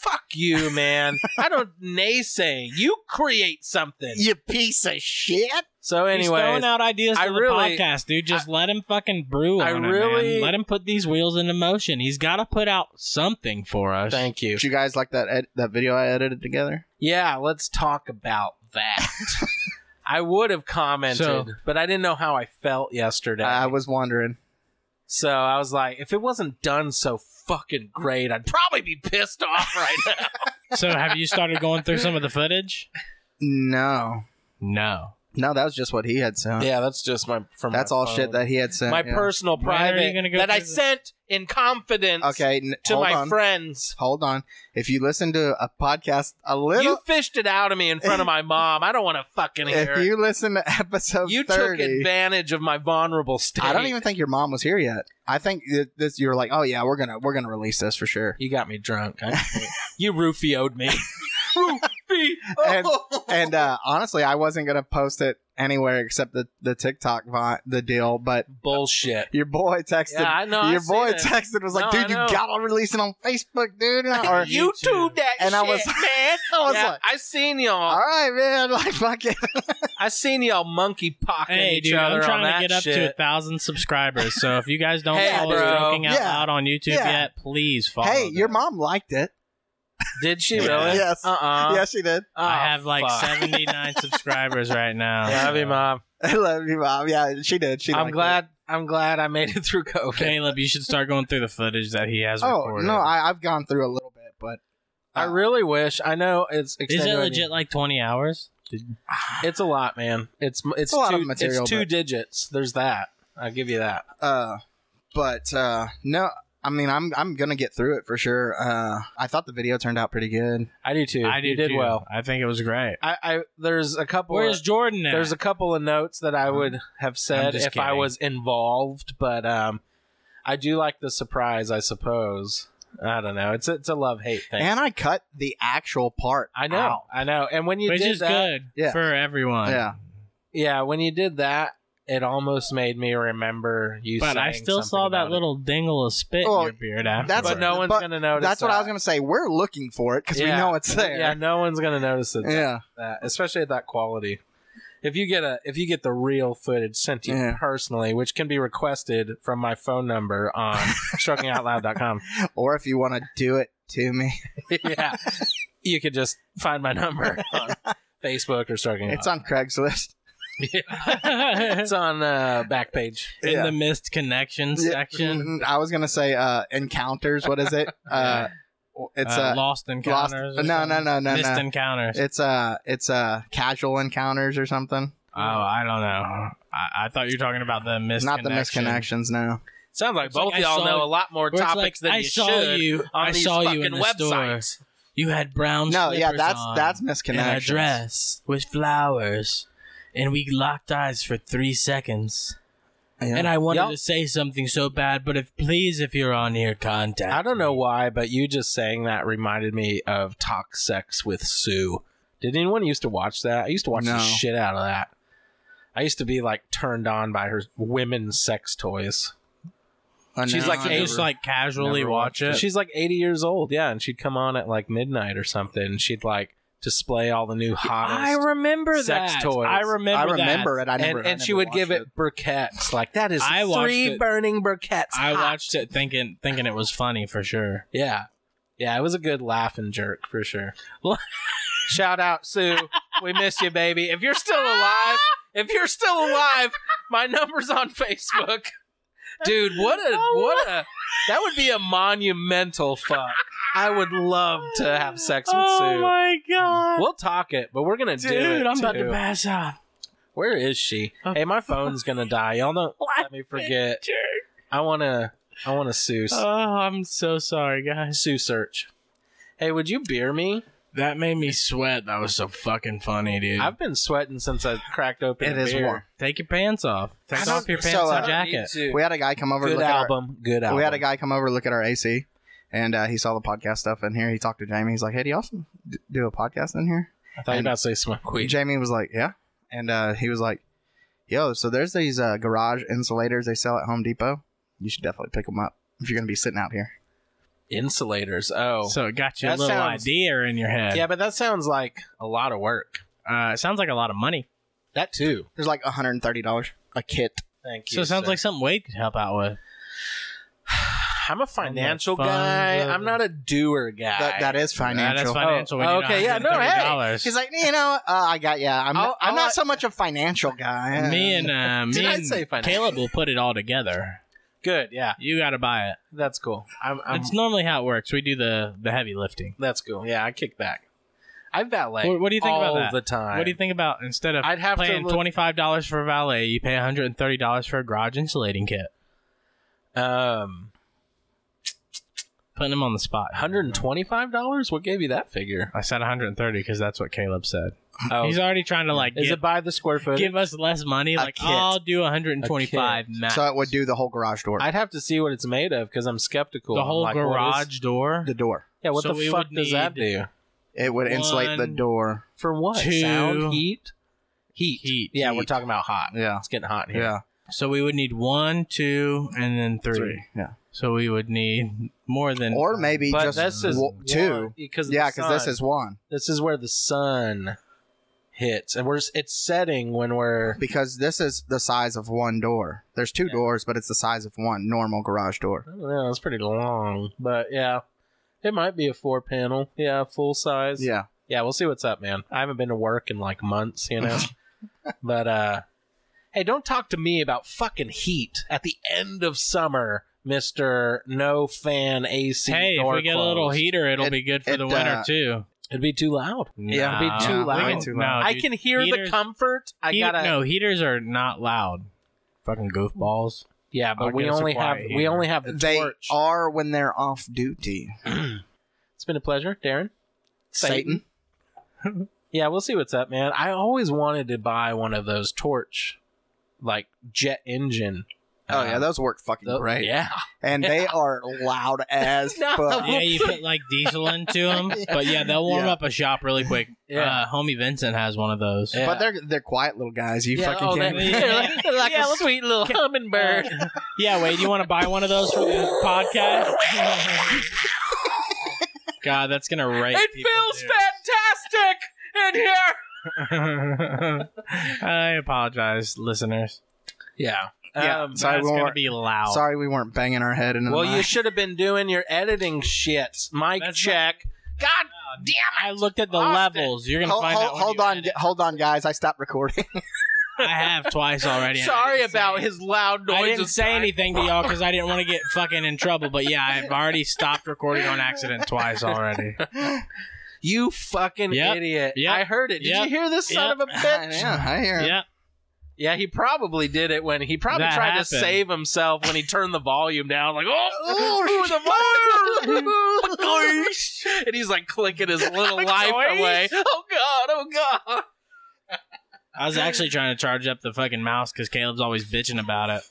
[SPEAKER 4] Fuck you, man. I don't naysay. You create something.
[SPEAKER 2] piece of shit.
[SPEAKER 4] So
[SPEAKER 1] He's
[SPEAKER 4] anyway,
[SPEAKER 1] throwing out ideas
[SPEAKER 4] I
[SPEAKER 1] to the
[SPEAKER 4] really-
[SPEAKER 1] podcast, dude. Just let him fucking brew on
[SPEAKER 4] I
[SPEAKER 1] it, man.
[SPEAKER 4] really-
[SPEAKER 1] Let him put these wheels into motion. He's got to put out something for us.
[SPEAKER 4] thank you.
[SPEAKER 2] Did you guys like that ed- that video I edited together?
[SPEAKER 4] Yeah, let's talk about that. I would have commented,
[SPEAKER 1] So-
[SPEAKER 4] but I didn't know how I felt yesterday.
[SPEAKER 2] I was wondering.
[SPEAKER 4] so I was like, if it wasn't done so fucking great, I'd probably be pissed off right now.
[SPEAKER 1] So, have you started going through some of the footage?
[SPEAKER 2] No,
[SPEAKER 1] No.
[SPEAKER 2] no, that was just what he had sent.
[SPEAKER 4] yeah, that's just my from
[SPEAKER 2] That's
[SPEAKER 4] my
[SPEAKER 2] all
[SPEAKER 4] phone.
[SPEAKER 2] shit that he had sent.
[SPEAKER 4] my
[SPEAKER 2] yeah.
[SPEAKER 4] personal
[SPEAKER 1] When are you
[SPEAKER 4] private
[SPEAKER 1] gonna go
[SPEAKER 4] that I
[SPEAKER 1] through the-
[SPEAKER 4] sent in confidence
[SPEAKER 2] Okay, n-
[SPEAKER 4] to
[SPEAKER 2] hold
[SPEAKER 4] my
[SPEAKER 2] on.
[SPEAKER 4] friends.
[SPEAKER 2] Hold on. If you listen to a podcast a little,
[SPEAKER 4] You fished it out of me in front of my mom. I don't want to fucking hear
[SPEAKER 2] if
[SPEAKER 4] it.
[SPEAKER 2] you listen to episode
[SPEAKER 4] You took
[SPEAKER 2] 30,
[SPEAKER 4] advantage of my vulnerable state.
[SPEAKER 2] I don't even think your mom was here yet. I think th- this you were like, oh yeah, we're gonna we're gonna release this for sure.
[SPEAKER 4] You got me drunk. I, you roofioed me. Roofie.
[SPEAKER 2] And- and uh, honestly, I wasn't gonna post it anywhere except the the TikTok vi- the deal. But
[SPEAKER 4] bullshit.
[SPEAKER 2] your boy texted.
[SPEAKER 4] Yeah, I know. I
[SPEAKER 2] your
[SPEAKER 4] see
[SPEAKER 2] boy
[SPEAKER 4] that.
[SPEAKER 2] texted was like,
[SPEAKER 4] No, I
[SPEAKER 2] dude, you
[SPEAKER 4] know.
[SPEAKER 2] gotta release it on Facebook, dude. Or
[SPEAKER 4] you too,
[SPEAKER 1] YouTube.
[SPEAKER 4] that
[SPEAKER 2] And
[SPEAKER 4] shit,
[SPEAKER 2] I was-
[SPEAKER 4] man.
[SPEAKER 2] I was
[SPEAKER 4] yeah,
[SPEAKER 2] like,
[SPEAKER 4] I seen
[SPEAKER 2] all
[SPEAKER 4] y'all.
[SPEAKER 2] right, man, like fuck it.
[SPEAKER 4] I seen y'all monkey pocking
[SPEAKER 1] Hey,
[SPEAKER 4] each
[SPEAKER 1] dude,
[SPEAKER 4] other
[SPEAKER 1] I'm
[SPEAKER 4] on
[SPEAKER 1] trying
[SPEAKER 4] that
[SPEAKER 1] to get up to a
[SPEAKER 4] shit.
[SPEAKER 1] thousand subscribers. So, if you guys don't
[SPEAKER 4] Hey,
[SPEAKER 1] follow
[SPEAKER 4] bro.
[SPEAKER 1] Smoking Out
[SPEAKER 2] Yeah.
[SPEAKER 1] Loud on YouTube
[SPEAKER 2] Yeah.
[SPEAKER 1] yet, please follow.
[SPEAKER 2] hey, your
[SPEAKER 1] them.
[SPEAKER 2] mom liked it.
[SPEAKER 4] Did she really?
[SPEAKER 2] Yes.
[SPEAKER 4] Uh uh
[SPEAKER 2] yeah, she did.
[SPEAKER 1] I have like 79 subscribers right now.
[SPEAKER 4] Love you,
[SPEAKER 1] so.
[SPEAKER 4] mom.
[SPEAKER 2] I love you, mom. Yeah, she did. She.
[SPEAKER 4] I'm
[SPEAKER 2] liked it.
[SPEAKER 4] glad. I'm glad I made it through COVID.
[SPEAKER 1] Caleb, you should start going through the footage that he has
[SPEAKER 2] Oh
[SPEAKER 1] recorded.
[SPEAKER 2] no, I, I've gone through a little bit, but
[SPEAKER 4] I really wish. I know it's
[SPEAKER 1] Is it
[SPEAKER 4] extenuating.
[SPEAKER 1] legit like 20 hours? Did-
[SPEAKER 4] It's a lot, man. It's it's,
[SPEAKER 2] a lot
[SPEAKER 4] two,
[SPEAKER 2] of material,
[SPEAKER 4] It's two
[SPEAKER 2] but-
[SPEAKER 4] digits. There's that. I'll give you that.
[SPEAKER 2] uh, but uh, no, I mean, I'm I'm gonna get through it for sure. Uh, I thought the video turned out pretty good.
[SPEAKER 4] I do too.
[SPEAKER 1] I
[SPEAKER 4] you did
[SPEAKER 1] too.
[SPEAKER 4] well.
[SPEAKER 1] I think it was great.
[SPEAKER 4] I, I there's a couple.
[SPEAKER 1] Where's
[SPEAKER 4] of,
[SPEAKER 1] Jordan at?
[SPEAKER 4] there's a couple of notes that I would have said
[SPEAKER 1] just
[SPEAKER 4] if I
[SPEAKER 1] kidding.
[SPEAKER 4] was involved, but um, I do like the surprise. I suppose. I don't know. It's it's a love hate thing.
[SPEAKER 2] And I cut the actual part.
[SPEAKER 4] I know.
[SPEAKER 2] out.
[SPEAKER 4] I know. And when you
[SPEAKER 1] which
[SPEAKER 4] did
[SPEAKER 1] is
[SPEAKER 4] that,
[SPEAKER 1] good
[SPEAKER 2] Yeah.
[SPEAKER 1] for everyone.
[SPEAKER 2] Yeah.
[SPEAKER 4] yeah, when you did that, it almost made me remember you.
[SPEAKER 1] But I
[SPEAKER 4] saying
[SPEAKER 1] still
[SPEAKER 4] something
[SPEAKER 1] saw
[SPEAKER 4] about
[SPEAKER 1] that
[SPEAKER 4] it.
[SPEAKER 1] little dingle of spit
[SPEAKER 2] Well,
[SPEAKER 1] in your beard after.
[SPEAKER 2] that's-
[SPEAKER 4] But no one's
[SPEAKER 2] But
[SPEAKER 4] gonna notice.
[SPEAKER 2] That's what I
[SPEAKER 4] that.
[SPEAKER 2] was gonna say. We're looking for it because we
[SPEAKER 4] Yeah.
[SPEAKER 2] know it's there.
[SPEAKER 4] Yeah, no one's gonna notice it.
[SPEAKER 2] Yeah.
[SPEAKER 4] that, especially at that quality. If you get a if you get the real footage sent to you
[SPEAKER 2] Yeah.
[SPEAKER 4] personally, which can be requested from my phone number on strokingoutloud.com.
[SPEAKER 2] Or if you want to do it to me,
[SPEAKER 4] yeah. You could just find my number on Facebook or stroking
[SPEAKER 2] it's
[SPEAKER 4] out.
[SPEAKER 2] on Craigslist.
[SPEAKER 4] it's on uh Backpage.
[SPEAKER 1] in
[SPEAKER 2] Yeah.
[SPEAKER 1] the missed connection
[SPEAKER 2] Yeah.
[SPEAKER 1] section.
[SPEAKER 2] Mm, I was gonna say uh, encounters. What is it? Uh, it's
[SPEAKER 1] uh,
[SPEAKER 2] a
[SPEAKER 1] lost encounters. or
[SPEAKER 2] no, no,
[SPEAKER 1] something?
[SPEAKER 2] no, no,
[SPEAKER 1] missed
[SPEAKER 2] no.
[SPEAKER 1] encounters.
[SPEAKER 2] It's uh, it's uh, casual encounters or something.
[SPEAKER 1] oh, I don't know. I, I thought you were talking about the missed.
[SPEAKER 2] Not
[SPEAKER 1] connection.
[SPEAKER 2] the misconnections. No.
[SPEAKER 4] Sounds like
[SPEAKER 1] It's
[SPEAKER 4] both
[SPEAKER 1] like I
[SPEAKER 4] y'all
[SPEAKER 1] saw-
[SPEAKER 4] know a lot more
[SPEAKER 1] Where it's like,
[SPEAKER 4] topics than
[SPEAKER 1] I
[SPEAKER 4] you
[SPEAKER 1] saw
[SPEAKER 4] should
[SPEAKER 1] you.
[SPEAKER 4] on
[SPEAKER 1] I
[SPEAKER 4] these
[SPEAKER 1] saw
[SPEAKER 4] fucking
[SPEAKER 1] you in the
[SPEAKER 4] websites.
[SPEAKER 1] store. You had brown.
[SPEAKER 2] No, yeah,
[SPEAKER 1] slippers
[SPEAKER 2] that's
[SPEAKER 1] on.
[SPEAKER 2] that's
[SPEAKER 1] in a
[SPEAKER 2] misconnections.
[SPEAKER 1] dress with flowers, and we locked eyes for three seconds.
[SPEAKER 2] Yeah.
[SPEAKER 1] And I wanted
[SPEAKER 4] Yup.
[SPEAKER 1] to say something so bad, but if please, if you're on here, contact.
[SPEAKER 4] I don't know
[SPEAKER 1] me.
[SPEAKER 4] why, but you just saying that reminded me of Talk Sex with Sue. Did anyone used to watch that? I used to watch
[SPEAKER 2] No.
[SPEAKER 4] the shit out of that. I used to be like turned on by her women's sex toys.
[SPEAKER 2] Oh,
[SPEAKER 4] She's
[SPEAKER 2] no,
[SPEAKER 4] like
[SPEAKER 2] I
[SPEAKER 1] So
[SPEAKER 4] eight-
[SPEAKER 2] never-
[SPEAKER 1] just like casually
[SPEAKER 4] Never
[SPEAKER 1] watch it.
[SPEAKER 4] watched She's like 80 years old, yeah, and she'd come on at like midnight or something. And she'd like display all the new hottest.
[SPEAKER 1] I remember
[SPEAKER 4] sex
[SPEAKER 1] that.
[SPEAKER 4] toys.
[SPEAKER 1] I remember.
[SPEAKER 2] I
[SPEAKER 1] that.
[SPEAKER 2] remember it. I never.
[SPEAKER 4] and
[SPEAKER 2] I
[SPEAKER 4] and she
[SPEAKER 2] never
[SPEAKER 4] would give
[SPEAKER 2] watched
[SPEAKER 4] it, briquettes. Like that is
[SPEAKER 1] I watched
[SPEAKER 4] three
[SPEAKER 1] it.
[SPEAKER 4] burning briquettes.
[SPEAKER 1] I
[SPEAKER 4] hot.
[SPEAKER 1] watched it thinking thinking it was funny for sure.
[SPEAKER 4] Yeah. Yeah, it was a good laugh and jerk for sure. Shout out, Sue. We miss you, baby. If you're still alive, if you're still alive, my number's on Facebook. Dude, what a
[SPEAKER 1] Oh
[SPEAKER 4] what a that would be a monumental fuck. I would love to have sex with Sue.
[SPEAKER 1] Oh my god,
[SPEAKER 4] We'll talk it, but we're gonna do it.
[SPEAKER 1] dude! I'm about
[SPEAKER 4] too.
[SPEAKER 1] to pass out.
[SPEAKER 4] Where is she? Hey, my phone's gonna die. Y'all don't let me forget. I wanna I wanna sue
[SPEAKER 1] Oh, I'm so sorry, guys.
[SPEAKER 4] Sue search. Hey, would you beer me?
[SPEAKER 1] That made me sweat. That was so fucking funny, dude.
[SPEAKER 4] I've been sweating since I cracked open.
[SPEAKER 2] It
[SPEAKER 4] a
[SPEAKER 2] is
[SPEAKER 4] beer.
[SPEAKER 2] warm.
[SPEAKER 1] Take your pants off. Take
[SPEAKER 2] I
[SPEAKER 1] off
[SPEAKER 2] don't-
[SPEAKER 1] your
[SPEAKER 2] so,
[SPEAKER 1] pants
[SPEAKER 2] uh,
[SPEAKER 1] and jacket.
[SPEAKER 2] We had a guy come over.
[SPEAKER 4] Good
[SPEAKER 2] look at our-
[SPEAKER 4] album. Good album.
[SPEAKER 2] we had a guy come over look at our AC, and uh, he saw the podcast stuff in here. He talked to Jamie. He's like, "Hey, do you also d- do a podcast in here?"
[SPEAKER 4] I thought you were about to say smoke weed.
[SPEAKER 2] Jamie was like, "Yeah," and uh, he was like, "Yo, so there's these uh, garage insulators they sell at Home Depot. You should definitely pick them up if you're gonna be sitting out here."
[SPEAKER 4] Insulators. Oh,
[SPEAKER 1] So it got you a
[SPEAKER 4] That
[SPEAKER 1] little
[SPEAKER 4] sounds-
[SPEAKER 1] idea in your head.
[SPEAKER 4] yeah, but that sounds like a lot of work.
[SPEAKER 1] Uh, it sounds like a lot of money.
[SPEAKER 4] That too.
[SPEAKER 2] There's like 130 dollars a kit.
[SPEAKER 4] Thank you.
[SPEAKER 1] So it sounds
[SPEAKER 4] sir.
[SPEAKER 1] Uh, like something Wade could help out with.
[SPEAKER 4] I'm a financial
[SPEAKER 1] fun- uh,
[SPEAKER 4] guy. I'm not a doer guy.
[SPEAKER 2] That, that is
[SPEAKER 1] That is
[SPEAKER 2] financial.
[SPEAKER 1] financial.
[SPEAKER 4] Oh,
[SPEAKER 1] when you
[SPEAKER 4] okay,
[SPEAKER 1] know
[SPEAKER 4] yeah, no, hey.
[SPEAKER 1] $130.
[SPEAKER 2] He's like, you know, uh, I got yeah. I'm,
[SPEAKER 4] I'll-
[SPEAKER 2] I'm
[SPEAKER 4] I'll
[SPEAKER 2] not
[SPEAKER 4] let-
[SPEAKER 2] so much a financial guy.
[SPEAKER 1] me and uh,
[SPEAKER 4] Did
[SPEAKER 1] me
[SPEAKER 4] I
[SPEAKER 1] and
[SPEAKER 4] say financial?
[SPEAKER 1] Caleb will put it all together.
[SPEAKER 4] Good. Yeah,
[SPEAKER 1] You got to buy it.
[SPEAKER 4] that's cool. I'm, I'm
[SPEAKER 1] it's normally how it works. We do the the heavy lifting.
[SPEAKER 4] that's cool. Yeah, I kick back. I valet.
[SPEAKER 1] What- what do you think about
[SPEAKER 4] all
[SPEAKER 1] that?
[SPEAKER 4] the time?
[SPEAKER 1] What do you think about instead of
[SPEAKER 4] I'd have to
[SPEAKER 1] paying
[SPEAKER 4] look-
[SPEAKER 1] twenty five dollars for valet, you pay one hundred and thirty dollars for a garage insulating kit,
[SPEAKER 4] Um,
[SPEAKER 1] putting him on the spot.
[SPEAKER 4] hundred and twenty-five dollars. What gave you that figure?
[SPEAKER 1] I said one hundred and thirty because that's what Caleb said.
[SPEAKER 4] Oh,
[SPEAKER 1] He's already trying to like
[SPEAKER 4] is
[SPEAKER 1] give,
[SPEAKER 4] it by the square foot?
[SPEAKER 1] give us less money.
[SPEAKER 4] A
[SPEAKER 1] Like
[SPEAKER 4] kit.
[SPEAKER 1] I'll do one hundred and twenty five
[SPEAKER 4] A
[SPEAKER 1] max.
[SPEAKER 2] so it would do the whole garage door,
[SPEAKER 4] I'd have to see what it's made of because I'm skeptical.
[SPEAKER 1] the
[SPEAKER 4] I'm
[SPEAKER 1] whole
[SPEAKER 4] like, what is-
[SPEAKER 1] garage door.
[SPEAKER 2] the door.
[SPEAKER 4] yeah, what
[SPEAKER 1] So we
[SPEAKER 4] the fuck
[SPEAKER 1] would
[SPEAKER 4] does that
[SPEAKER 1] need-
[SPEAKER 4] do?
[SPEAKER 2] It would insulate the
[SPEAKER 1] One-
[SPEAKER 2] door.
[SPEAKER 4] For what?
[SPEAKER 1] Two-
[SPEAKER 4] Sound, heat, heat,
[SPEAKER 1] Heat,
[SPEAKER 4] Yeah, we're
[SPEAKER 1] heat.
[SPEAKER 4] talking about hot.
[SPEAKER 2] Yeah.
[SPEAKER 4] it's getting hot in here.
[SPEAKER 2] Yeah.
[SPEAKER 1] So we would need one, two, and then three.
[SPEAKER 2] Yeah.
[SPEAKER 1] So we would need more than
[SPEAKER 2] Or maybe
[SPEAKER 4] But
[SPEAKER 2] just
[SPEAKER 4] this is
[SPEAKER 2] wo- two.
[SPEAKER 4] because
[SPEAKER 2] Yeah, because this is one.
[SPEAKER 4] this is where the sun hits, and we're s- it's setting when we're
[SPEAKER 2] Because this is the size of one door. There's two doors, but it's the size of one normal garage door.
[SPEAKER 4] I don't know. It's pretty long, but yeah, it might be a four panel. Yeah, full size.
[SPEAKER 2] Yeah.
[SPEAKER 4] yeah. We'll see what's up, man. I haven't been to work in like months, you know. but uh, hey, don't talk to me about fucking heat at the end of summer, Mister No Fan AC.
[SPEAKER 1] Hey, if
[SPEAKER 4] door
[SPEAKER 1] we get a little
[SPEAKER 4] closed.
[SPEAKER 1] heater, it'll
[SPEAKER 2] It-
[SPEAKER 1] be good for
[SPEAKER 2] it,
[SPEAKER 1] the winter
[SPEAKER 2] uh,
[SPEAKER 1] too.
[SPEAKER 4] it'd be too loud.
[SPEAKER 1] Yeah,
[SPEAKER 4] it'd be too loud.
[SPEAKER 1] Way too loud.
[SPEAKER 4] I
[SPEAKER 1] Oh, dude.
[SPEAKER 4] can hear the
[SPEAKER 1] heaters-
[SPEAKER 4] comfort. I
[SPEAKER 1] Heat-
[SPEAKER 4] gotta.
[SPEAKER 1] no heaters are not loud. Fucking goofballs.
[SPEAKER 4] Yeah, but
[SPEAKER 1] I'll
[SPEAKER 4] we
[SPEAKER 1] get us a
[SPEAKER 4] only have
[SPEAKER 1] quiet
[SPEAKER 4] we
[SPEAKER 1] heater.
[SPEAKER 4] only have the
[SPEAKER 2] They
[SPEAKER 4] torch.
[SPEAKER 2] are when they're off duty.
[SPEAKER 4] It's been a pleasure, Darren.
[SPEAKER 2] Satan.
[SPEAKER 4] Yeah, we'll see what's up, man. I always wanted to buy one of those torch, like jet engine.
[SPEAKER 2] Oh
[SPEAKER 4] uh,
[SPEAKER 2] yeah, those work fucking
[SPEAKER 4] tho-
[SPEAKER 2] great.
[SPEAKER 4] Yeah,
[SPEAKER 2] And they are loud as
[SPEAKER 4] No.
[SPEAKER 2] fuck.
[SPEAKER 1] Yeah, you put like diesel into them, but yeah, they'll warm
[SPEAKER 2] Yeah.
[SPEAKER 1] up a shop really quick.
[SPEAKER 4] Yeah.
[SPEAKER 1] Uh, homie Vincent has one of those.
[SPEAKER 4] Yeah.
[SPEAKER 2] But they're they're quiet little guys. You
[SPEAKER 4] yeah,
[SPEAKER 2] fucking
[SPEAKER 4] oh,
[SPEAKER 2] can't.
[SPEAKER 4] they-
[SPEAKER 1] me.
[SPEAKER 4] they're like, they're like
[SPEAKER 1] Yeah,
[SPEAKER 4] a
[SPEAKER 1] let's-
[SPEAKER 4] sweet little hummingbird.
[SPEAKER 1] Yeah, Wade, you want to buy one of those for the podcast? God, that's gonna rape.
[SPEAKER 4] it
[SPEAKER 1] people,
[SPEAKER 4] feels
[SPEAKER 1] dude.
[SPEAKER 4] fantastic in here.
[SPEAKER 1] I apologize, listeners.
[SPEAKER 4] Yeah,
[SPEAKER 2] Yeah,
[SPEAKER 4] Um,
[SPEAKER 2] Sorry,
[SPEAKER 1] that's
[SPEAKER 2] we
[SPEAKER 1] gonna
[SPEAKER 2] weren't-
[SPEAKER 1] be loud.
[SPEAKER 2] Sorry, we weren't banging our head into
[SPEAKER 4] well,
[SPEAKER 2] the
[SPEAKER 4] you
[SPEAKER 2] mic.
[SPEAKER 4] should have been doing your editing shit. Mic
[SPEAKER 1] That's Uh,
[SPEAKER 4] check. God damn
[SPEAKER 1] I looked at the
[SPEAKER 4] Austin.
[SPEAKER 1] levels. You're gonna
[SPEAKER 2] Hold,
[SPEAKER 1] find
[SPEAKER 2] hold-
[SPEAKER 1] out. when
[SPEAKER 2] hold
[SPEAKER 1] you
[SPEAKER 2] on,
[SPEAKER 1] edit.
[SPEAKER 2] hold on, guys. I stopped recording.
[SPEAKER 1] I have twice already. and I
[SPEAKER 4] Sorry
[SPEAKER 1] didn't say
[SPEAKER 4] about
[SPEAKER 1] it.
[SPEAKER 4] his loud noise.
[SPEAKER 1] I didn't say anything to y'all because I didn't want to get fucking in trouble. But yeah, I've already stopped recording on accident twice already.
[SPEAKER 4] You fucking
[SPEAKER 1] Yep.
[SPEAKER 4] idiot.
[SPEAKER 1] Yep.
[SPEAKER 4] I heard it. Did
[SPEAKER 1] Yep.
[SPEAKER 4] you hear this son
[SPEAKER 1] Yep.
[SPEAKER 4] of a bitch?
[SPEAKER 2] yeah, I hear. it.
[SPEAKER 1] Yeah,
[SPEAKER 4] Yeah, he probably did it when he probably
[SPEAKER 1] That
[SPEAKER 4] tried
[SPEAKER 1] happened.
[SPEAKER 4] to save himself when he turned the volume down, like, oh, ooh, the volume. Gosh. and he's like clicking his little life
[SPEAKER 1] Gosh.
[SPEAKER 4] away. Oh, God, oh, God.
[SPEAKER 1] I was actually trying to charge up the fucking mouse because Caleb's always bitching about it.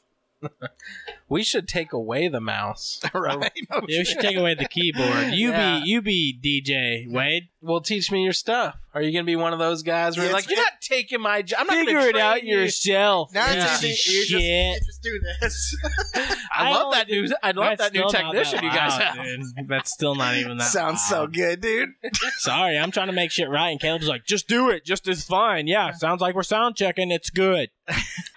[SPEAKER 4] We should take away the mouse.
[SPEAKER 2] right.
[SPEAKER 1] Yeah, we should take away the keyboard. You
[SPEAKER 4] Yeah.
[SPEAKER 1] be you be DJ Wade.
[SPEAKER 4] Well, teach me your stuff. Are you going to be one of those guys where you're
[SPEAKER 2] It's-
[SPEAKER 4] like, you're not taking my job? I'm not gonna
[SPEAKER 1] Figure it
[SPEAKER 4] train
[SPEAKER 1] out
[SPEAKER 4] you.
[SPEAKER 1] yourself.
[SPEAKER 2] Now
[SPEAKER 1] you
[SPEAKER 2] it's
[SPEAKER 1] piece
[SPEAKER 2] easy.
[SPEAKER 1] of
[SPEAKER 2] You just, you
[SPEAKER 1] shit.
[SPEAKER 2] just do this.
[SPEAKER 4] I,
[SPEAKER 1] I
[SPEAKER 4] love
[SPEAKER 1] only
[SPEAKER 4] that new. I love
[SPEAKER 1] That's
[SPEAKER 4] that new
[SPEAKER 1] still not
[SPEAKER 4] technician
[SPEAKER 1] that
[SPEAKER 4] you guys
[SPEAKER 1] loud,
[SPEAKER 4] have.
[SPEAKER 1] dude. That's still not even that.
[SPEAKER 2] Sounds so
[SPEAKER 4] uh,
[SPEAKER 1] loud.
[SPEAKER 2] good, dude.
[SPEAKER 1] Sorry, I'm trying to make shit right, and Caleb's like, "Just do it. Just is fine. Yeah, sounds like we're sound checking. It's good."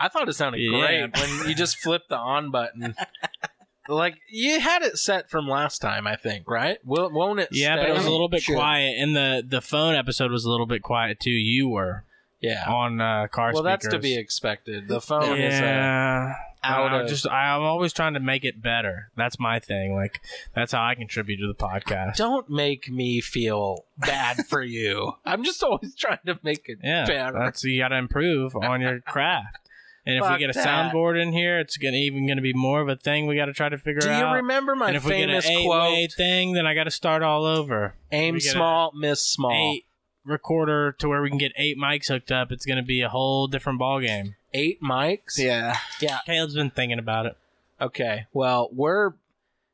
[SPEAKER 4] I thought it sounded
[SPEAKER 1] Yeah.
[SPEAKER 4] great when you just flipped the on button. like you had it set from last time, I think, right? Will, won't it?
[SPEAKER 1] Yeah, but
[SPEAKER 4] stay?
[SPEAKER 1] it was a little bit
[SPEAKER 2] Sure.
[SPEAKER 1] quiet, and the the phone episode was a little bit quiet too. You were
[SPEAKER 4] Yeah.
[SPEAKER 1] on uh, car
[SPEAKER 4] Well, that's to
[SPEAKER 1] speakers.
[SPEAKER 4] be expected. The phone is uh,
[SPEAKER 1] yeah.
[SPEAKER 4] out
[SPEAKER 1] I
[SPEAKER 4] of
[SPEAKER 1] just I'm always trying to make it better. That's my thing. Like that's how I contribute to the podcast.
[SPEAKER 4] Don't make me feel bad for you. I'm just always trying to make it
[SPEAKER 1] Yeah,
[SPEAKER 4] better.
[SPEAKER 1] that's you got to improve on your craft. And if
[SPEAKER 4] Fuck
[SPEAKER 1] we get a
[SPEAKER 4] that.
[SPEAKER 1] soundboard in here, it's gonna even gonna be more of a thing. We got to try to figure
[SPEAKER 4] Do you
[SPEAKER 1] out.
[SPEAKER 4] remember
[SPEAKER 1] and
[SPEAKER 4] my
[SPEAKER 1] if we get an
[SPEAKER 4] famous
[SPEAKER 1] eight-way
[SPEAKER 4] quote?
[SPEAKER 1] thing, then I got to start all over.
[SPEAKER 4] Aim
[SPEAKER 1] we get a-
[SPEAKER 4] small, miss small.
[SPEAKER 1] Eight recorder to where we can get eight mics hooked up. It's gonna be a whole different ball game.
[SPEAKER 4] Eight mics.
[SPEAKER 2] Yeah.
[SPEAKER 1] Caleb's been thinking about it.
[SPEAKER 4] Okay. Well, we're,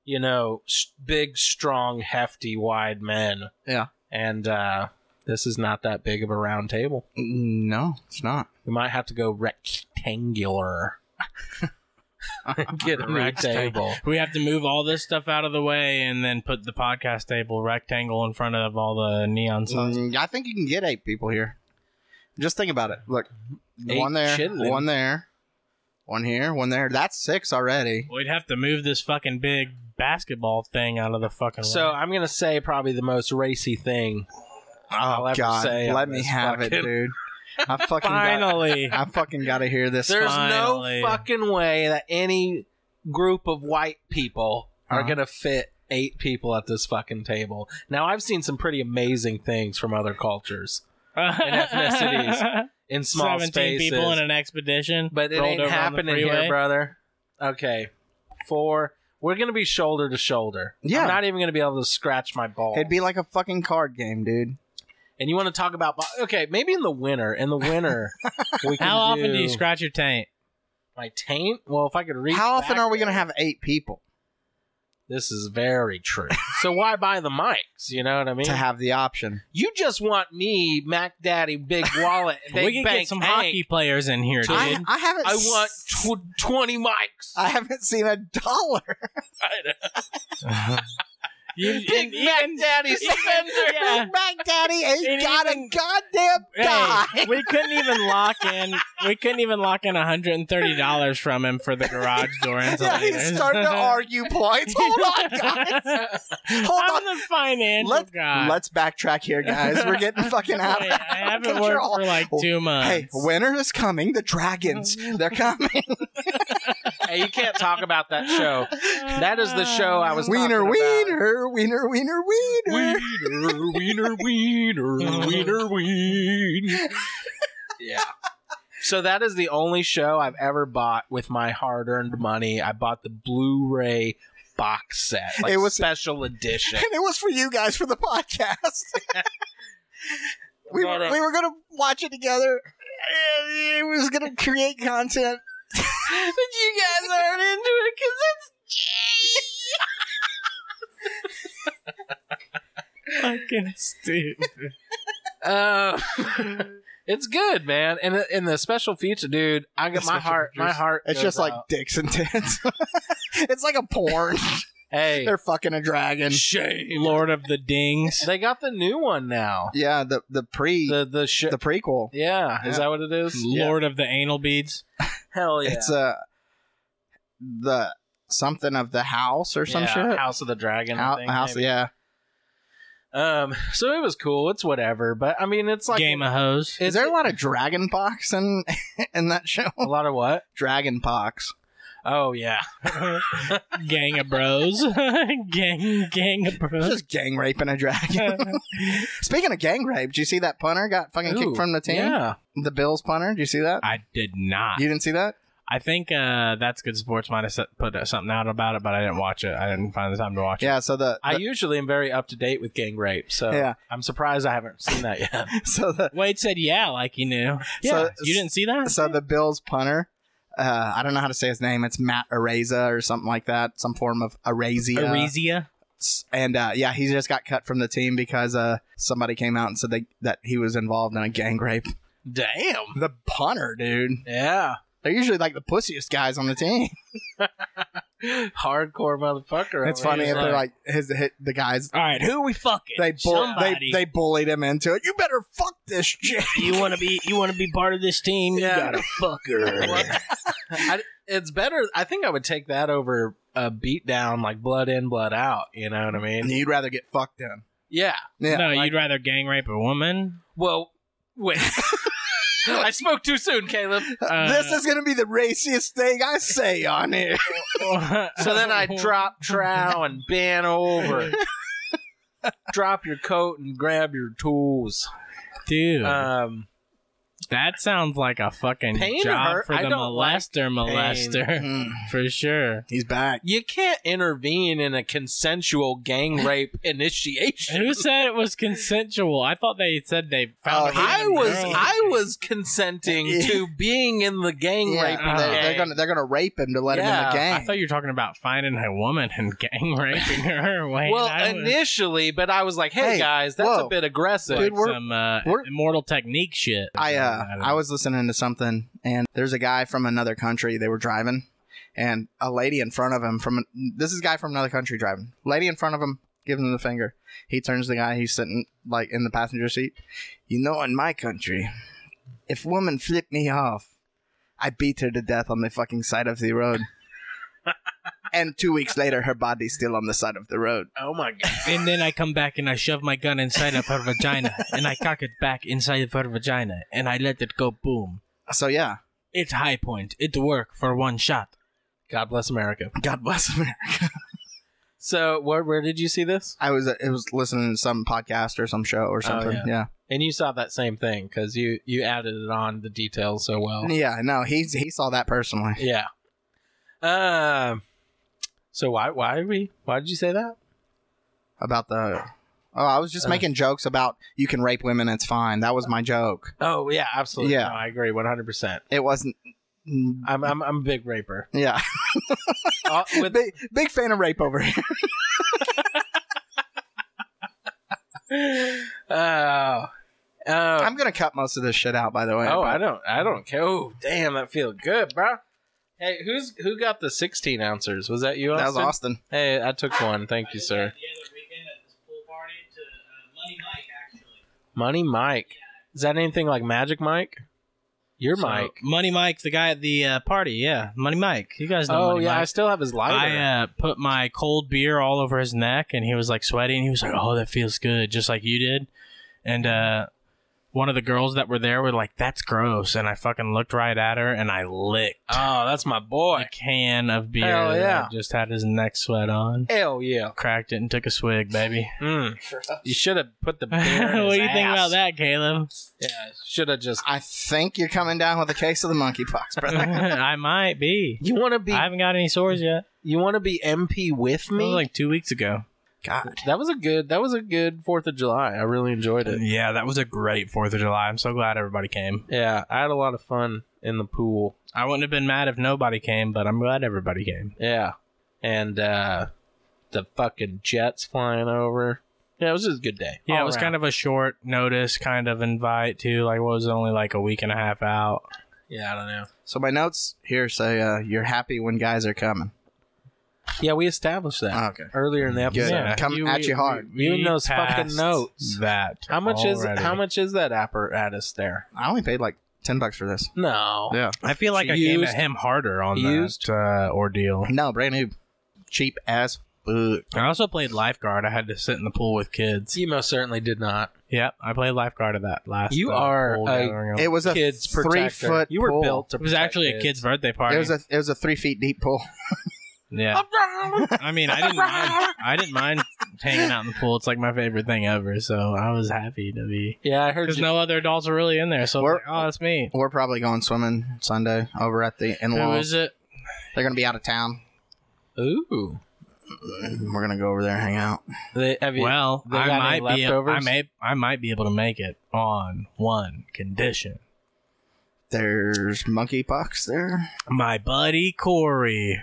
[SPEAKER 4] you know, s- big, strong, hefty, wide men.
[SPEAKER 2] Yeah.
[SPEAKER 4] And uh, this is not that big of a round table.
[SPEAKER 2] No, it's not.
[SPEAKER 4] We might have to go rectangular. Get a new table.
[SPEAKER 1] We have to move all this stuff out of the way and then put the podcast table rectangle in front of all the neon signs.
[SPEAKER 2] Mm, I think you can get eight people here. Just think about it. Look,
[SPEAKER 4] Eight
[SPEAKER 2] one there,
[SPEAKER 4] chitlin.
[SPEAKER 2] one there, one here, one there. That's six already.
[SPEAKER 1] We'd have to move this fucking big basketball thing out of the fucking.
[SPEAKER 4] So
[SPEAKER 1] way.
[SPEAKER 4] I'm gonna say probably the most racy thing. I'll
[SPEAKER 2] Oh
[SPEAKER 4] have to
[SPEAKER 2] God,
[SPEAKER 4] say on
[SPEAKER 2] let me
[SPEAKER 4] this
[SPEAKER 2] have it,
[SPEAKER 4] fucking-
[SPEAKER 2] dude. I fucking got,
[SPEAKER 1] finally,
[SPEAKER 2] I fucking got to hear this.
[SPEAKER 4] There's
[SPEAKER 1] Finally.
[SPEAKER 4] no fucking way that any group of white people are
[SPEAKER 2] Uh-huh.
[SPEAKER 4] gonna fit eight people at this fucking table. Now I've seen some pretty amazing things from other cultures ethnicities. in small
[SPEAKER 1] Seventeen
[SPEAKER 4] spaces.
[SPEAKER 1] people in an expedition,
[SPEAKER 4] but it
[SPEAKER 1] rolled
[SPEAKER 4] ain't
[SPEAKER 1] over on the
[SPEAKER 4] happening
[SPEAKER 1] freeway.
[SPEAKER 4] here, brother. Okay, four. We're gonna be shoulder to shoulder.
[SPEAKER 2] Yeah.
[SPEAKER 4] I'm not even gonna be able to scratch my ball.
[SPEAKER 2] It'd be like a fucking card game, dude.
[SPEAKER 4] and you want to talk about? bo- Okay, maybe in the winter. In the winter, we can
[SPEAKER 1] How often do you
[SPEAKER 4] do-
[SPEAKER 1] scratch your taint?
[SPEAKER 4] my taint? Well, if I could reach.
[SPEAKER 2] How often
[SPEAKER 4] back
[SPEAKER 2] are we gonna
[SPEAKER 4] there-
[SPEAKER 2] have eight people
[SPEAKER 4] This is very true. so why buy the mics? You know what I mean?
[SPEAKER 2] to have the option?
[SPEAKER 4] you just want me, Mac Daddy, Big Wallet, Big
[SPEAKER 1] we can
[SPEAKER 4] Bank
[SPEAKER 1] get some
[SPEAKER 4] Hank.
[SPEAKER 1] hockey players in here, dude.
[SPEAKER 2] I, I haven't.
[SPEAKER 4] I
[SPEAKER 2] s-
[SPEAKER 4] want tw- twenty mics.
[SPEAKER 2] I haven't seen a dollar.
[SPEAKER 1] You-
[SPEAKER 4] Big
[SPEAKER 1] and-
[SPEAKER 4] Mac
[SPEAKER 1] and-
[SPEAKER 4] Daddy
[SPEAKER 1] even-
[SPEAKER 4] Spender.
[SPEAKER 1] yeah.
[SPEAKER 2] Big Mac Daddy
[SPEAKER 1] And
[SPEAKER 2] ain't got
[SPEAKER 1] even-
[SPEAKER 2] a goddamn dime.
[SPEAKER 1] Hey, we couldn't even lock in. We couldn't even lock in 130 dollars from him for the garage door
[SPEAKER 2] Yeah,
[SPEAKER 1] insulator.
[SPEAKER 2] he's starting to argue points. Hold on, guys. Hold
[SPEAKER 1] I'm the financial
[SPEAKER 2] Let's-
[SPEAKER 1] guy.
[SPEAKER 2] Let's backtrack here, guys. We're getting fucking out.
[SPEAKER 1] Wait, I haven't worked
[SPEAKER 2] control.
[SPEAKER 1] for like
[SPEAKER 4] Oh,
[SPEAKER 1] two months.
[SPEAKER 2] Hey, winter is coming. The dragons, they're coming.
[SPEAKER 4] hey, you can't talk about that show. That is the show I was
[SPEAKER 2] Wiener,
[SPEAKER 4] talking about.
[SPEAKER 2] wiener, wiener, wiener, wiener.
[SPEAKER 4] Wiener, wiener, wiener, wiener, wiener. Yeah. So that is the only show I've ever bought with my hard-earned money. I bought the Blu-ray box set, like
[SPEAKER 2] It was-
[SPEAKER 4] special edition.
[SPEAKER 2] And it was for you guys for the podcast. we,
[SPEAKER 4] Got it.
[SPEAKER 2] we were going to watch it together. It was going to create content.
[SPEAKER 4] but you guys aren't into it because it's gay.
[SPEAKER 1] fucking stupid.
[SPEAKER 4] Uh, it's good, man. And the- and the special feature, dude. I got
[SPEAKER 2] The
[SPEAKER 4] my
[SPEAKER 2] special
[SPEAKER 4] heart. My
[SPEAKER 2] features.
[SPEAKER 4] heart.
[SPEAKER 2] It's
[SPEAKER 4] goes
[SPEAKER 2] just like
[SPEAKER 4] out.
[SPEAKER 2] dicks and tits. it's like a porn.
[SPEAKER 4] hey,
[SPEAKER 2] They're fucking a dragon.
[SPEAKER 4] shame.
[SPEAKER 1] Lord of the Dings.
[SPEAKER 4] They got the new one now.
[SPEAKER 2] Yeah, the the pre
[SPEAKER 4] The the sh-
[SPEAKER 2] the prequel.
[SPEAKER 4] Yeah,
[SPEAKER 2] Yeah.
[SPEAKER 4] is that what it is?
[SPEAKER 1] Lord of the anal beads.
[SPEAKER 4] Hell
[SPEAKER 2] It's a the something of the house or some shit.
[SPEAKER 4] House of the Dragon.
[SPEAKER 2] Hou-
[SPEAKER 4] thing,
[SPEAKER 2] house,
[SPEAKER 4] maybe.
[SPEAKER 2] yeah.
[SPEAKER 4] Um. So it was cool. It's whatever. But I mean, it's like
[SPEAKER 1] Game of hoes.
[SPEAKER 4] It's
[SPEAKER 2] Is there a lot of dragon pox in in that show?
[SPEAKER 4] a lot of what?
[SPEAKER 2] Dragon pox.
[SPEAKER 4] Oh yeah.
[SPEAKER 1] gang of bros. gang gang of
[SPEAKER 2] It's
[SPEAKER 1] bros.
[SPEAKER 2] just gang raping a dragon. Speaking of gang rape, did you see that punter got fucking
[SPEAKER 4] Ooh,
[SPEAKER 2] kicked from the team?
[SPEAKER 4] Yeah.
[SPEAKER 2] The Bills punter. Did you see that?
[SPEAKER 1] I did not.
[SPEAKER 2] you didn't see that?
[SPEAKER 1] I think uh, that's good sports might have set- put something out about it, but I didn't watch it. I didn't find the time to watch it.
[SPEAKER 2] Yeah. So the,
[SPEAKER 4] I
[SPEAKER 2] the-
[SPEAKER 4] usually am very up to date with gang rape, so
[SPEAKER 2] Yeah.
[SPEAKER 4] I'm surprised I haven't seen that yet.
[SPEAKER 2] so the
[SPEAKER 1] Wade said, "Yeah, like you knew."
[SPEAKER 2] So-
[SPEAKER 1] Yeah, you didn't see that.
[SPEAKER 2] so the Bills punter. Uh, I don't know how to say his name. It's Matt Areza or something like that. Some form of Arezia.
[SPEAKER 1] Aresia.
[SPEAKER 2] and uh, yeah, he just got cut from the team because uh, somebody came out and said they, that he was involved in a gang rape.
[SPEAKER 4] Damn.
[SPEAKER 2] The punter, dude.
[SPEAKER 4] Yeah.
[SPEAKER 2] They're usually like the pussiest guys on the team.
[SPEAKER 4] Hardcore motherfucker.
[SPEAKER 2] it's
[SPEAKER 4] over
[SPEAKER 2] funny
[SPEAKER 4] here.
[SPEAKER 2] if they're like his hit the guys.
[SPEAKER 1] All right, who are we fucking?
[SPEAKER 2] They, bull- they
[SPEAKER 1] Somebody.
[SPEAKER 2] they bullied him into it. You better fuck this shit.
[SPEAKER 1] you want to be you want to be part of this team?
[SPEAKER 4] Yeah.
[SPEAKER 1] You gotta fuck her.
[SPEAKER 4] What? I- it's better. I think I would take that over a beat down like blood in, blood out. You know what I
[SPEAKER 2] And
[SPEAKER 4] mean?
[SPEAKER 2] you'd rather get fucked in.
[SPEAKER 4] Yeah.
[SPEAKER 2] Yeah,
[SPEAKER 1] no, you'd rather gang rape a woman.
[SPEAKER 4] Well, wait. I spoke too soon, Caleb.
[SPEAKER 1] Uh,
[SPEAKER 2] this is gonna be the raciest thing I say on here.
[SPEAKER 4] So then I drop trow and bent over. drop your coat and grab your tools.
[SPEAKER 1] dude.
[SPEAKER 4] Um,
[SPEAKER 1] that sounds like a fucking
[SPEAKER 4] Pain
[SPEAKER 1] job
[SPEAKER 4] hurt.
[SPEAKER 1] for
[SPEAKER 4] I
[SPEAKER 1] the
[SPEAKER 4] don't like
[SPEAKER 1] molester, molester,
[SPEAKER 2] Mm,
[SPEAKER 1] for sure.
[SPEAKER 2] He's back.
[SPEAKER 4] you can't intervene in a consensual gang rape initiation.
[SPEAKER 1] Who said it was consensual? I thought they said they found.
[SPEAKER 2] Oh,
[SPEAKER 1] a
[SPEAKER 4] Uh, I
[SPEAKER 1] random
[SPEAKER 4] was
[SPEAKER 1] girl.
[SPEAKER 4] I was consenting to being in the gang
[SPEAKER 2] Yeah,
[SPEAKER 4] rape.
[SPEAKER 1] Uh,
[SPEAKER 2] they're, they're
[SPEAKER 4] gang.
[SPEAKER 2] gonna they're gonna rape him to let him in
[SPEAKER 4] Yeah,
[SPEAKER 2] the gang.
[SPEAKER 1] I thought you were talking about finding a woman and gang raping her. Wayne.
[SPEAKER 4] Well,
[SPEAKER 1] I was-
[SPEAKER 4] initially, but I was like, "Hey,
[SPEAKER 2] Hey,
[SPEAKER 4] guys, that's
[SPEAKER 2] whoa.
[SPEAKER 4] a bit aggressive."
[SPEAKER 2] Dude,
[SPEAKER 1] like
[SPEAKER 2] we're-
[SPEAKER 1] some uh,
[SPEAKER 2] we're-
[SPEAKER 1] immortal technique shit.
[SPEAKER 2] I
[SPEAKER 1] don't
[SPEAKER 2] uh,
[SPEAKER 1] know.
[SPEAKER 2] I was listening to something, and there's a guy from another country. They were driving, and a lady in front of him from this is a guy from another country driving. Lady in front of him gives him the finger. He turns to the guy who's sitting like in the passenger seat. You know, in my country, if women flip me off, I beat her to death on the fucking side of the road. and two weeks later, her body's still on the side of the road.
[SPEAKER 4] Oh my god.
[SPEAKER 1] And then I come back and I shove my gun inside of her vagina and I cock it back inside of her vagina and I let it go boom.
[SPEAKER 2] So yeah,
[SPEAKER 1] It's high point. It worked for one shot.
[SPEAKER 4] God bless America.
[SPEAKER 2] God bless America.
[SPEAKER 4] So where where did you see this?
[SPEAKER 2] I was it was listening to some podcast or some show or something.
[SPEAKER 4] yeah.
[SPEAKER 2] yeah.
[SPEAKER 4] And you saw that same thing because you you added it on the details so well.
[SPEAKER 2] Yeah, no, he he saw that personally.
[SPEAKER 4] Yeah. Um. So why why are we why did you say that?
[SPEAKER 2] about the oh i was just
[SPEAKER 4] Uh.
[SPEAKER 2] making jokes about you can rape women it's fine that was my joke
[SPEAKER 4] Oh yeah, absolutely.
[SPEAKER 2] Yeah.
[SPEAKER 4] No, I agree one hundred percent.
[SPEAKER 2] it wasn't mm,
[SPEAKER 4] I'm I'm I'm a big raper.
[SPEAKER 2] yeah
[SPEAKER 4] Uh, with-
[SPEAKER 2] big, big fan of rape over here
[SPEAKER 4] Oh. Uh,
[SPEAKER 2] i'm gonna cut most of this shit out by the way
[SPEAKER 4] oh,
[SPEAKER 2] but-
[SPEAKER 4] I don't I don't care. Oh damn, that feel good, bro. Hey, who's who got the sixteen ouncers? Was that you?
[SPEAKER 2] that
[SPEAKER 4] Austin?
[SPEAKER 2] was austin
[SPEAKER 4] Hey, I took one. Thank you, sir.
[SPEAKER 1] The other weekend at this pool party to uh, Money Mike, actually.
[SPEAKER 4] Money Mike. Is that anything like Magic Mike? Your
[SPEAKER 1] So,
[SPEAKER 4] Mike.
[SPEAKER 1] Money Mike, the guy at the uh, party, yeah. Money Mike. You guys know
[SPEAKER 4] Oh
[SPEAKER 1] Money
[SPEAKER 4] yeah, I
[SPEAKER 1] Mike.
[SPEAKER 4] still have his lighter.
[SPEAKER 1] I uh, put my cold beer all over his neck and he was like sweaty and he was like, oh, that feels good, just like you did. And uh, one of the girls that were there were like, that's gross. And I fucking looked right at her and I licked
[SPEAKER 4] oh, that's my
[SPEAKER 1] a
[SPEAKER 4] boy.
[SPEAKER 1] can of beer
[SPEAKER 4] Hell yeah.
[SPEAKER 1] that I just had his neck sweat on.
[SPEAKER 4] Hell yeah.
[SPEAKER 1] Cracked it and took a swig, baby.
[SPEAKER 4] Mm. You should have put the beer.
[SPEAKER 1] what
[SPEAKER 4] in
[SPEAKER 1] do
[SPEAKER 4] his
[SPEAKER 1] you think about
[SPEAKER 4] ass.
[SPEAKER 1] that, Caleb?
[SPEAKER 4] Yeah, should have just.
[SPEAKER 2] i think you're coming down with a case of the monkeypox brother
[SPEAKER 1] I might be.
[SPEAKER 4] You want to be.
[SPEAKER 1] I haven't got any sores yet.
[SPEAKER 4] you want to be MP with
[SPEAKER 1] That
[SPEAKER 4] me?
[SPEAKER 1] was like two weeks ago.
[SPEAKER 2] god
[SPEAKER 4] that was a good. That was a good Fourth of July. I really enjoyed it.
[SPEAKER 1] Yeah, that was a great Fourth of July. I'm so glad everybody came.
[SPEAKER 4] Yeah, I had a lot of fun in the pool.
[SPEAKER 1] I wouldn't have been mad if nobody came, but I'm glad everybody came.
[SPEAKER 4] Yeah, and uh the fucking jets flying over. Yeah, it was just a good day.
[SPEAKER 1] Yeah, it was kind of a short notice kind of invite too. Like, what was it, only like a week and a half out.
[SPEAKER 4] Yeah, I don't know.
[SPEAKER 2] so my notes here say uh, you're happy when guys are coming Ah,
[SPEAKER 4] Yeah, we established that
[SPEAKER 2] okay
[SPEAKER 4] earlier in the
[SPEAKER 2] Good.
[SPEAKER 4] episode.
[SPEAKER 1] Yeah.
[SPEAKER 2] Come at you hard.
[SPEAKER 4] You and those fucking
[SPEAKER 1] passed
[SPEAKER 4] notes.
[SPEAKER 1] That
[SPEAKER 4] How much
[SPEAKER 1] already.
[SPEAKER 4] is how much is that apparatus there?
[SPEAKER 2] i only paid like 10 bucks for this
[SPEAKER 4] No.
[SPEAKER 2] yeah
[SPEAKER 1] I feel like I came at
[SPEAKER 4] Used?
[SPEAKER 1] him harder on
[SPEAKER 4] Used?
[SPEAKER 1] that uh, ordeal.
[SPEAKER 2] no brand new cheap ass food
[SPEAKER 1] I also played lifeguard. I had to sit in the pool with kids.
[SPEAKER 4] You most certainly did not.
[SPEAKER 1] Yep, I played lifeguard at that last.
[SPEAKER 4] You
[SPEAKER 1] uh,
[SPEAKER 4] are
[SPEAKER 1] pool
[SPEAKER 4] a-
[SPEAKER 1] gathering.
[SPEAKER 2] it was a
[SPEAKER 4] kids
[SPEAKER 2] three
[SPEAKER 4] protector.
[SPEAKER 2] foot
[SPEAKER 4] You were
[SPEAKER 2] pool.
[SPEAKER 4] built to.
[SPEAKER 1] It was
[SPEAKER 4] protect
[SPEAKER 1] actually a kid's birthday party.
[SPEAKER 2] it was a it was a three feet deep pool
[SPEAKER 1] yeah. I mean, I didn't mind. I didn't mind hanging out in the pool. It's like my favorite thing ever. So I was happy to be
[SPEAKER 4] Yeah, I heard
[SPEAKER 1] because
[SPEAKER 4] you.
[SPEAKER 1] no other adults were really in there. So I was
[SPEAKER 2] We're-
[SPEAKER 1] like, oh, that's me.
[SPEAKER 2] We're probably going swimming Sunday over at the in
[SPEAKER 1] Who
[SPEAKER 2] laws.
[SPEAKER 1] is it?
[SPEAKER 2] They're gonna be out of town.
[SPEAKER 4] Ooh.
[SPEAKER 2] We're gonna go over there, and hang out.
[SPEAKER 4] They, have you,
[SPEAKER 1] Well,
[SPEAKER 4] they got
[SPEAKER 1] I
[SPEAKER 4] any
[SPEAKER 1] might be. I
[SPEAKER 4] leftovers?
[SPEAKER 1] may. I might be able to make it on one condition.
[SPEAKER 2] There's monkeypox there.
[SPEAKER 1] My buddy Corey.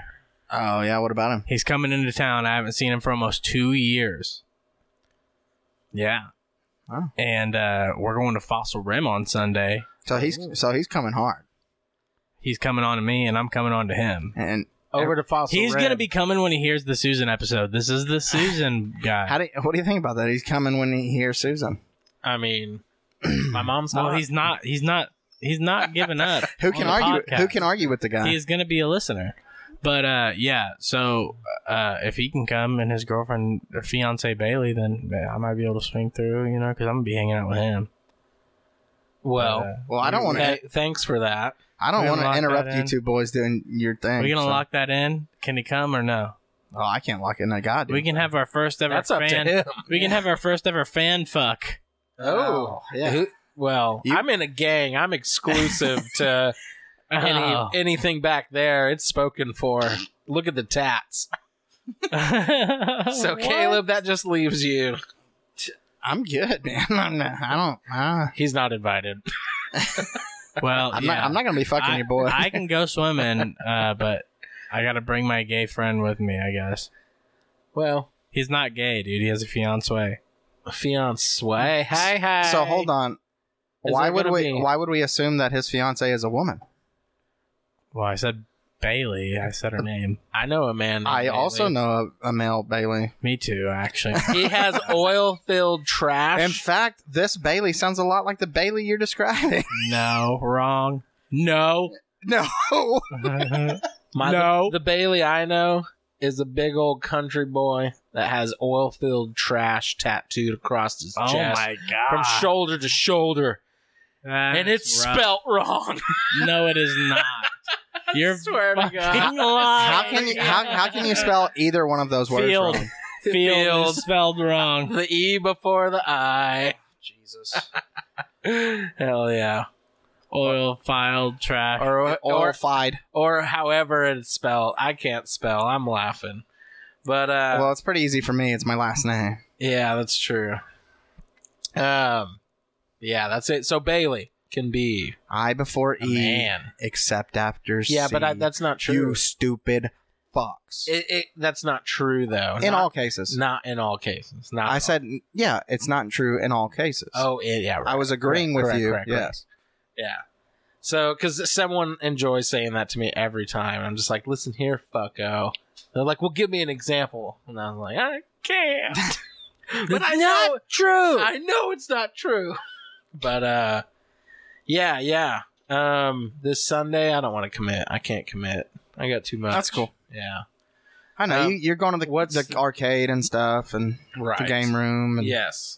[SPEAKER 2] Oh yeah, what about him?
[SPEAKER 1] He's coming into town. I haven't seen him for almost two years. Yeah.
[SPEAKER 2] Wow.
[SPEAKER 1] And uh, we're going to Fossil Rim on Sunday.
[SPEAKER 2] So he's so he's coming hard,
[SPEAKER 1] He's coming on to me, and I'm coming on to him.
[SPEAKER 2] and
[SPEAKER 4] over to Fossil
[SPEAKER 1] He's
[SPEAKER 4] Red.
[SPEAKER 1] gonna be coming when he hears the Susan episode. This is the Susan guy.
[SPEAKER 2] how do you, what do you think about that? He's coming when he hears Susan.
[SPEAKER 4] I mean, my mom's
[SPEAKER 1] well,
[SPEAKER 4] not.
[SPEAKER 1] he's not. He's not. He's not giving up.
[SPEAKER 2] Who can
[SPEAKER 1] on the
[SPEAKER 2] argue? Who
[SPEAKER 1] podcast.
[SPEAKER 2] can argue with the guy?
[SPEAKER 1] He is gonna be a listener. But uh, yeah, so uh, if he can come and his girlfriend or fiance Bailey, then man, I might be able to swing through, you know, because I'm gonna be hanging out with him.
[SPEAKER 4] well.
[SPEAKER 1] But, uh,
[SPEAKER 2] well, I don't want to.
[SPEAKER 4] th- thanks for that.
[SPEAKER 2] I don't
[SPEAKER 1] we
[SPEAKER 2] want
[SPEAKER 1] lock
[SPEAKER 2] to interrupt
[SPEAKER 1] that
[SPEAKER 2] you
[SPEAKER 1] in.
[SPEAKER 2] two boys doing your thing.
[SPEAKER 1] Are we gonna
[SPEAKER 2] so-
[SPEAKER 1] lock that in? Can he come or no?
[SPEAKER 2] Oh, I can't lock it in a goddamn.
[SPEAKER 1] We can have our first ever
[SPEAKER 4] That's up to
[SPEAKER 1] fan.
[SPEAKER 4] him.
[SPEAKER 1] We can have our first ever fan fuck.
[SPEAKER 2] Oh, yeah.
[SPEAKER 4] Who- well,
[SPEAKER 2] You-
[SPEAKER 4] I'm in a gang. I'm exclusive to any,
[SPEAKER 1] Oh.
[SPEAKER 4] anything back there. It's spoken for. Look at the tats. So Caleb, that just leaves you.
[SPEAKER 2] I'm good, man. I'm not, I don't. Uh,
[SPEAKER 4] He's not invited.
[SPEAKER 1] well,
[SPEAKER 2] I'm
[SPEAKER 1] yeah.
[SPEAKER 2] not. I'm not gonna be fucking
[SPEAKER 1] I,
[SPEAKER 2] your boy.
[SPEAKER 1] I can go swimming, uh, but I gotta bring my gay friend with me. I guess
[SPEAKER 4] Well,
[SPEAKER 1] he's not gay, dude. He has a fiance.
[SPEAKER 4] fiance. Hi, hi.
[SPEAKER 2] so hold on.
[SPEAKER 4] Is
[SPEAKER 2] Why
[SPEAKER 4] there
[SPEAKER 2] would
[SPEAKER 4] gonna
[SPEAKER 2] we?
[SPEAKER 4] be-
[SPEAKER 2] Why would we assume that his fiance is a woman?
[SPEAKER 1] Well, I said Bailey. I said her name.
[SPEAKER 4] I know a man. named
[SPEAKER 2] I also
[SPEAKER 4] Bailey.
[SPEAKER 2] know a, a male Bailey.
[SPEAKER 1] Me too, actually.
[SPEAKER 4] he has oil-filled
[SPEAKER 2] In
[SPEAKER 4] trash.
[SPEAKER 2] fact, this Bailey sounds a lot like the Bailey you're describing.
[SPEAKER 1] no, wrong. No,
[SPEAKER 2] No.
[SPEAKER 4] My,
[SPEAKER 1] No.
[SPEAKER 4] The, the Bailey I know is a big old country boy that has oil filled trash tattooed across his
[SPEAKER 1] oh
[SPEAKER 4] chest
[SPEAKER 1] my god!
[SPEAKER 4] from shoulder to shoulder. and it's spelt wrong.
[SPEAKER 1] No, it is not. You're
[SPEAKER 4] swear to
[SPEAKER 1] fucking
[SPEAKER 4] God.
[SPEAKER 1] lying.
[SPEAKER 2] How can you how, how can you spell either one of those words
[SPEAKER 1] Field.
[SPEAKER 2] wrong?
[SPEAKER 1] field,
[SPEAKER 4] Field.
[SPEAKER 1] is spelled wrong?
[SPEAKER 4] the E before the I.
[SPEAKER 2] Oh, Jesus.
[SPEAKER 4] Hell yeah.
[SPEAKER 1] Oil filed trash.
[SPEAKER 4] Or or,
[SPEAKER 2] Oilfied.
[SPEAKER 4] or however it's spelled. I can't spell. I'm laughing. But uh
[SPEAKER 2] well, it's pretty easy for me. It's my last name.
[SPEAKER 4] yeah, that's true. Um yeah, that's it. So Bailey can be
[SPEAKER 2] I before
[SPEAKER 4] a
[SPEAKER 2] E,
[SPEAKER 4] man.
[SPEAKER 2] except after C.
[SPEAKER 4] Yeah, but I, that's not true.
[SPEAKER 2] you stupid fucks.
[SPEAKER 4] It, it, that's not true though.
[SPEAKER 2] in
[SPEAKER 4] not,
[SPEAKER 2] all cases,
[SPEAKER 4] not in all cases. Not
[SPEAKER 2] I said yeah. It's not true in all cases.
[SPEAKER 4] Oh, it, yeah.
[SPEAKER 2] I
[SPEAKER 4] Right.
[SPEAKER 2] was agreeing with
[SPEAKER 4] Correct,
[SPEAKER 2] you.
[SPEAKER 4] correct, correct.
[SPEAKER 2] yes.
[SPEAKER 4] Yeah. So, because someone enjoys saying that to me every time. I'm just like, listen here, fucko. They're like, well, give me an example. And I'm like, I can't. but I know,
[SPEAKER 2] true.
[SPEAKER 4] I know it's not true. But, uh, yeah, yeah. Um, this Sunday, I don't want to commit. I can't commit. I got too much.
[SPEAKER 2] That's cool.
[SPEAKER 4] Yeah.
[SPEAKER 2] I know
[SPEAKER 4] Um,
[SPEAKER 2] you, you're going to the
[SPEAKER 4] what's-
[SPEAKER 2] the arcade and stuff and
[SPEAKER 4] Right.
[SPEAKER 2] the game room and
[SPEAKER 4] Yes.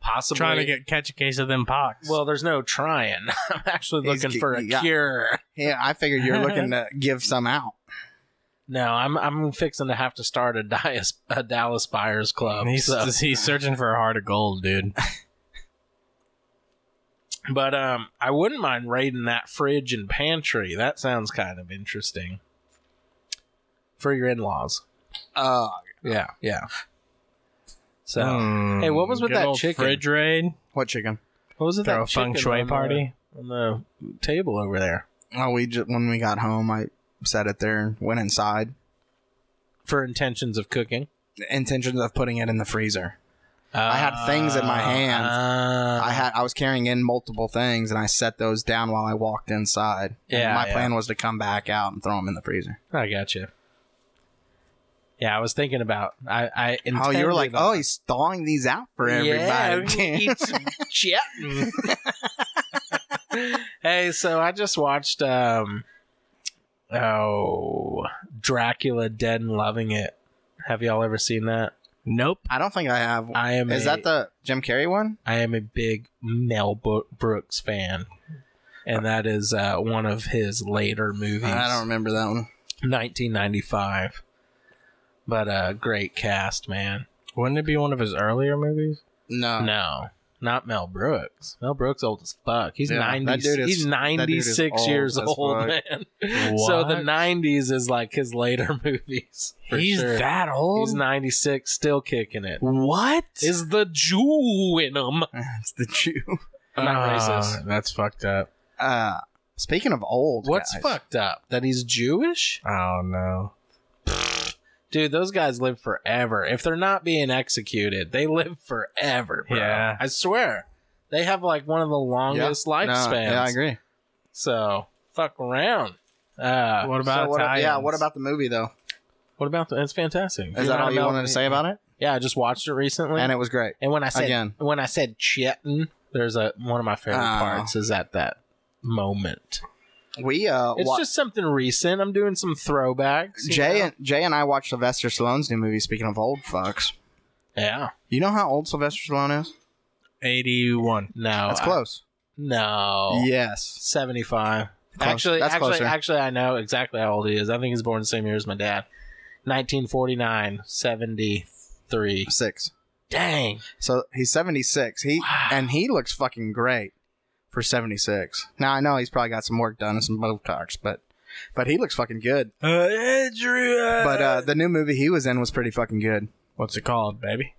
[SPEAKER 4] Possibly.
[SPEAKER 1] Trying to get catch a case of them pox.
[SPEAKER 4] Well, there's no trying. I'm actually
[SPEAKER 2] He's
[SPEAKER 4] looking
[SPEAKER 2] g-
[SPEAKER 4] for a
[SPEAKER 2] yeah.
[SPEAKER 4] cure.
[SPEAKER 2] yeah. I figured you're looking to give some out.
[SPEAKER 4] No, I'm I'm fixing to have to start a Dallas a Dallas Buyers Club.
[SPEAKER 2] Um,
[SPEAKER 1] he's
[SPEAKER 4] so-
[SPEAKER 1] he's searching for a heart of gold, dude.
[SPEAKER 4] But um, I wouldn't mind raiding that fridge and pantry. That sounds kind of interesting for your in-laws.
[SPEAKER 2] Uh,
[SPEAKER 4] Yeah, yeah. So
[SPEAKER 1] Hmm.
[SPEAKER 4] Hey, what was with
[SPEAKER 1] Good
[SPEAKER 4] that
[SPEAKER 1] old
[SPEAKER 4] chicken?
[SPEAKER 1] Fridge raid.
[SPEAKER 2] what chicken?
[SPEAKER 4] what was it?
[SPEAKER 1] Throw a
[SPEAKER 4] that chicken
[SPEAKER 1] feng shui
[SPEAKER 4] on the-
[SPEAKER 1] party.
[SPEAKER 4] on the table over there
[SPEAKER 2] Oh, we just when we got home, I set it there and went inside.
[SPEAKER 4] for intentions of cooking.
[SPEAKER 2] Intentions of putting it in the freezer. had things in my hands.
[SPEAKER 4] Ah.
[SPEAKER 2] I had I was carrying in multiple things, and I set those down while I walked inside. And
[SPEAKER 4] Yeah,
[SPEAKER 2] my
[SPEAKER 4] yeah.
[SPEAKER 2] plan was to come back out and throw them in the freezer.
[SPEAKER 4] I got you. Yeah, I was thinking about I. I
[SPEAKER 2] Oh, you were like,
[SPEAKER 4] intended
[SPEAKER 2] oh,
[SPEAKER 4] on-
[SPEAKER 2] he's thawing these out for everybody.
[SPEAKER 4] Yeah, eat some chitin. hey, so I just watched um oh Dracula Dead and Loving It. Have y'all ever seen that?
[SPEAKER 1] Nope.
[SPEAKER 2] I don't think I have.
[SPEAKER 4] I am
[SPEAKER 2] Is
[SPEAKER 4] a-
[SPEAKER 2] that the Jim Carrey one?
[SPEAKER 4] I am a big Mel Bo- Brooks fan. And that is uh, one of his later movies.
[SPEAKER 2] I don't remember that one.
[SPEAKER 4] 1995. But uh, great cast, man.
[SPEAKER 1] Wouldn't it be one of his earlier movies?
[SPEAKER 2] No,
[SPEAKER 4] No, not Mel Brooks. Mel Brooks old as fuck. He's
[SPEAKER 2] Yeah,
[SPEAKER 4] ninety.
[SPEAKER 2] that dude is-
[SPEAKER 4] he's
[SPEAKER 2] that dude
[SPEAKER 4] ninety
[SPEAKER 2] is
[SPEAKER 4] six
[SPEAKER 2] old
[SPEAKER 4] years
[SPEAKER 2] as
[SPEAKER 4] old,
[SPEAKER 2] fuck.
[SPEAKER 4] man. So the
[SPEAKER 1] What?
[SPEAKER 4] nineties is like his later movies. for
[SPEAKER 1] He's
[SPEAKER 4] sure.
[SPEAKER 1] that old.
[SPEAKER 4] He's ninety six, still kicking it.
[SPEAKER 1] what?
[SPEAKER 4] Is the Jew in him?
[SPEAKER 2] it's the Jew.
[SPEAKER 4] I'm not
[SPEAKER 1] Ah,
[SPEAKER 4] racist.
[SPEAKER 1] That's fucked up.
[SPEAKER 2] Uh, speaking of old,
[SPEAKER 4] What's
[SPEAKER 2] guys,
[SPEAKER 4] fucked up? That he's Jewish?
[SPEAKER 1] Oh no.
[SPEAKER 4] Dude, those guys live forever. If they're not being executed, they live forever, bro.
[SPEAKER 1] Yeah.
[SPEAKER 4] I swear. They have like one of the longest
[SPEAKER 2] No,
[SPEAKER 4] lifespans.
[SPEAKER 2] yeah, I agree.
[SPEAKER 4] So fuck around. Uh,
[SPEAKER 1] What about
[SPEAKER 2] So what-
[SPEAKER 1] Italians?
[SPEAKER 2] yeah, what about the movie though?
[SPEAKER 4] What about the? It's fantastic.
[SPEAKER 2] Is that all you wanted to say about it?
[SPEAKER 4] Yeah, I just watched it recently,
[SPEAKER 2] And
[SPEAKER 4] and,
[SPEAKER 2] it was great.
[SPEAKER 4] when I said
[SPEAKER 2] again.
[SPEAKER 4] when I said chitin, there's a one of my favorite
[SPEAKER 2] Oh.
[SPEAKER 4] parts is at that moment.
[SPEAKER 2] We uh,
[SPEAKER 4] It's
[SPEAKER 2] wa-
[SPEAKER 4] just something recent. I'm doing some throwbacks. you
[SPEAKER 2] Jay
[SPEAKER 4] know?
[SPEAKER 2] and Jay and I watched Sylvester Stallone's new movie. Speaking of old fucks,
[SPEAKER 4] yeah,
[SPEAKER 2] you know how old Sylvester Stallone is?
[SPEAKER 1] eighty-one?
[SPEAKER 4] no,
[SPEAKER 2] That's
[SPEAKER 4] Oh, I- Oh.
[SPEAKER 2] close.
[SPEAKER 4] no,
[SPEAKER 2] Yes.
[SPEAKER 4] seventy five.
[SPEAKER 2] Close.
[SPEAKER 4] Actually,
[SPEAKER 2] That's
[SPEAKER 4] actually,
[SPEAKER 2] closer.
[SPEAKER 4] actually, I know exactly how old he is. I think he's born the same year as my dad, 1949, 73.
[SPEAKER 2] Six.
[SPEAKER 4] Dang,
[SPEAKER 2] So he's 76. He
[SPEAKER 4] Wow.
[SPEAKER 2] and he looks fucking great for 76. Now I know he's probably got some work done and some Botox, but but he looks fucking good.
[SPEAKER 1] Uh, Adrian.
[SPEAKER 2] But uh, the new movie he was in was pretty fucking good. Uh,
[SPEAKER 1] what's it called, baby?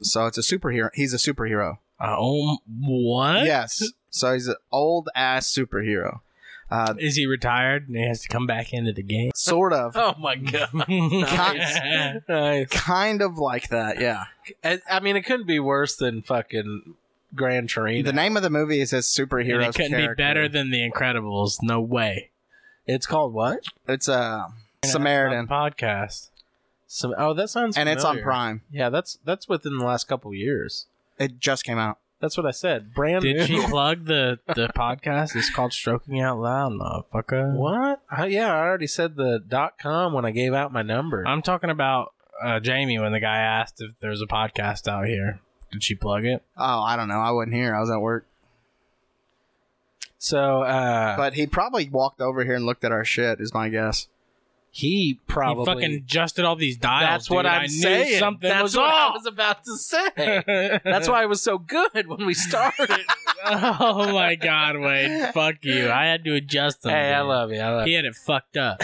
[SPEAKER 2] So it's a superhero. He's a superhero.
[SPEAKER 1] Uh, oh, what?
[SPEAKER 2] Yes. So he's an old ass superhero. Uh,
[SPEAKER 1] Is he retired and he has to come back into the game?
[SPEAKER 2] sort of.
[SPEAKER 4] oh my god. Nice. Nice.
[SPEAKER 2] Kind of like that, yeah.
[SPEAKER 4] I I mean, it couldn't be worse than fucking Grand Torino.
[SPEAKER 2] The name of the movie is his
[SPEAKER 1] And
[SPEAKER 2] superhero.
[SPEAKER 1] it couldn't
[SPEAKER 2] character.
[SPEAKER 1] be better than The Incredibles. No way.
[SPEAKER 4] it's called what?
[SPEAKER 2] It's uh, Samaritan,
[SPEAKER 1] podcast.
[SPEAKER 4] Some, oh, that sounds.
[SPEAKER 2] and it's on
[SPEAKER 4] familiar.
[SPEAKER 2] Prime.
[SPEAKER 4] Yeah, that's that's within the last couple years.
[SPEAKER 2] It just came out.
[SPEAKER 4] That's what I said. Brand new.
[SPEAKER 1] Did she plug the the podcast? It's called Stroking Out Loud, motherfucker.
[SPEAKER 4] What? Uh, yeah, I already said the dot com when I gave out my number.
[SPEAKER 1] I'm talking about uh, Jamie when the guy asked if there's a podcast out here. Did she plug it?
[SPEAKER 2] Oh, I don't know. I wasn't here. I was at work.
[SPEAKER 4] so uh,
[SPEAKER 2] But he probably walked over here and looked at our shit. Is my guess.
[SPEAKER 4] he
[SPEAKER 1] He
[SPEAKER 4] probably
[SPEAKER 1] fucking adjusted all these dials.
[SPEAKER 4] That's
[SPEAKER 1] dude.
[SPEAKER 4] what I'm
[SPEAKER 1] I knew
[SPEAKER 4] saying.
[SPEAKER 1] Something
[SPEAKER 4] That's
[SPEAKER 1] was
[SPEAKER 4] what I
[SPEAKER 1] off.
[SPEAKER 4] was about to say. That's why I was so good when we started.
[SPEAKER 1] oh my god, Wade! Fuck you. I had to adjust them.
[SPEAKER 4] hey, I
[SPEAKER 1] dude.
[SPEAKER 4] love you. I love
[SPEAKER 1] He
[SPEAKER 4] you.
[SPEAKER 1] had it fucked up.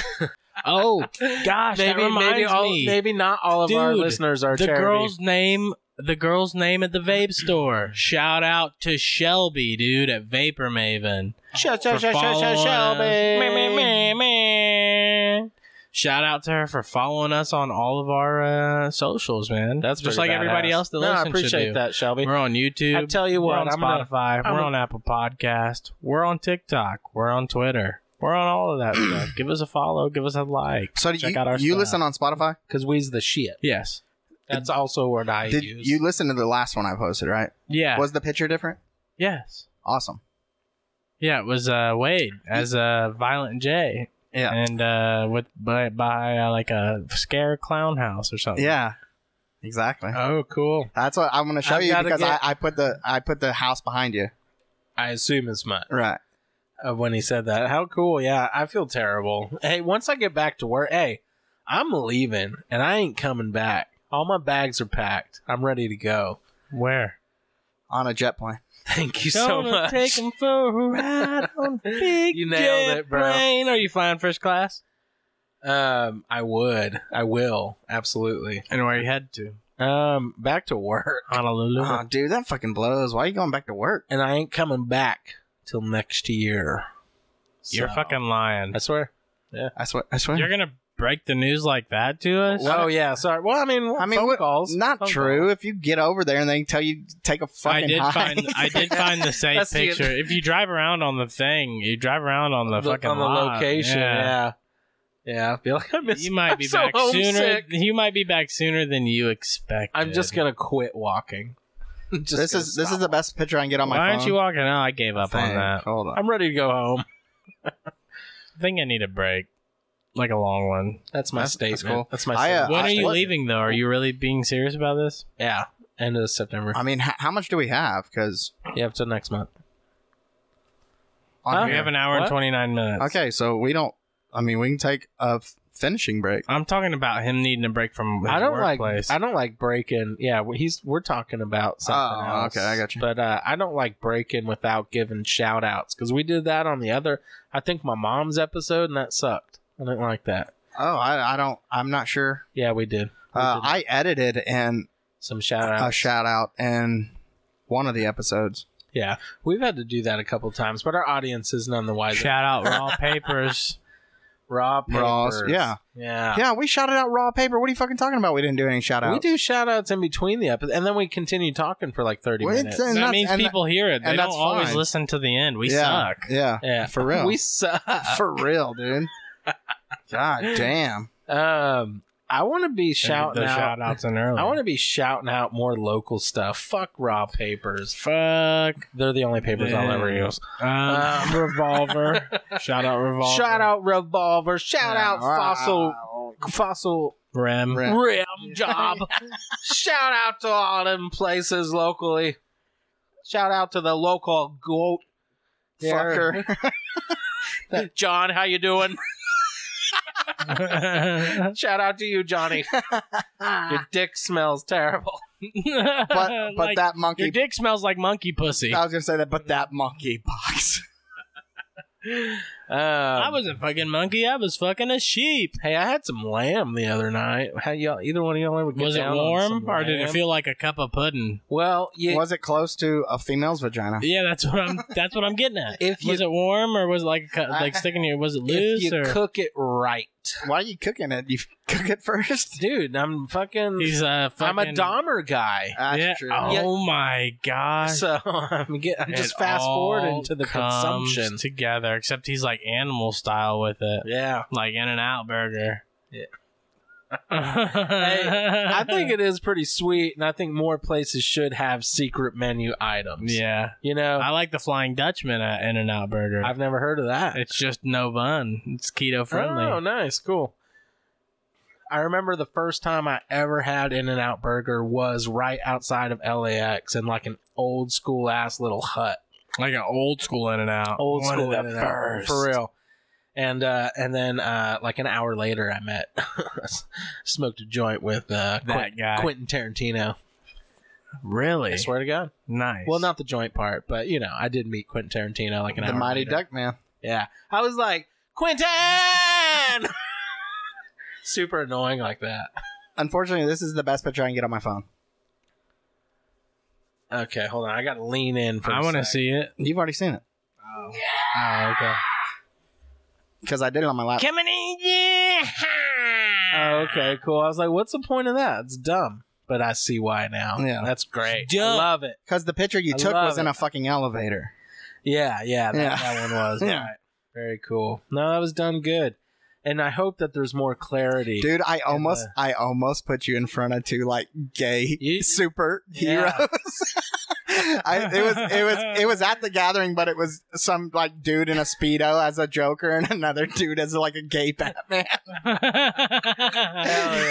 [SPEAKER 1] oh gosh, that
[SPEAKER 4] Maybe
[SPEAKER 1] reminds
[SPEAKER 4] maybe, all,
[SPEAKER 1] me.
[SPEAKER 4] maybe not all of our
[SPEAKER 1] Dude,
[SPEAKER 4] listeners are
[SPEAKER 1] the
[SPEAKER 4] charity.
[SPEAKER 1] girl's name the girl's name at the vape store shout out to shelby dude at vapor maven
[SPEAKER 4] Shut,
[SPEAKER 1] for
[SPEAKER 4] shut, shut, shut, shut,
[SPEAKER 1] following us. Meh, meh,
[SPEAKER 4] Shelby.
[SPEAKER 1] meh, meh. shout out to her for following us on all of our uh, socials man
[SPEAKER 4] That's
[SPEAKER 1] just like
[SPEAKER 4] pretty
[SPEAKER 1] everybody
[SPEAKER 4] badass.
[SPEAKER 1] else that
[SPEAKER 4] no,
[SPEAKER 1] listens
[SPEAKER 4] I appreciate
[SPEAKER 1] should do.
[SPEAKER 4] that, Shelby.
[SPEAKER 1] we're on youtube
[SPEAKER 4] I tell you what,
[SPEAKER 1] we're on
[SPEAKER 4] I'm gonna-
[SPEAKER 1] spotify
[SPEAKER 4] I'm
[SPEAKER 1] we're
[SPEAKER 4] gonna-
[SPEAKER 1] on apple podcast we're on tiktok we're on twitter we're on all of that stuff give us a follow give us a like
[SPEAKER 2] So do
[SPEAKER 1] check
[SPEAKER 2] you
[SPEAKER 1] out our
[SPEAKER 2] you
[SPEAKER 1] stuff.
[SPEAKER 2] listen on Spotify?
[SPEAKER 4] Because we's the shit.
[SPEAKER 1] yes
[SPEAKER 4] That's also what I
[SPEAKER 2] Did
[SPEAKER 4] use.
[SPEAKER 2] you listen to the last one I posted? Right?
[SPEAKER 1] yeah
[SPEAKER 2] Was the picture different?
[SPEAKER 1] yes
[SPEAKER 2] Awesome.
[SPEAKER 1] Yeah, it was uh, Wade as uh, Violent J,
[SPEAKER 2] Yeah.
[SPEAKER 1] and uh, with by, by uh, like a scare clown house or something.
[SPEAKER 2] Yeah. Exactly.
[SPEAKER 4] oh, cool.
[SPEAKER 2] That's what I'm going to show
[SPEAKER 4] I've
[SPEAKER 2] you
[SPEAKER 4] gotta
[SPEAKER 2] because
[SPEAKER 4] get-
[SPEAKER 2] I, I put the I put the house behind you.
[SPEAKER 4] I assume as much.
[SPEAKER 2] Right.
[SPEAKER 4] uh, when he said that. How cool. Yeah, I feel terrible. Hey, once I get back to work, hey, I'm leaving and I ain't coming back. All my bags are packed. I'm ready to go.
[SPEAKER 1] where?
[SPEAKER 2] On a jet plane.
[SPEAKER 4] Thank you so
[SPEAKER 1] Gonna
[SPEAKER 4] much.
[SPEAKER 1] Take him for a ride on a big
[SPEAKER 4] You nailed
[SPEAKER 1] jet
[SPEAKER 4] it, bro.
[SPEAKER 1] plane. Are you flying first class?
[SPEAKER 4] um, I would. I will. Absolutely.
[SPEAKER 1] And where you head to?
[SPEAKER 4] Um, back to work.
[SPEAKER 1] Honolulu.
[SPEAKER 4] Uh,
[SPEAKER 2] Oh, dude, that fucking blows. Why are you going back to work?
[SPEAKER 4] And I ain't coming back till next year.
[SPEAKER 1] You're
[SPEAKER 4] So-
[SPEAKER 1] fucking lying.
[SPEAKER 4] I swear.
[SPEAKER 2] I swear. I swear.
[SPEAKER 1] You're gonna break the news like that to us?
[SPEAKER 4] Oh yeah, sorry. Well, I mean,
[SPEAKER 2] I mean,
[SPEAKER 4] phone
[SPEAKER 2] what-
[SPEAKER 4] calls.
[SPEAKER 2] Not
[SPEAKER 4] Phone
[SPEAKER 2] true. If you get over there and they tell you to take a fucking
[SPEAKER 1] I did
[SPEAKER 2] hike.
[SPEAKER 1] find I did find the safe
[SPEAKER 4] That's the-
[SPEAKER 1] picture. if you drive around on the thing, you drive around on the,
[SPEAKER 4] calls.
[SPEAKER 1] fucking
[SPEAKER 4] on the
[SPEAKER 1] lot.
[SPEAKER 4] location. Yeah. yeah, I feel like I missed.
[SPEAKER 1] you might be
[SPEAKER 4] so
[SPEAKER 1] back sooner.
[SPEAKER 4] homesick.
[SPEAKER 1] You might be back sooner than you expect.
[SPEAKER 4] I'm just gonna quit walking. Just
[SPEAKER 2] this
[SPEAKER 4] gonna
[SPEAKER 2] is this
[SPEAKER 4] stop.
[SPEAKER 2] is the best picture I can get on my
[SPEAKER 1] Why
[SPEAKER 2] phone.
[SPEAKER 1] aren't you walking? out? I gave up on
[SPEAKER 2] Thanks.
[SPEAKER 1] that.
[SPEAKER 2] Hold on.
[SPEAKER 4] I'm ready to go home.
[SPEAKER 1] I think I need a break, like a long one.
[SPEAKER 4] That's my
[SPEAKER 2] That's-
[SPEAKER 4] statement.
[SPEAKER 2] that's
[SPEAKER 4] That's,
[SPEAKER 2] cool.
[SPEAKER 4] my
[SPEAKER 2] I, uh,
[SPEAKER 4] statement.
[SPEAKER 1] When are you
[SPEAKER 2] what-
[SPEAKER 1] leaving though? Are you really being serious about this?
[SPEAKER 4] yeah, end of September.
[SPEAKER 2] I mean, h- how much do we have? Because
[SPEAKER 4] yeah, up till next month.
[SPEAKER 1] We have an hour and
[SPEAKER 4] What?
[SPEAKER 1] twenty nine minutes.
[SPEAKER 2] Okay, so we don't. I mean, we can take a f- finishing break.
[SPEAKER 1] I'm talking about him needing a break from his
[SPEAKER 4] I don't like.
[SPEAKER 1] workplace.
[SPEAKER 4] I don't like breaking. Yeah, we- he's. We're talking about something
[SPEAKER 2] Oh,
[SPEAKER 4] else.
[SPEAKER 2] okay, I got you.
[SPEAKER 4] But uh, I don't like breaking without giving shout outs because we did that on the other. I think my mom's episode and that sucked. I didn't like that.
[SPEAKER 2] Oh, I, I don't. I'm not sure.
[SPEAKER 4] Yeah, we did. We
[SPEAKER 2] Uh,
[SPEAKER 4] did
[SPEAKER 2] I edited and
[SPEAKER 4] some shout
[SPEAKER 2] a
[SPEAKER 4] outs.
[SPEAKER 2] shout out in one of the episodes.
[SPEAKER 4] yeah, we've had to do that a couple times, but our audience is none the wiser.
[SPEAKER 1] Shout out raw papers.
[SPEAKER 4] Raw papers.
[SPEAKER 2] Raws, yeah.
[SPEAKER 4] yeah.
[SPEAKER 2] Yeah, we shouted out raw paper. What are you fucking talking about? We didn't do any shout outs.
[SPEAKER 4] We do shout outs in between the episode, and then we continue talking for like 30
[SPEAKER 2] Well, it's
[SPEAKER 4] minutes.
[SPEAKER 2] in- And
[SPEAKER 1] that
[SPEAKER 2] that's-
[SPEAKER 1] means
[SPEAKER 2] and-
[SPEAKER 1] people hear it. They
[SPEAKER 2] and
[SPEAKER 1] don't
[SPEAKER 2] that's
[SPEAKER 1] always
[SPEAKER 2] fine.
[SPEAKER 1] listen to the end. We
[SPEAKER 2] yeah,
[SPEAKER 1] suck.
[SPEAKER 2] Yeah,
[SPEAKER 4] yeah.
[SPEAKER 2] for real.
[SPEAKER 4] We suck.
[SPEAKER 2] for real, dude. God damn.
[SPEAKER 4] um, I want to be shouting
[SPEAKER 1] the
[SPEAKER 4] out.
[SPEAKER 1] shout outs in early.
[SPEAKER 4] I want to be shouting out more local stuff. Fuck raw papers.
[SPEAKER 1] fuck.
[SPEAKER 4] They're the only papers I'll ever
[SPEAKER 1] Yeah.
[SPEAKER 4] use.
[SPEAKER 1] Um,
[SPEAKER 4] Um,
[SPEAKER 1] revolver. Shout out revolver.
[SPEAKER 4] Shout out revolver. Shout out fossil. Fossil
[SPEAKER 1] Rem.
[SPEAKER 2] Rem. Yeah.
[SPEAKER 4] rim job. shout out to all them places locally. Shout out to the local goat. there.
[SPEAKER 2] Fucker.
[SPEAKER 4] John, how you doing? Shout out to you, Johnny. Your dick smells terrible.
[SPEAKER 2] But but
[SPEAKER 1] Like,
[SPEAKER 2] that
[SPEAKER 1] your
[SPEAKER 2] monkey.
[SPEAKER 1] dick smells like monkey pussy.
[SPEAKER 2] I was gonna say that, but that monkey box.
[SPEAKER 4] Um,
[SPEAKER 1] I was a fucking monkey. I was fucking a sheep.
[SPEAKER 4] Hey, I had some lamb the other night. How y'all? Either one of y'all ever get
[SPEAKER 1] Was it
[SPEAKER 4] down on
[SPEAKER 1] warm
[SPEAKER 4] some
[SPEAKER 1] or did it
[SPEAKER 4] lamb?
[SPEAKER 1] feel like a cup of pudding?
[SPEAKER 4] Well, yeah.
[SPEAKER 2] Was it close to a female's vagina?
[SPEAKER 1] Yeah, that's what I'm. That's what I'm getting at.
[SPEAKER 4] If you-
[SPEAKER 1] was it warm or was it like a cu- like sticking to your? Was it
[SPEAKER 4] if
[SPEAKER 1] loose
[SPEAKER 4] you
[SPEAKER 1] or?
[SPEAKER 4] cook it right,
[SPEAKER 2] Why are you cooking it? You cook it first.
[SPEAKER 4] dude. I'm fucking.
[SPEAKER 1] He's uh, fucking,
[SPEAKER 4] I'm a Dahmer guy.
[SPEAKER 2] That's
[SPEAKER 1] Yeah.
[SPEAKER 2] true.
[SPEAKER 1] Oh my gosh.
[SPEAKER 4] So I'm get, I'm
[SPEAKER 1] It
[SPEAKER 4] just fast
[SPEAKER 1] all
[SPEAKER 4] forwarding to the
[SPEAKER 1] comes
[SPEAKER 4] consumption.
[SPEAKER 1] together. Except he's like animal style with it,
[SPEAKER 4] yeah,
[SPEAKER 1] like In and Out Burger.
[SPEAKER 4] Yeah. I think it is pretty sweet, and I think more places should have secret menu items.
[SPEAKER 1] Yeah,
[SPEAKER 4] You know,
[SPEAKER 1] I like the Flying Dutchman at In and Out Burger.
[SPEAKER 4] I've never heard of that.
[SPEAKER 1] it's just no bun. It's keto friendly.
[SPEAKER 4] Oh, nice, cool. I remember the first time I ever had In and Out Burger was right outside of LAX in like an old school ass little hut.
[SPEAKER 1] Like an old school In and Out.
[SPEAKER 4] Old
[SPEAKER 1] One
[SPEAKER 4] school
[SPEAKER 1] of the
[SPEAKER 4] In-N-Out,
[SPEAKER 1] first.
[SPEAKER 4] for real. And uh, and then uh, like an hour later, I met smoked a joint with uh,
[SPEAKER 1] That guy.
[SPEAKER 4] Quentin Tarantino.
[SPEAKER 1] Really?
[SPEAKER 4] I swear to God.
[SPEAKER 1] Nice.
[SPEAKER 4] Well, not the joint part, but you know, I did meet Quentin Tarantino like an
[SPEAKER 2] the
[SPEAKER 4] hour.
[SPEAKER 2] Mighty
[SPEAKER 4] later.
[SPEAKER 2] Duck Man.
[SPEAKER 4] Yeah. I was like, Quentin! Super annoying like that.
[SPEAKER 2] Unfortunately, this is the best picture I can get on my phone.
[SPEAKER 4] Okay, hold on. I got to lean in for
[SPEAKER 1] I want to
[SPEAKER 4] to
[SPEAKER 1] see it.
[SPEAKER 2] You've already seen it
[SPEAKER 1] Oh, okay.
[SPEAKER 2] because I did it on my laptop.
[SPEAKER 1] Coming in, yeah.
[SPEAKER 4] Oh, okay, cool. I was like, what's the point of that? It's dumb. But I see why now.
[SPEAKER 2] Yeah.
[SPEAKER 4] That's great.
[SPEAKER 1] It's dumb.
[SPEAKER 4] I love it.
[SPEAKER 2] Because the picture you
[SPEAKER 4] I
[SPEAKER 2] took was
[SPEAKER 4] love
[SPEAKER 2] in
[SPEAKER 4] it.
[SPEAKER 2] a fucking elevator.
[SPEAKER 4] Yeah, yeah. That,
[SPEAKER 2] Yeah.
[SPEAKER 4] that one was.
[SPEAKER 2] Yeah.
[SPEAKER 4] Alright. Very cool. No, that was done good. And I hope that there's more clarity.
[SPEAKER 2] Dude, I almost,
[SPEAKER 4] the-
[SPEAKER 2] I almost put you in front of two like gay
[SPEAKER 4] You-
[SPEAKER 2] superheroes.
[SPEAKER 4] Yeah.
[SPEAKER 2] I, it was, it was, it was at the gathering, but it was some like dude in a speedo as a Joker and another dude as like a gay Batman.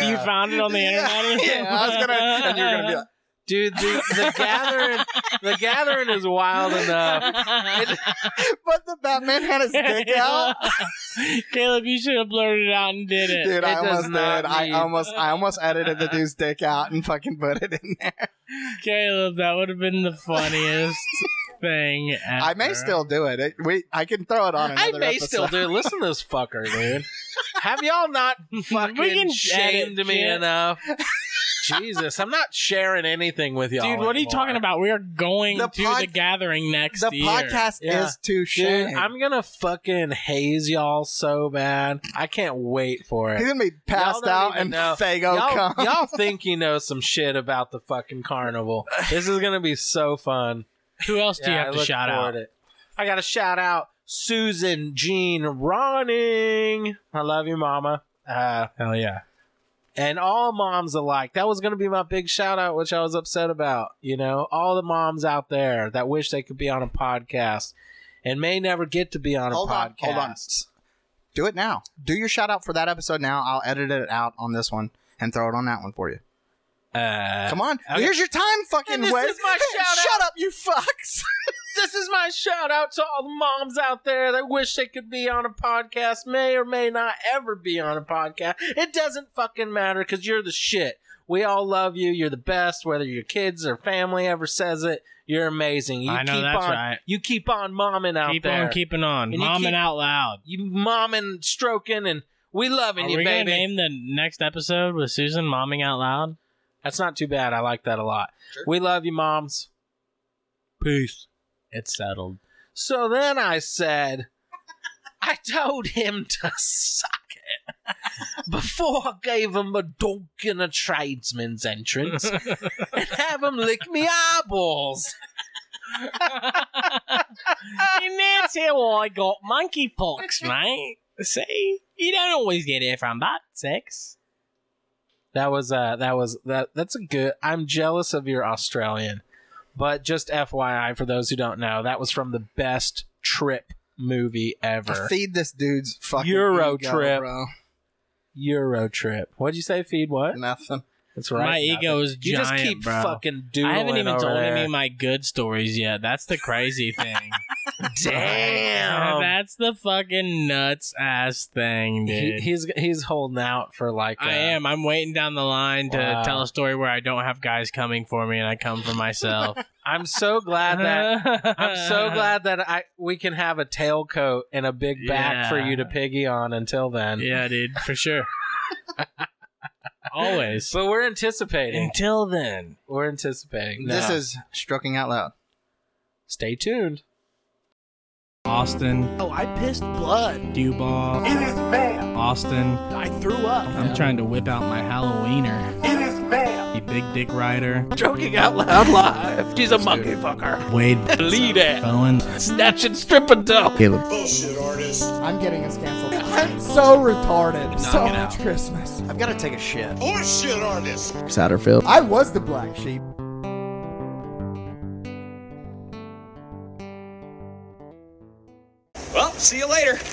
[SPEAKER 1] You found it on the internet or something?
[SPEAKER 2] yeah, I was gonna, and you're gonna be like,
[SPEAKER 4] Dude, the, the gathering the gathering is wild enough.
[SPEAKER 2] but the Batman had his dick out.
[SPEAKER 1] Caleb, you should have blurted it out and did it.
[SPEAKER 2] Dude, I
[SPEAKER 4] does
[SPEAKER 2] almost did.
[SPEAKER 4] not
[SPEAKER 2] I
[SPEAKER 4] need-
[SPEAKER 2] almost, I almost edited the dude's dick out and fucking put it in there.
[SPEAKER 1] Caleb, that would have been the funniest thing ever.
[SPEAKER 2] I may still do it. it we, I can throw it on.
[SPEAKER 4] I
[SPEAKER 2] Another
[SPEAKER 4] may
[SPEAKER 2] episode.
[SPEAKER 4] still do. Listen to this fucker, dude. Have y'all not fucking
[SPEAKER 1] We can
[SPEAKER 4] shamed
[SPEAKER 1] edit
[SPEAKER 4] me
[SPEAKER 1] shit.
[SPEAKER 4] enough? Jesus, I'm not sharing anything with y'all.
[SPEAKER 1] Dude, what are you
[SPEAKER 4] anymore.
[SPEAKER 1] talking about? We are going
[SPEAKER 2] The
[SPEAKER 1] to
[SPEAKER 2] pod-
[SPEAKER 1] the gathering next
[SPEAKER 2] The
[SPEAKER 1] year.
[SPEAKER 2] podcast
[SPEAKER 4] Yeah.
[SPEAKER 2] is too shit.
[SPEAKER 4] Dude, I'm gonna fucking haze y'all so bad. I can't wait for
[SPEAKER 2] He's
[SPEAKER 4] it.
[SPEAKER 2] gonna be
[SPEAKER 4] Y'all
[SPEAKER 2] passed
[SPEAKER 4] don't
[SPEAKER 2] out
[SPEAKER 4] even
[SPEAKER 2] and
[SPEAKER 4] know.
[SPEAKER 2] Fago
[SPEAKER 4] Y'all,
[SPEAKER 2] come.
[SPEAKER 4] y'all think you know some shit about the fucking carnival. This is gonna be so fun.
[SPEAKER 1] Who else do you
[SPEAKER 4] Yeah, I
[SPEAKER 1] have to
[SPEAKER 4] look
[SPEAKER 1] shout
[SPEAKER 4] forward
[SPEAKER 1] out?
[SPEAKER 4] to it. I got to shout out Susan Jean Ronning. I love you, Mama. Uh,
[SPEAKER 1] Hell yeah.
[SPEAKER 4] and all moms alike. That was going to be my big shout out, which I was upset about. You know, all the moms out there that wish they could be on a podcast and may never get to be on a
[SPEAKER 2] Hold on,
[SPEAKER 4] podcast.
[SPEAKER 2] hold on. Do it now. Do your shout out for that episode now. I'll edit it out on this one and throw it on that one for you.
[SPEAKER 4] Uh,
[SPEAKER 2] Come on.
[SPEAKER 4] okay.
[SPEAKER 2] Here's your time, fucking
[SPEAKER 4] And this
[SPEAKER 2] Wes.
[SPEAKER 4] is my shout out.
[SPEAKER 2] Shut up, you fucks.
[SPEAKER 4] This is my shout out to all the moms out there that wish they could be on a podcast, may or may not ever be on a podcast. It doesn't fucking matter because you're the shit. We all love you. You're the best, whether your kids or family ever says it. You're amazing. You
[SPEAKER 1] I know
[SPEAKER 4] keep
[SPEAKER 1] that's
[SPEAKER 4] on,
[SPEAKER 1] right.
[SPEAKER 4] You keep on momming out
[SPEAKER 1] Keep
[SPEAKER 4] there.
[SPEAKER 1] on keeping on.
[SPEAKER 4] And you
[SPEAKER 1] Momming
[SPEAKER 4] keep-
[SPEAKER 1] out loud.
[SPEAKER 4] you momming, stroking, and we loving
[SPEAKER 1] Are
[SPEAKER 4] you,
[SPEAKER 1] we gonna
[SPEAKER 4] baby.
[SPEAKER 1] name the next episode with Susan momming out loud?
[SPEAKER 4] That's not too bad. I like that a lot. We love you, moms. Peace.
[SPEAKER 1] It's settled.
[SPEAKER 4] So then I said, I told him to suck it before I gave him a dog in a tradesman's entrance and have him lick me eyeballs.
[SPEAKER 1] and that's how I got monkeypox, mate. See, you don't always get it from butt sex.
[SPEAKER 4] That was uh that was that that's a good I'm jealous of your Australian. But just FYI for those who don't know, that was from the best trip movie ever.
[SPEAKER 2] Feed this dude's fucking
[SPEAKER 4] Euro
[SPEAKER 2] ego,
[SPEAKER 4] trip.
[SPEAKER 2] bro.
[SPEAKER 4] Euro trip. What'd you say, feed what?
[SPEAKER 2] Nothing.
[SPEAKER 4] That's right.
[SPEAKER 1] My ego is
[SPEAKER 4] You
[SPEAKER 1] giant,
[SPEAKER 4] just keep
[SPEAKER 1] bro.
[SPEAKER 4] fucking doodling.
[SPEAKER 1] I haven't even
[SPEAKER 4] over
[SPEAKER 1] told
[SPEAKER 4] there.
[SPEAKER 1] any of my good stories yet. That's the crazy thing.
[SPEAKER 4] Damn.
[SPEAKER 1] That's the fucking nuts ass thing,
[SPEAKER 4] He-
[SPEAKER 1] dude.
[SPEAKER 4] he's he's holding out for like
[SPEAKER 1] I
[SPEAKER 4] uh,
[SPEAKER 1] am. I'm waiting down the line to
[SPEAKER 4] Wow.
[SPEAKER 1] tell a story where I don't have guys coming for me and I come for myself.
[SPEAKER 4] I'm so glad that I'm so glad that I we can have a tailcoat and a big back for
[SPEAKER 1] Yeah.
[SPEAKER 4] you to piggy on until then.
[SPEAKER 1] Yeah, dude, for sure. Always.
[SPEAKER 4] But we're anticipating.
[SPEAKER 1] Until then.
[SPEAKER 4] We're anticipating. No.
[SPEAKER 2] This is stroking out loud.
[SPEAKER 4] stay tuned.
[SPEAKER 1] Austin,
[SPEAKER 3] Oh, I pissed blood.
[SPEAKER 1] dew ball. Austin,
[SPEAKER 3] I threw up.
[SPEAKER 1] I'm trying to whip out my Halloweener.
[SPEAKER 5] It is Bam!
[SPEAKER 1] The Big Dick Rider,
[SPEAKER 5] Joking out loud live. She's a monkey fucker.
[SPEAKER 1] Wade
[SPEAKER 5] Lead ass.
[SPEAKER 1] Bowen.
[SPEAKER 5] Snatching stripping dough.
[SPEAKER 6] I'm getting us canceled. I'm so retarded. so
[SPEAKER 5] it
[SPEAKER 6] much Christmas.
[SPEAKER 2] I've got to take a shit.
[SPEAKER 7] Bullshit artist.
[SPEAKER 2] Satterfield.
[SPEAKER 6] I was the black sheep.
[SPEAKER 7] Well, see you later.